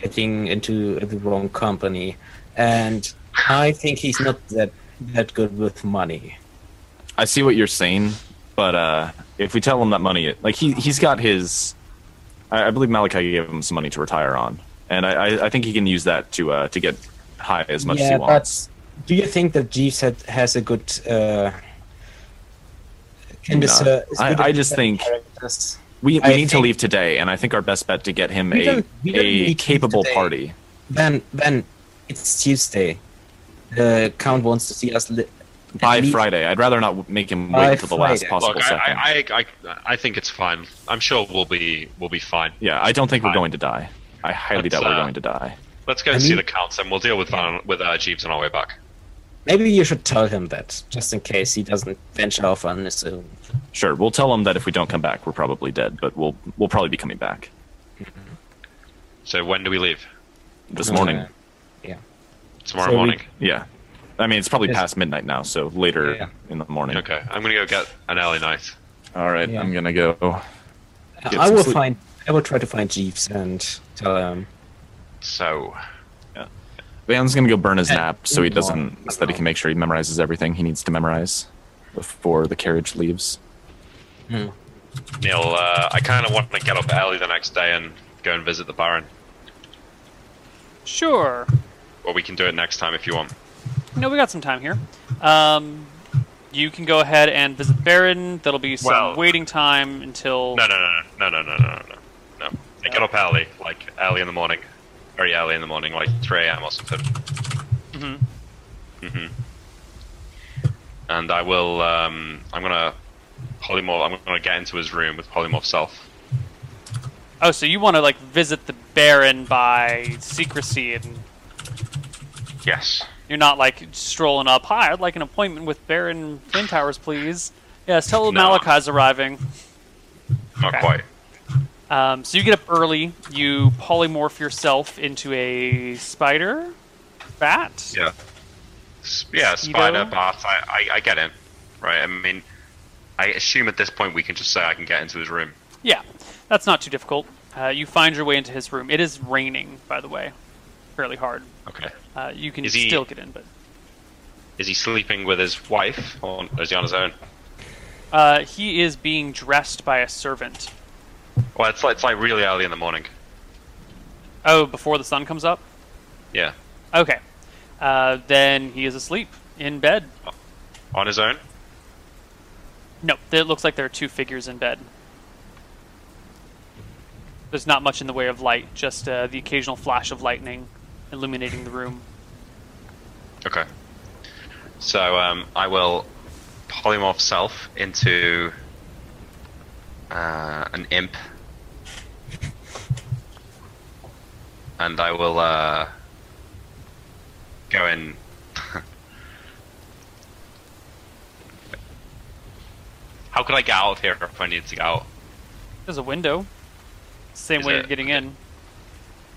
getting into the wrong company, and I think he's not that that good with money.
I see what you're saying, but uh, if we tell him that money, like he he's got his, I, I believe Malachi gave him some money to retire on, and I, I, I think he can use that to uh, to get high as much as he wants.
but do you think that Jeeves had, has a good? Uh, can
No.
this, uh, is
I-
good at
I just
designing
think-
characters?
We, we
I
need to
think-
leave today, and I think our best bet to get him
We
a
don't- we don't need to
a
leave
capable
today.
party.
Van, Van, it's Tuesday. The count wants to see us. Li- at
By
least-
Friday, I'd rather not make him
By
wait until the last
Friday.
possible
Look,
second.
I, I, I, I, I think it's fine. I'm sure we'll be we'll be fine.
yeah, I don't think we're
I-
going to die. I highly
Let's,
doubt we're
uh,
going to die.
Let's go
I
and see
mean-
the counts, and we'll deal with Van, with uh, Jeeves on our way back.
Maybe you should tell him that, just in case he doesn't venture off on his own.
Sure, we'll tell him that if we don't come back, we're probably dead, but we'll we'll probably be coming back
So when do we leave?
this morning.
Uh, yeah.
Tomorrow
So we-
morning.
Yeah. I mean, it's probably
Yes.
past midnight now, so later
Yeah.
in the morning.
Okay, I'm gonna go get an early night.
All right,
Yeah.
I'm gonna go. Get
I
some
will
sleep.
find. I will try to find Jeeves and tell him.
So
Van's gonna go burn his
Yeah.
nap so he
Come
doesn't,
on.
so that he can make sure he memorizes everything he needs to memorize before the carriage leaves.
Neil, uh, I kind of want to get up early the next day and go and visit the Baron.
Sure.
Or we can do it next time if you want.
No, we got some time here. Um, you can go ahead and visit Baron. That'll be some
Well-
waiting time until.
No, no, no, no, no, no, no, no, no. no. I get up early, like early in the morning, very early in the morning, like 3 a.m. or something.
Mhm.
Mm-hmm. And I will. Um, I'm gonna polymorph. I'm gonna get into his room with polymorph self.
Oh, so you want to like visit the Baron by secrecy, and
Yes.
you're not like strolling up. Hi, I'd like an appointment with Baron Twin Towers, please. Yes, tell
No.
Malachi's arriving.
Not
Okay.
quite.
Um, so you get up early. You polymorph yourself into a spider, bat.
Yeah. S- Yeah,
Speedo?
spider bath. I, I, I get him. Right. I mean, I assume at this point we can just say I can get into his room.
Yeah, that's not too difficult. Uh, you find your way into his room. It is raining, by the way, fairly hard.
Okay.
Uh, you can
Is he-
still get in, but
Is he sleeping with his wife, or is he on his own?
uh, he is being dressed by a servant.
Well, it's like, it's like really early in the morning.
Oh, before the sun comes up.
Yeah.
Okay, uh, then he is asleep in bed.
On his own?
No, it looks like there are two figures in bed. There's not much in the way of light, just uh, the occasional flash of lightning illuminating the room.
Okay. So um, I will polymorph self into uh, an imp, and I will uh, go in. How could I get out of here if I needed to get out?
There's a window. Same
Is
way
there-
you're getting in.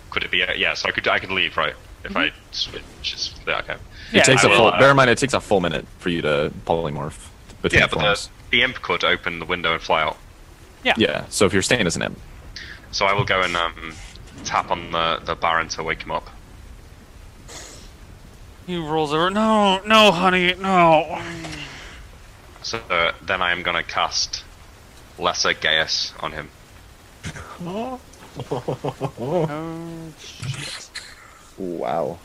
Could it be? A, yeah, so I could I could leave right if I switch. is- yeah, Okay.
Yeah,
it takes
I
a
will,
full.
uh,
bear in mind, it takes a full minute for you to polymorph between
Yeah, but the,
forms.
the imp could open the window and fly out.
yeah. So if you're staying as an imp,
So I will go and um, tap on the, the Baron to wake him up.
He rolls over. No, no, honey, no.
So uh, then I am going to cast Lesser Gaius on him.
Oh, shit.
Wow.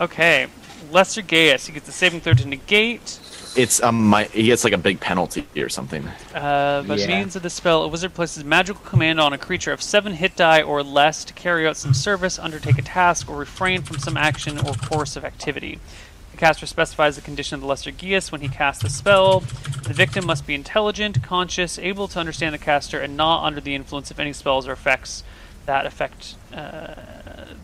Okay, Lesser Gaius. He gets the saving throw to negate.
it's um, my he gets like a big penalty or something.
Uh, by
Yeah.
means of the spell, a wizard places magical command on a creature of seven hit die or less to carry out some service, undertake a task, or refrain from some action or course of activity. The caster specifies the condition of the Lesser Geas when he casts the spell. The victim must be intelligent, conscious, able to understand the caster, and not under the influence of any spells or effects that affect uh,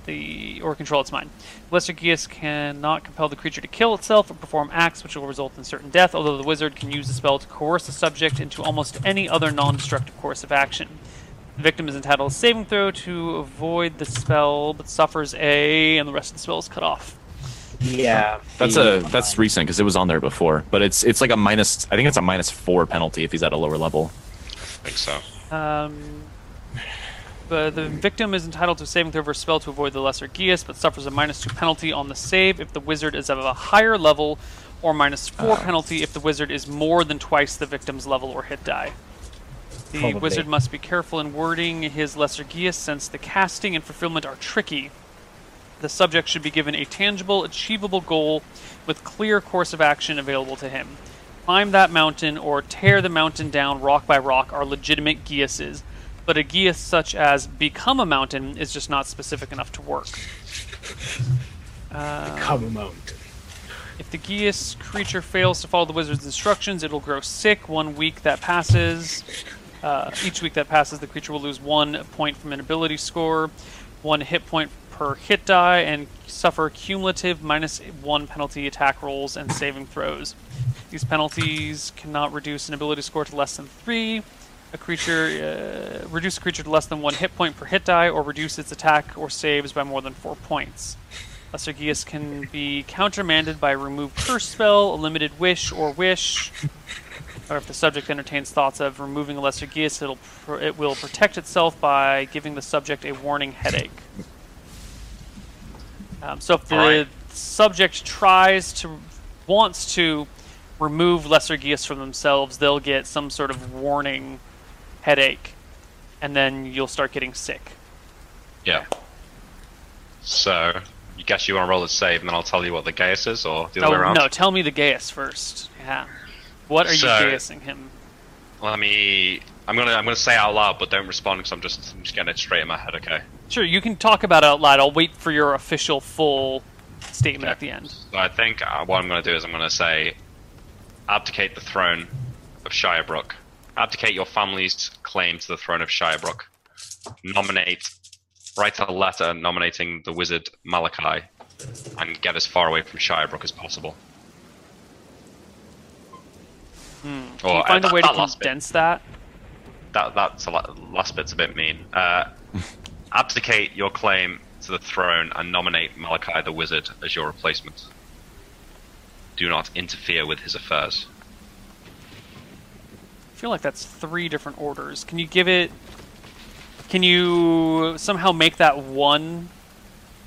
the or control its mind. Lesser Geas cannot compel the creature to kill itself or perform acts which will result in certain death, although the wizard can use the spell to coerce the subject into almost any other non destructive course of action. The victim is entitled to a saving throw to avoid the spell, but suffers a, and the rest of the spell is cut off.
Yeah.
That's a that's recent because it was on there before, but it's it's like a minus. I think it's a minus four penalty if he's at a lower level.
I think so.
Um, the, the victim is entitled to a saving throw or spell to avoid the lesser Geas, but suffers a minus two penalty on the save if the wizard is of a higher level, or minus four penalty if the wizard is more than twice the victim's level or hit die. The
Probably.
wizard must be careful in wording his lesser Geas since the casting and fulfillment are tricky. The subject should be given a tangible, achievable goal with clear course of action available to him. Climb that mountain or tear the mountain down rock by rock are legitimate Giases, but a Gias such as become a mountain is just not specific enough to work.
Come a mountain.
If the Gias creature fails to follow the wizard's instructions, it'll grow sick one week that passes. Uh, each week that passes, the creature will lose one point from an ability score, one hit point per hit die, and suffer cumulative minus one penalty attack rolls and saving throws. These penalties cannot reduce an ability score to less than three. A creature uh, reduce a creature to less than one hit point per hit die, or reduce its attack or saves by more than four points. Lesser Geass can be countermanded by a remove curse spell, a limited wish, or wish. Or if the subject entertains thoughts of removing a lesser Geass, it'll pr- it will protect itself by giving the subject a warning headache. Um, so if the
Alright.
subject tries to wants to remove lesser Geass from themselves, they'll get some sort of warning headache, and then you'll start getting sick.
Yeah. So you guess you want to roll a save, and then I'll tell you what the Gaius is, or the other way
Oh,
around.
no, tell me the Gaius first. Yeah. What are you
So-
Gaiusing him?
Let me. I'm gonna. I'm gonna say it out loud, but don't respond because I'm just. I'm just getting it straight in my head. Okay.
Sure, you can talk about it out loud. I'll wait for your official full statement at the end.
So I think uh, what I'm going to do is I'm going to say, abdicate the throne of Shirebrook. Abdicate your family's claim to the throne of Shirebrook. Nominate, write a letter nominating the wizard Malachi, and get as far away from Shirebrook as possible. Or,
Hmm. Can you find
uh,
a way
that,
to
that last bit-
condense that?
that that's a la- last bit's a bit mean. Uh, abdicate your claim to the throne and nominate Malachi the Wizard as your replacement. Do not interfere with his affairs.
I feel like that's three different orders. Can you give it. Can you somehow make that one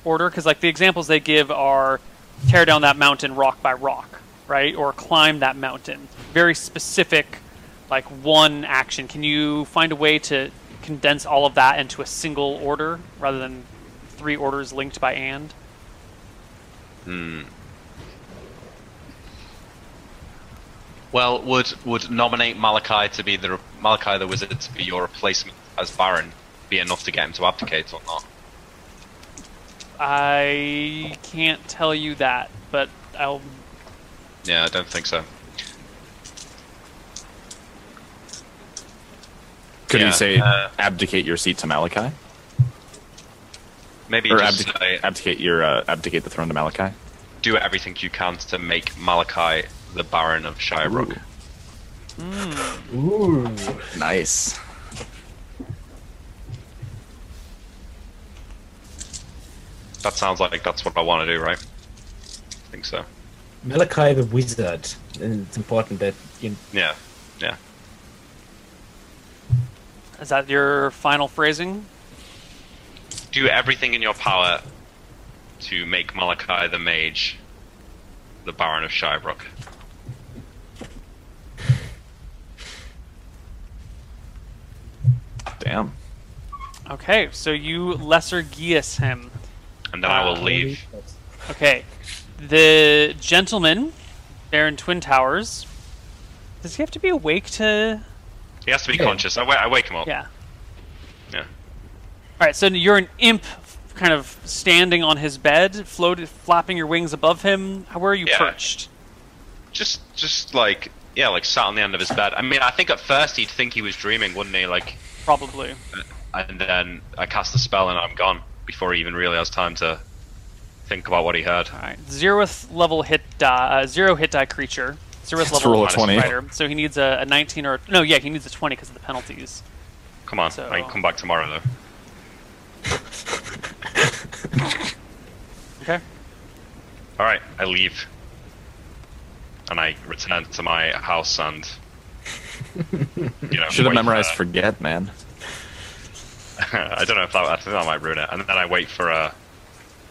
order? Because, like, the examples they give are tear down that mountain rock by rock, right? Or climb that mountain. Very specific, like, one action. Can you find a way to condense all of that into a single order rather than three orders linked by and?
Well, would would nominate Malachi to be the Malachi the Wizard to be your replacement as Baron be be enough to get him to abdicate or not.
I can't tell you that, but I'll.
Yeah, I don't think so.
Could
Yeah,
you say
uh,
abdicate your seat to Malachi,
Maybe
or
just
abdicate,
say,
abdicate your uh, abdicate the throne to Malachi?
do everything you can to make Malachi the Baron of Shirerock.
Ooh.
Nice.
That sounds like that's what I want to do, right? I think so.
Malachi the wizard. And it's important that you
Yeah, yeah.
Is that your final phrasing?
Do everything in your power to make Malachi the Mage the Baron of Shirerock.
Damn.
Okay, so you lesser geas him.
And then I will
Ah,
leave.
Okay, the gentleman there in Twin Towers. Does he have to be awake to?
He has to be
Yeah.
conscious. I, wa- I wake him
Oh.
up.
Yeah.
Yeah.
All right, so you're an imp, kind of standing on his bed, floated, flapping your wings above him. Where are you
Yeah.
perched?
Just, just like, yeah, like sat on the end of his bed. I mean, I think at first he'd think he was dreaming, wouldn't he? Like, uh,
Probably.
and then I cast the spell and I'm gone before he even really has time to think about what he heard.
All right, zeroth level hit die, uh, zero hit die creature, zeroth
Let's
level
roll a
minus
20.
Rider. So he needs a, a 19 or no, yeah, he needs a 20 because of the penalties.
Come on,
So-
I can come back tomorrow though.
Okay.
All right, I leave, and I return to my house and. You know,
Should have
wait
memorized
for.
forget, man.
I don't know if that. I think that might ruin it. And then I wait for uh,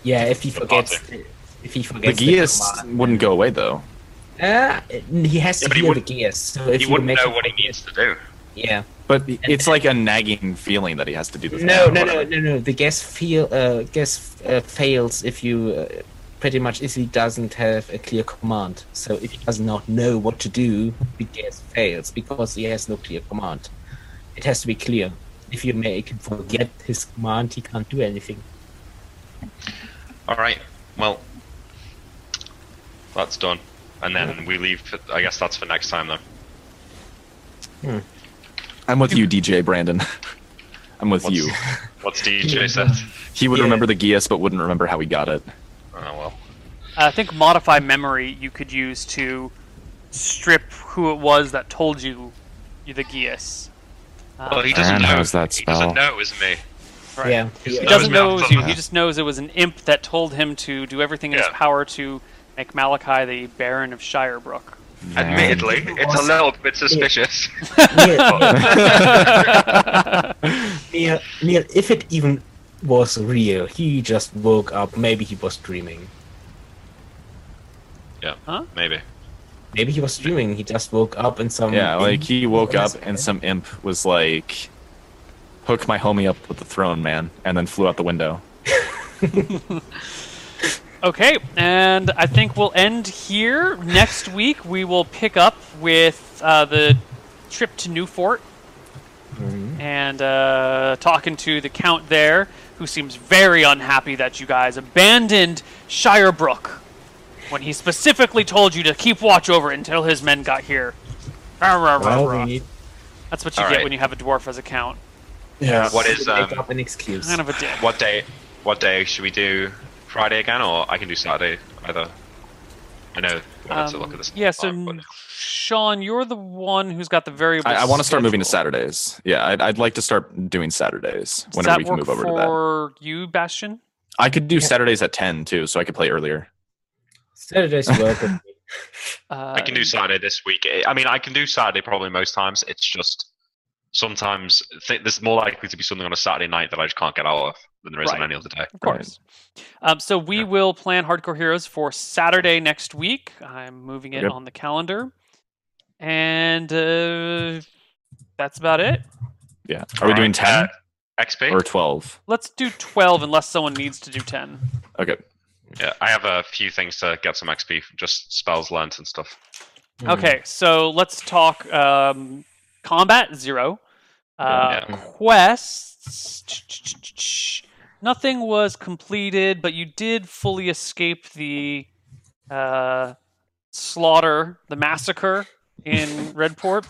Yeah, if he
The
forgets,
party.
if he
The
forgets,
Gias
command.
wouldn't go away though.
Ah, he has to
Yeah, but he
hear the
wouldn't-
gears. So if
he
you
wouldn't
make
know
it-
what he needs to do.
Yeah.
But it's like a nagging feeling that he has to do this.
No,
thing,
no,
or
no,
whatever.
no, no. The guess feel, uh, guess uh, fails if you uh, pretty much if he doesn't have a clear command. So if he does not know what to do, the guess fails because he has no clear command. It has to be clear. If you make him forget his command, he can't do anything.
All right. Well, that's done. And then we leave. for- I guess that's for next time though.
Hmm.
I'm with you, DJ Brandon. I'm with you.
What's DJ said?
He would
Yeah.
remember the Gias, but wouldn't remember how he got it.
Oh well.
I think modify memory you could use to strip who it was that told you the Gias. Uh,
Well, he doesn't
Aaron
know.
knows that
He doesn't
spell.
know it was me.
Right.
Yeah.
He
He doesn't
knows
know it was
me.
you. He just knows it was an imp that told him to do everything in his
Yeah.
power to make Malachi the Baron of Shirebrook.
Admittedly, it's a little bit suspicious.
Neil, Neil, Neil, if it even was real, he just woke up. Maybe he was dreaming.
yeah,
Huh?
maybe.
Maybe he was dreaming. He just woke up and
Um,
some.
Yeah, like he woke up
Yes, okay.
and some imp was like, "Hook my homie up with the throne, man," and then flew out the window.
Okay, and I think we'll end here. Next week we will pick up with uh, the trip to Newfort
Mm-hmm.
and uh, talking to the Count there, who seems very unhappy that you guys abandoned Shirebrook when he specifically told you to keep watch over it until his men got here. Rah, rah, rah,
Well,
rah.
we need
That's what you
All
get
right.
when you have a dwarf as a count.
Yeah.
What is
to make
um,
up an excuse.
Kind of a dick.
what day? What day should we do? Friday again, or I can do Saturday either. I know. I have to look at this.
Um, yeah, so
but-
Sean, you're the one who's got the variable.
I, I want to start moving to
schedule.
Saturdays. Yeah, I'd, I'd like to start doing Saturdays
Does
whenever
that
we can
work
move over to that.
for you, Bastion?
I could do Saturdays at ten too, so I could play earlier.
Saturdays work. with me.
Uh,
I can do Saturday this week. I- I mean, I can do Saturday probably most times. It's just sometimes th- there's more likely to be something on a Saturday night that I just can't get out of than there is on
Right.
any other day.
Of course. Um, so we will plan Hardcore Heroes for Saturday next week. I'm moving it
Okay.
on the calendar, and uh, that's about it.
Yeah. Are we doing ten
Alright, uh, XP?
or twelve?
Let's do 12 unless someone needs to do 10.
Okay.
yeah, I have a few things to get some XP, from just spells learnt and stuff.
Hmm.
Okay, so let's talk um, combat zero, uh,
Yeah.
quests Nothing was completed, but you did fully escape the uh, slaughter, the massacre in Redport.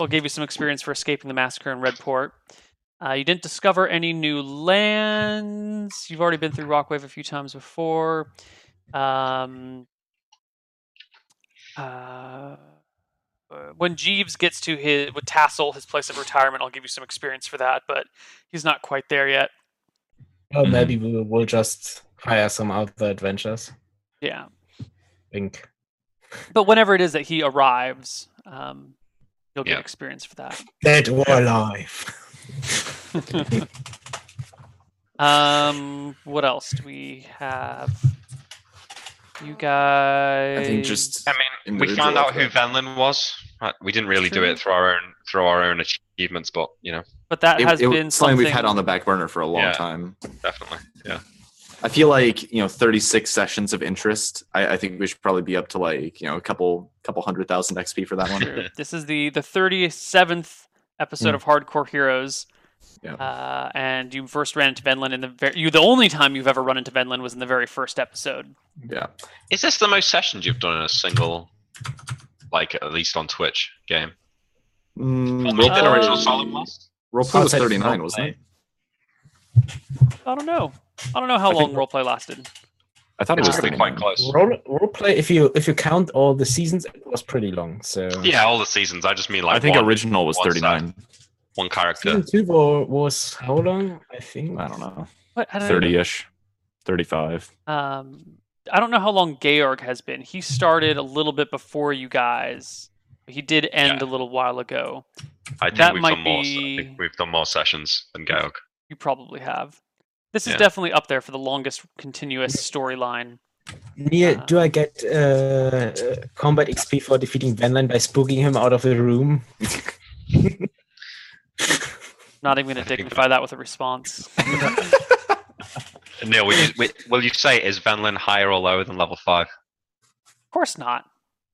I'll give you some experience for escaping the massacre in Redport. Uh, you didn't discover any new lands. You've already been through Rockwave a few times before. Um, uh, uh, when Jeeves gets to his with Tassel, his place of retirement, I'll give you some experience for that, but he's not quite there yet.
Oh, maybe we will we'll just hire some other adventurers.
Yeah,
I think.
but whenever it is that he arrives, um, you'll get
Yeah.
experience for that.
Dead or alive.
Um, what else do we have? You guys.
I think just
I mean, we
Individual
found out who
effort.
Venlin was. Uh, We didn't really do
True.
it through our own through our own achievements, but you know,
But that
it,
has
it- something
been something
we've had on the back burner for a long
Yeah.
time.
definitely, yeah.
I feel like you know, 36 sessions of interest. I, I think we should probably be up to like you know a couple couple hundred thousand XP for that one.
True. this is the the thirty seventh episode of Hardcore Heroes.
Hmm. Yeah.
Uh, and you first ran into Venlin in the ver- you the only time you've ever run into Venlin was in the very first episode.
yeah,
Is this the most sessions you've done in a single, like at least on Twitch game?
mm,
Well,
the original
Solemn was?
Roleplay was
Outside
39, wasn't it?
I don't know. I don't know how
I
long
think-
roleplay lasted.
I thought it
It's
was
gonna be
39.
quite close.
Role roleplay. If you if you count all the seasons, it was pretty long. So
Yeah, all the seasons. I just mean like
I think
one,
original was
one side.
39.
one character.
season two wa- was how long? I think
I don't know.
What I don't
30 ish, 35.
Um, I don't know how long Georg has been. He started a little bit before you guys. but He did end a little while ago.
I think
That
we've
might
done more. I
be-
think we've done more sessions than Georg.
You probably have. This is
Yeah.
definitely up there for the longest continuous storyline.
Neil,
Uh,
do I get uh, combat XP for defeating Venland by spooking him out of the room?
Not even going
I
to
think-
dignify that with a response.
Neil, will you, wi- will you say is Venlin higher or lower than level five?
Of course not.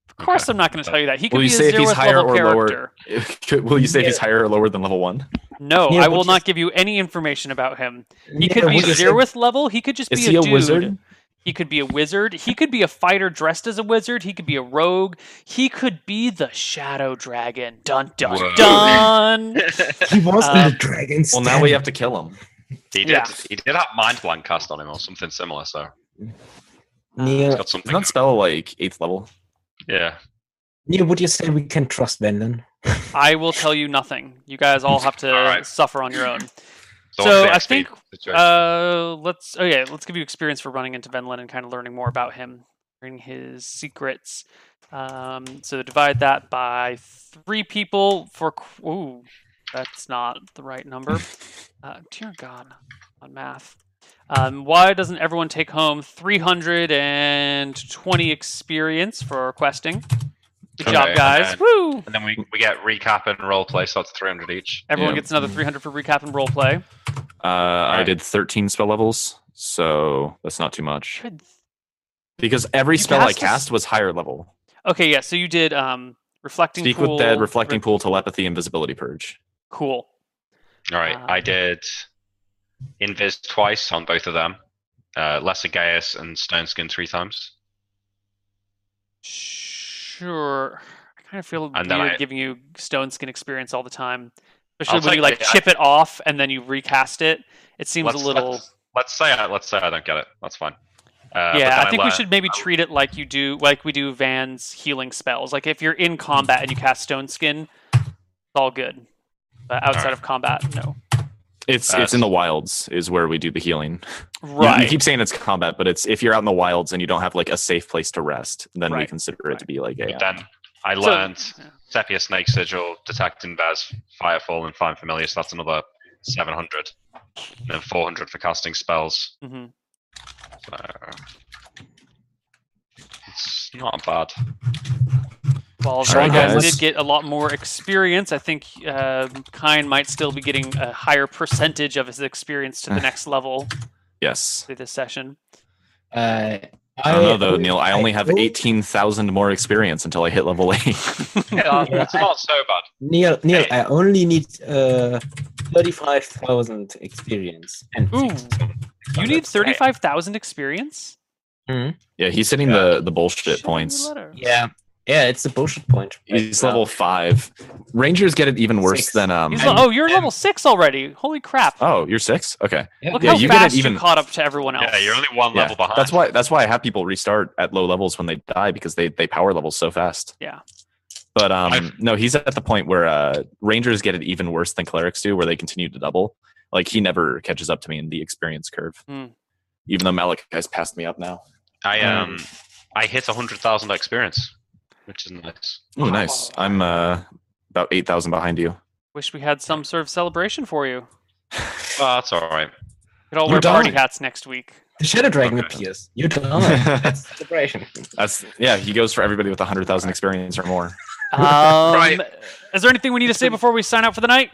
Of course, I'm not going to tell you that. He could
Will
be
you
a
say if he's
zeroth
higher
level
or lower?
character.
Will you say if he's
Yeah.
higher or lower than level one?
No,
Yeah,
I
but
will not
just-
give you any information about him. He
Yeah,
could be
what is it?
zeroth level. He could just
Is
be
he a
dude.
wizard?
He could be a wizard. He could be a fighter dressed as a wizard. He could be a rogue. He could be the shadow dragon. Dun dun
Whoa.
dun.
He was in
Uh,
the dragon's.
Well, now we have to kill him.
He did.
Yeah.
He did have mind blank cast on him or something similar. So
Neil,
he's got something.
Isn't that spell like eighth level?
Yeah.
Neil, would you say we can trust Venland?
I will tell you nothing. You guys all have to
All right.
suffer on your own.
what's
So
the
I
XP
think,
situation?
Uh, let's. Oh yeah, let's give you experience for running into Venlin and kind of learning more about him, learning his secrets. Um, so divide that by three people for. qu- Ooh, that's not the right number. Uh, dear God, on math. Um, why doesn't everyone take home 320 experience for questing? Good job,
Okay,
guys.
and-
Woo!
and then we, we get recap and role play, so it's three hundred each.
Everyone
yeah.
gets another 300 for recap and role play.
Uh, I did 13 spell levels, so that's not too much.
Good
Because every
You
spell I
cast a s-
cast was higher level.
Okay, yeah. So you did um reflecting
Speak
pool,
with Dead, Reflecting
re-
Pool, Telepathy, Invisibility Purge.
cool.
All right, I
Um,
did Invis twice on both of them, uh, Lesser Gaius and Stone Skin three times.
Sure. I kind of feel
And then
weird
I-
giving you stone skin experience all the time,
I'll
especially when
take
you like
the- I-
chip it off and then you recast it. It seems a
Let's-
little.
Let's say I, let's say I don't get it. That's fine. Uh, but
yeah,
then
I think we
learn-
should maybe treat it like you do, like we do Van's healing spells. Like if you're in combat and you cast stone skin, it's all good. But outside
right.
of combat, no.
It's
Uh,
it's in the wilds is where we do the healing. You-
Right.
You, keep saying it's combat, but it's if you're out in the wilds and you don't have like a safe place to rest, then we
Right,
consider it
right.
to be like a
But then I
So-
learned
yeah.
Sepia Snake Sigil, Detect Invas, Firefall, and Find Familiar. So that's another seven hundred, and then four hundred for casting spells.
hmm
So it's not bad.
Well,
Alright,
you guys
guys.
did get a lot more experience. I think uh, Kine might still be getting a higher percentage of his experience to the next level
yes.
through this session.
Uh,
I don't know though, Neil. I only have eighteen thousand more experience until I hit level eight.
Yeah, it's not so bad.
Neil, Neil, I only need uh, thirty-five thousand experience. And
Ooh, you need thirty-five thousand experience.
Yeah, he's hitting the the bullshit points.
yeah, yeah, it's a bullshit point. uh,
He's level five. Rangers get it even worse
Six.
than um.
He's le- oh, you're level six already. Holy crap!
oh, you're six. Okay,
Look
yeah,
how
you get it
fast
even-
you caught up to everyone else.
Yeah, you're only one
Yeah,
level behind.
That's why that's why I have people restart at low levels when they die because they they power level so fast.
Yeah.
But um
I've-
no, he's at the point where uh rangers get it even worse than clerics do where they continue to double. Like he never catches up to me in the experience curve.
Hmm.
Even though Malik has passed me up now.
I um I hit hundred thousand experience, which is nice.
Oh, nice. I'm uh about 8,000 behind you.
Wish we had some sort of celebration for you.
Well, that's all right.
Could all
We're
wear party
dying.
hats next week.
The Shadow Dragon
Okay.
appears. You die. That's celebration.
That's yeah, he goes for everybody with 100,000 experience or more.
Um,
Right.
Is there anything we need to say before we sign out for the night?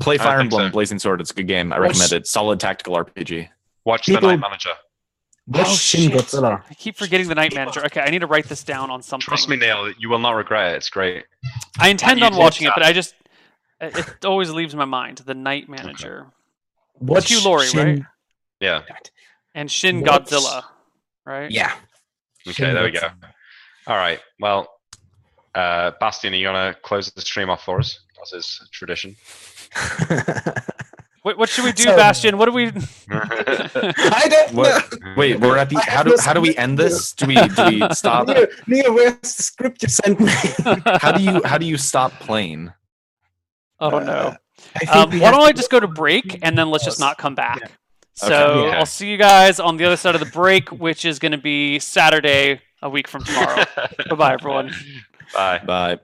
Play
I
Fire
think
Emblem
so.
Blazing Sword. It's a good game. I recommend it. Solid tactical RPG.
Watch
People-
the night manager.
Watch
Oh,
Shin
shit.
Godzilla.
I keep forgetting the night manager. Okay, I need to write this down on something.
Trust me, Neil, you will not regret it. It's great.
I intend
You
on
did
watching it,
that.
but I just it it always leaves my mind. The night manager
Watch
Hugh Laurie,
Shin...
Yeah.
and Shin
What?
Godzilla, right?
Yeah.
Okay, there we go. All right. Well, uh, Bastian, are you gonna close the stream off for us? That's his tradition.
What, what should we do,
So-
Bastion? What do we?
I don't
What? Wait, we're at the how do how do we end this? Do we do we stop?
Neo, Neo, where's the script you sent me?
How do you how do you stop playing?
oh
Uh,
no.
I think
Um,
we
why
have
don't I
to-
just go to break and then let's just not come back? So
Yeah.
I'll see you guys on the other side of the break, which is going to be Saturday, a week from tomorrow. bye bye, everyone.
Bye.
Bye.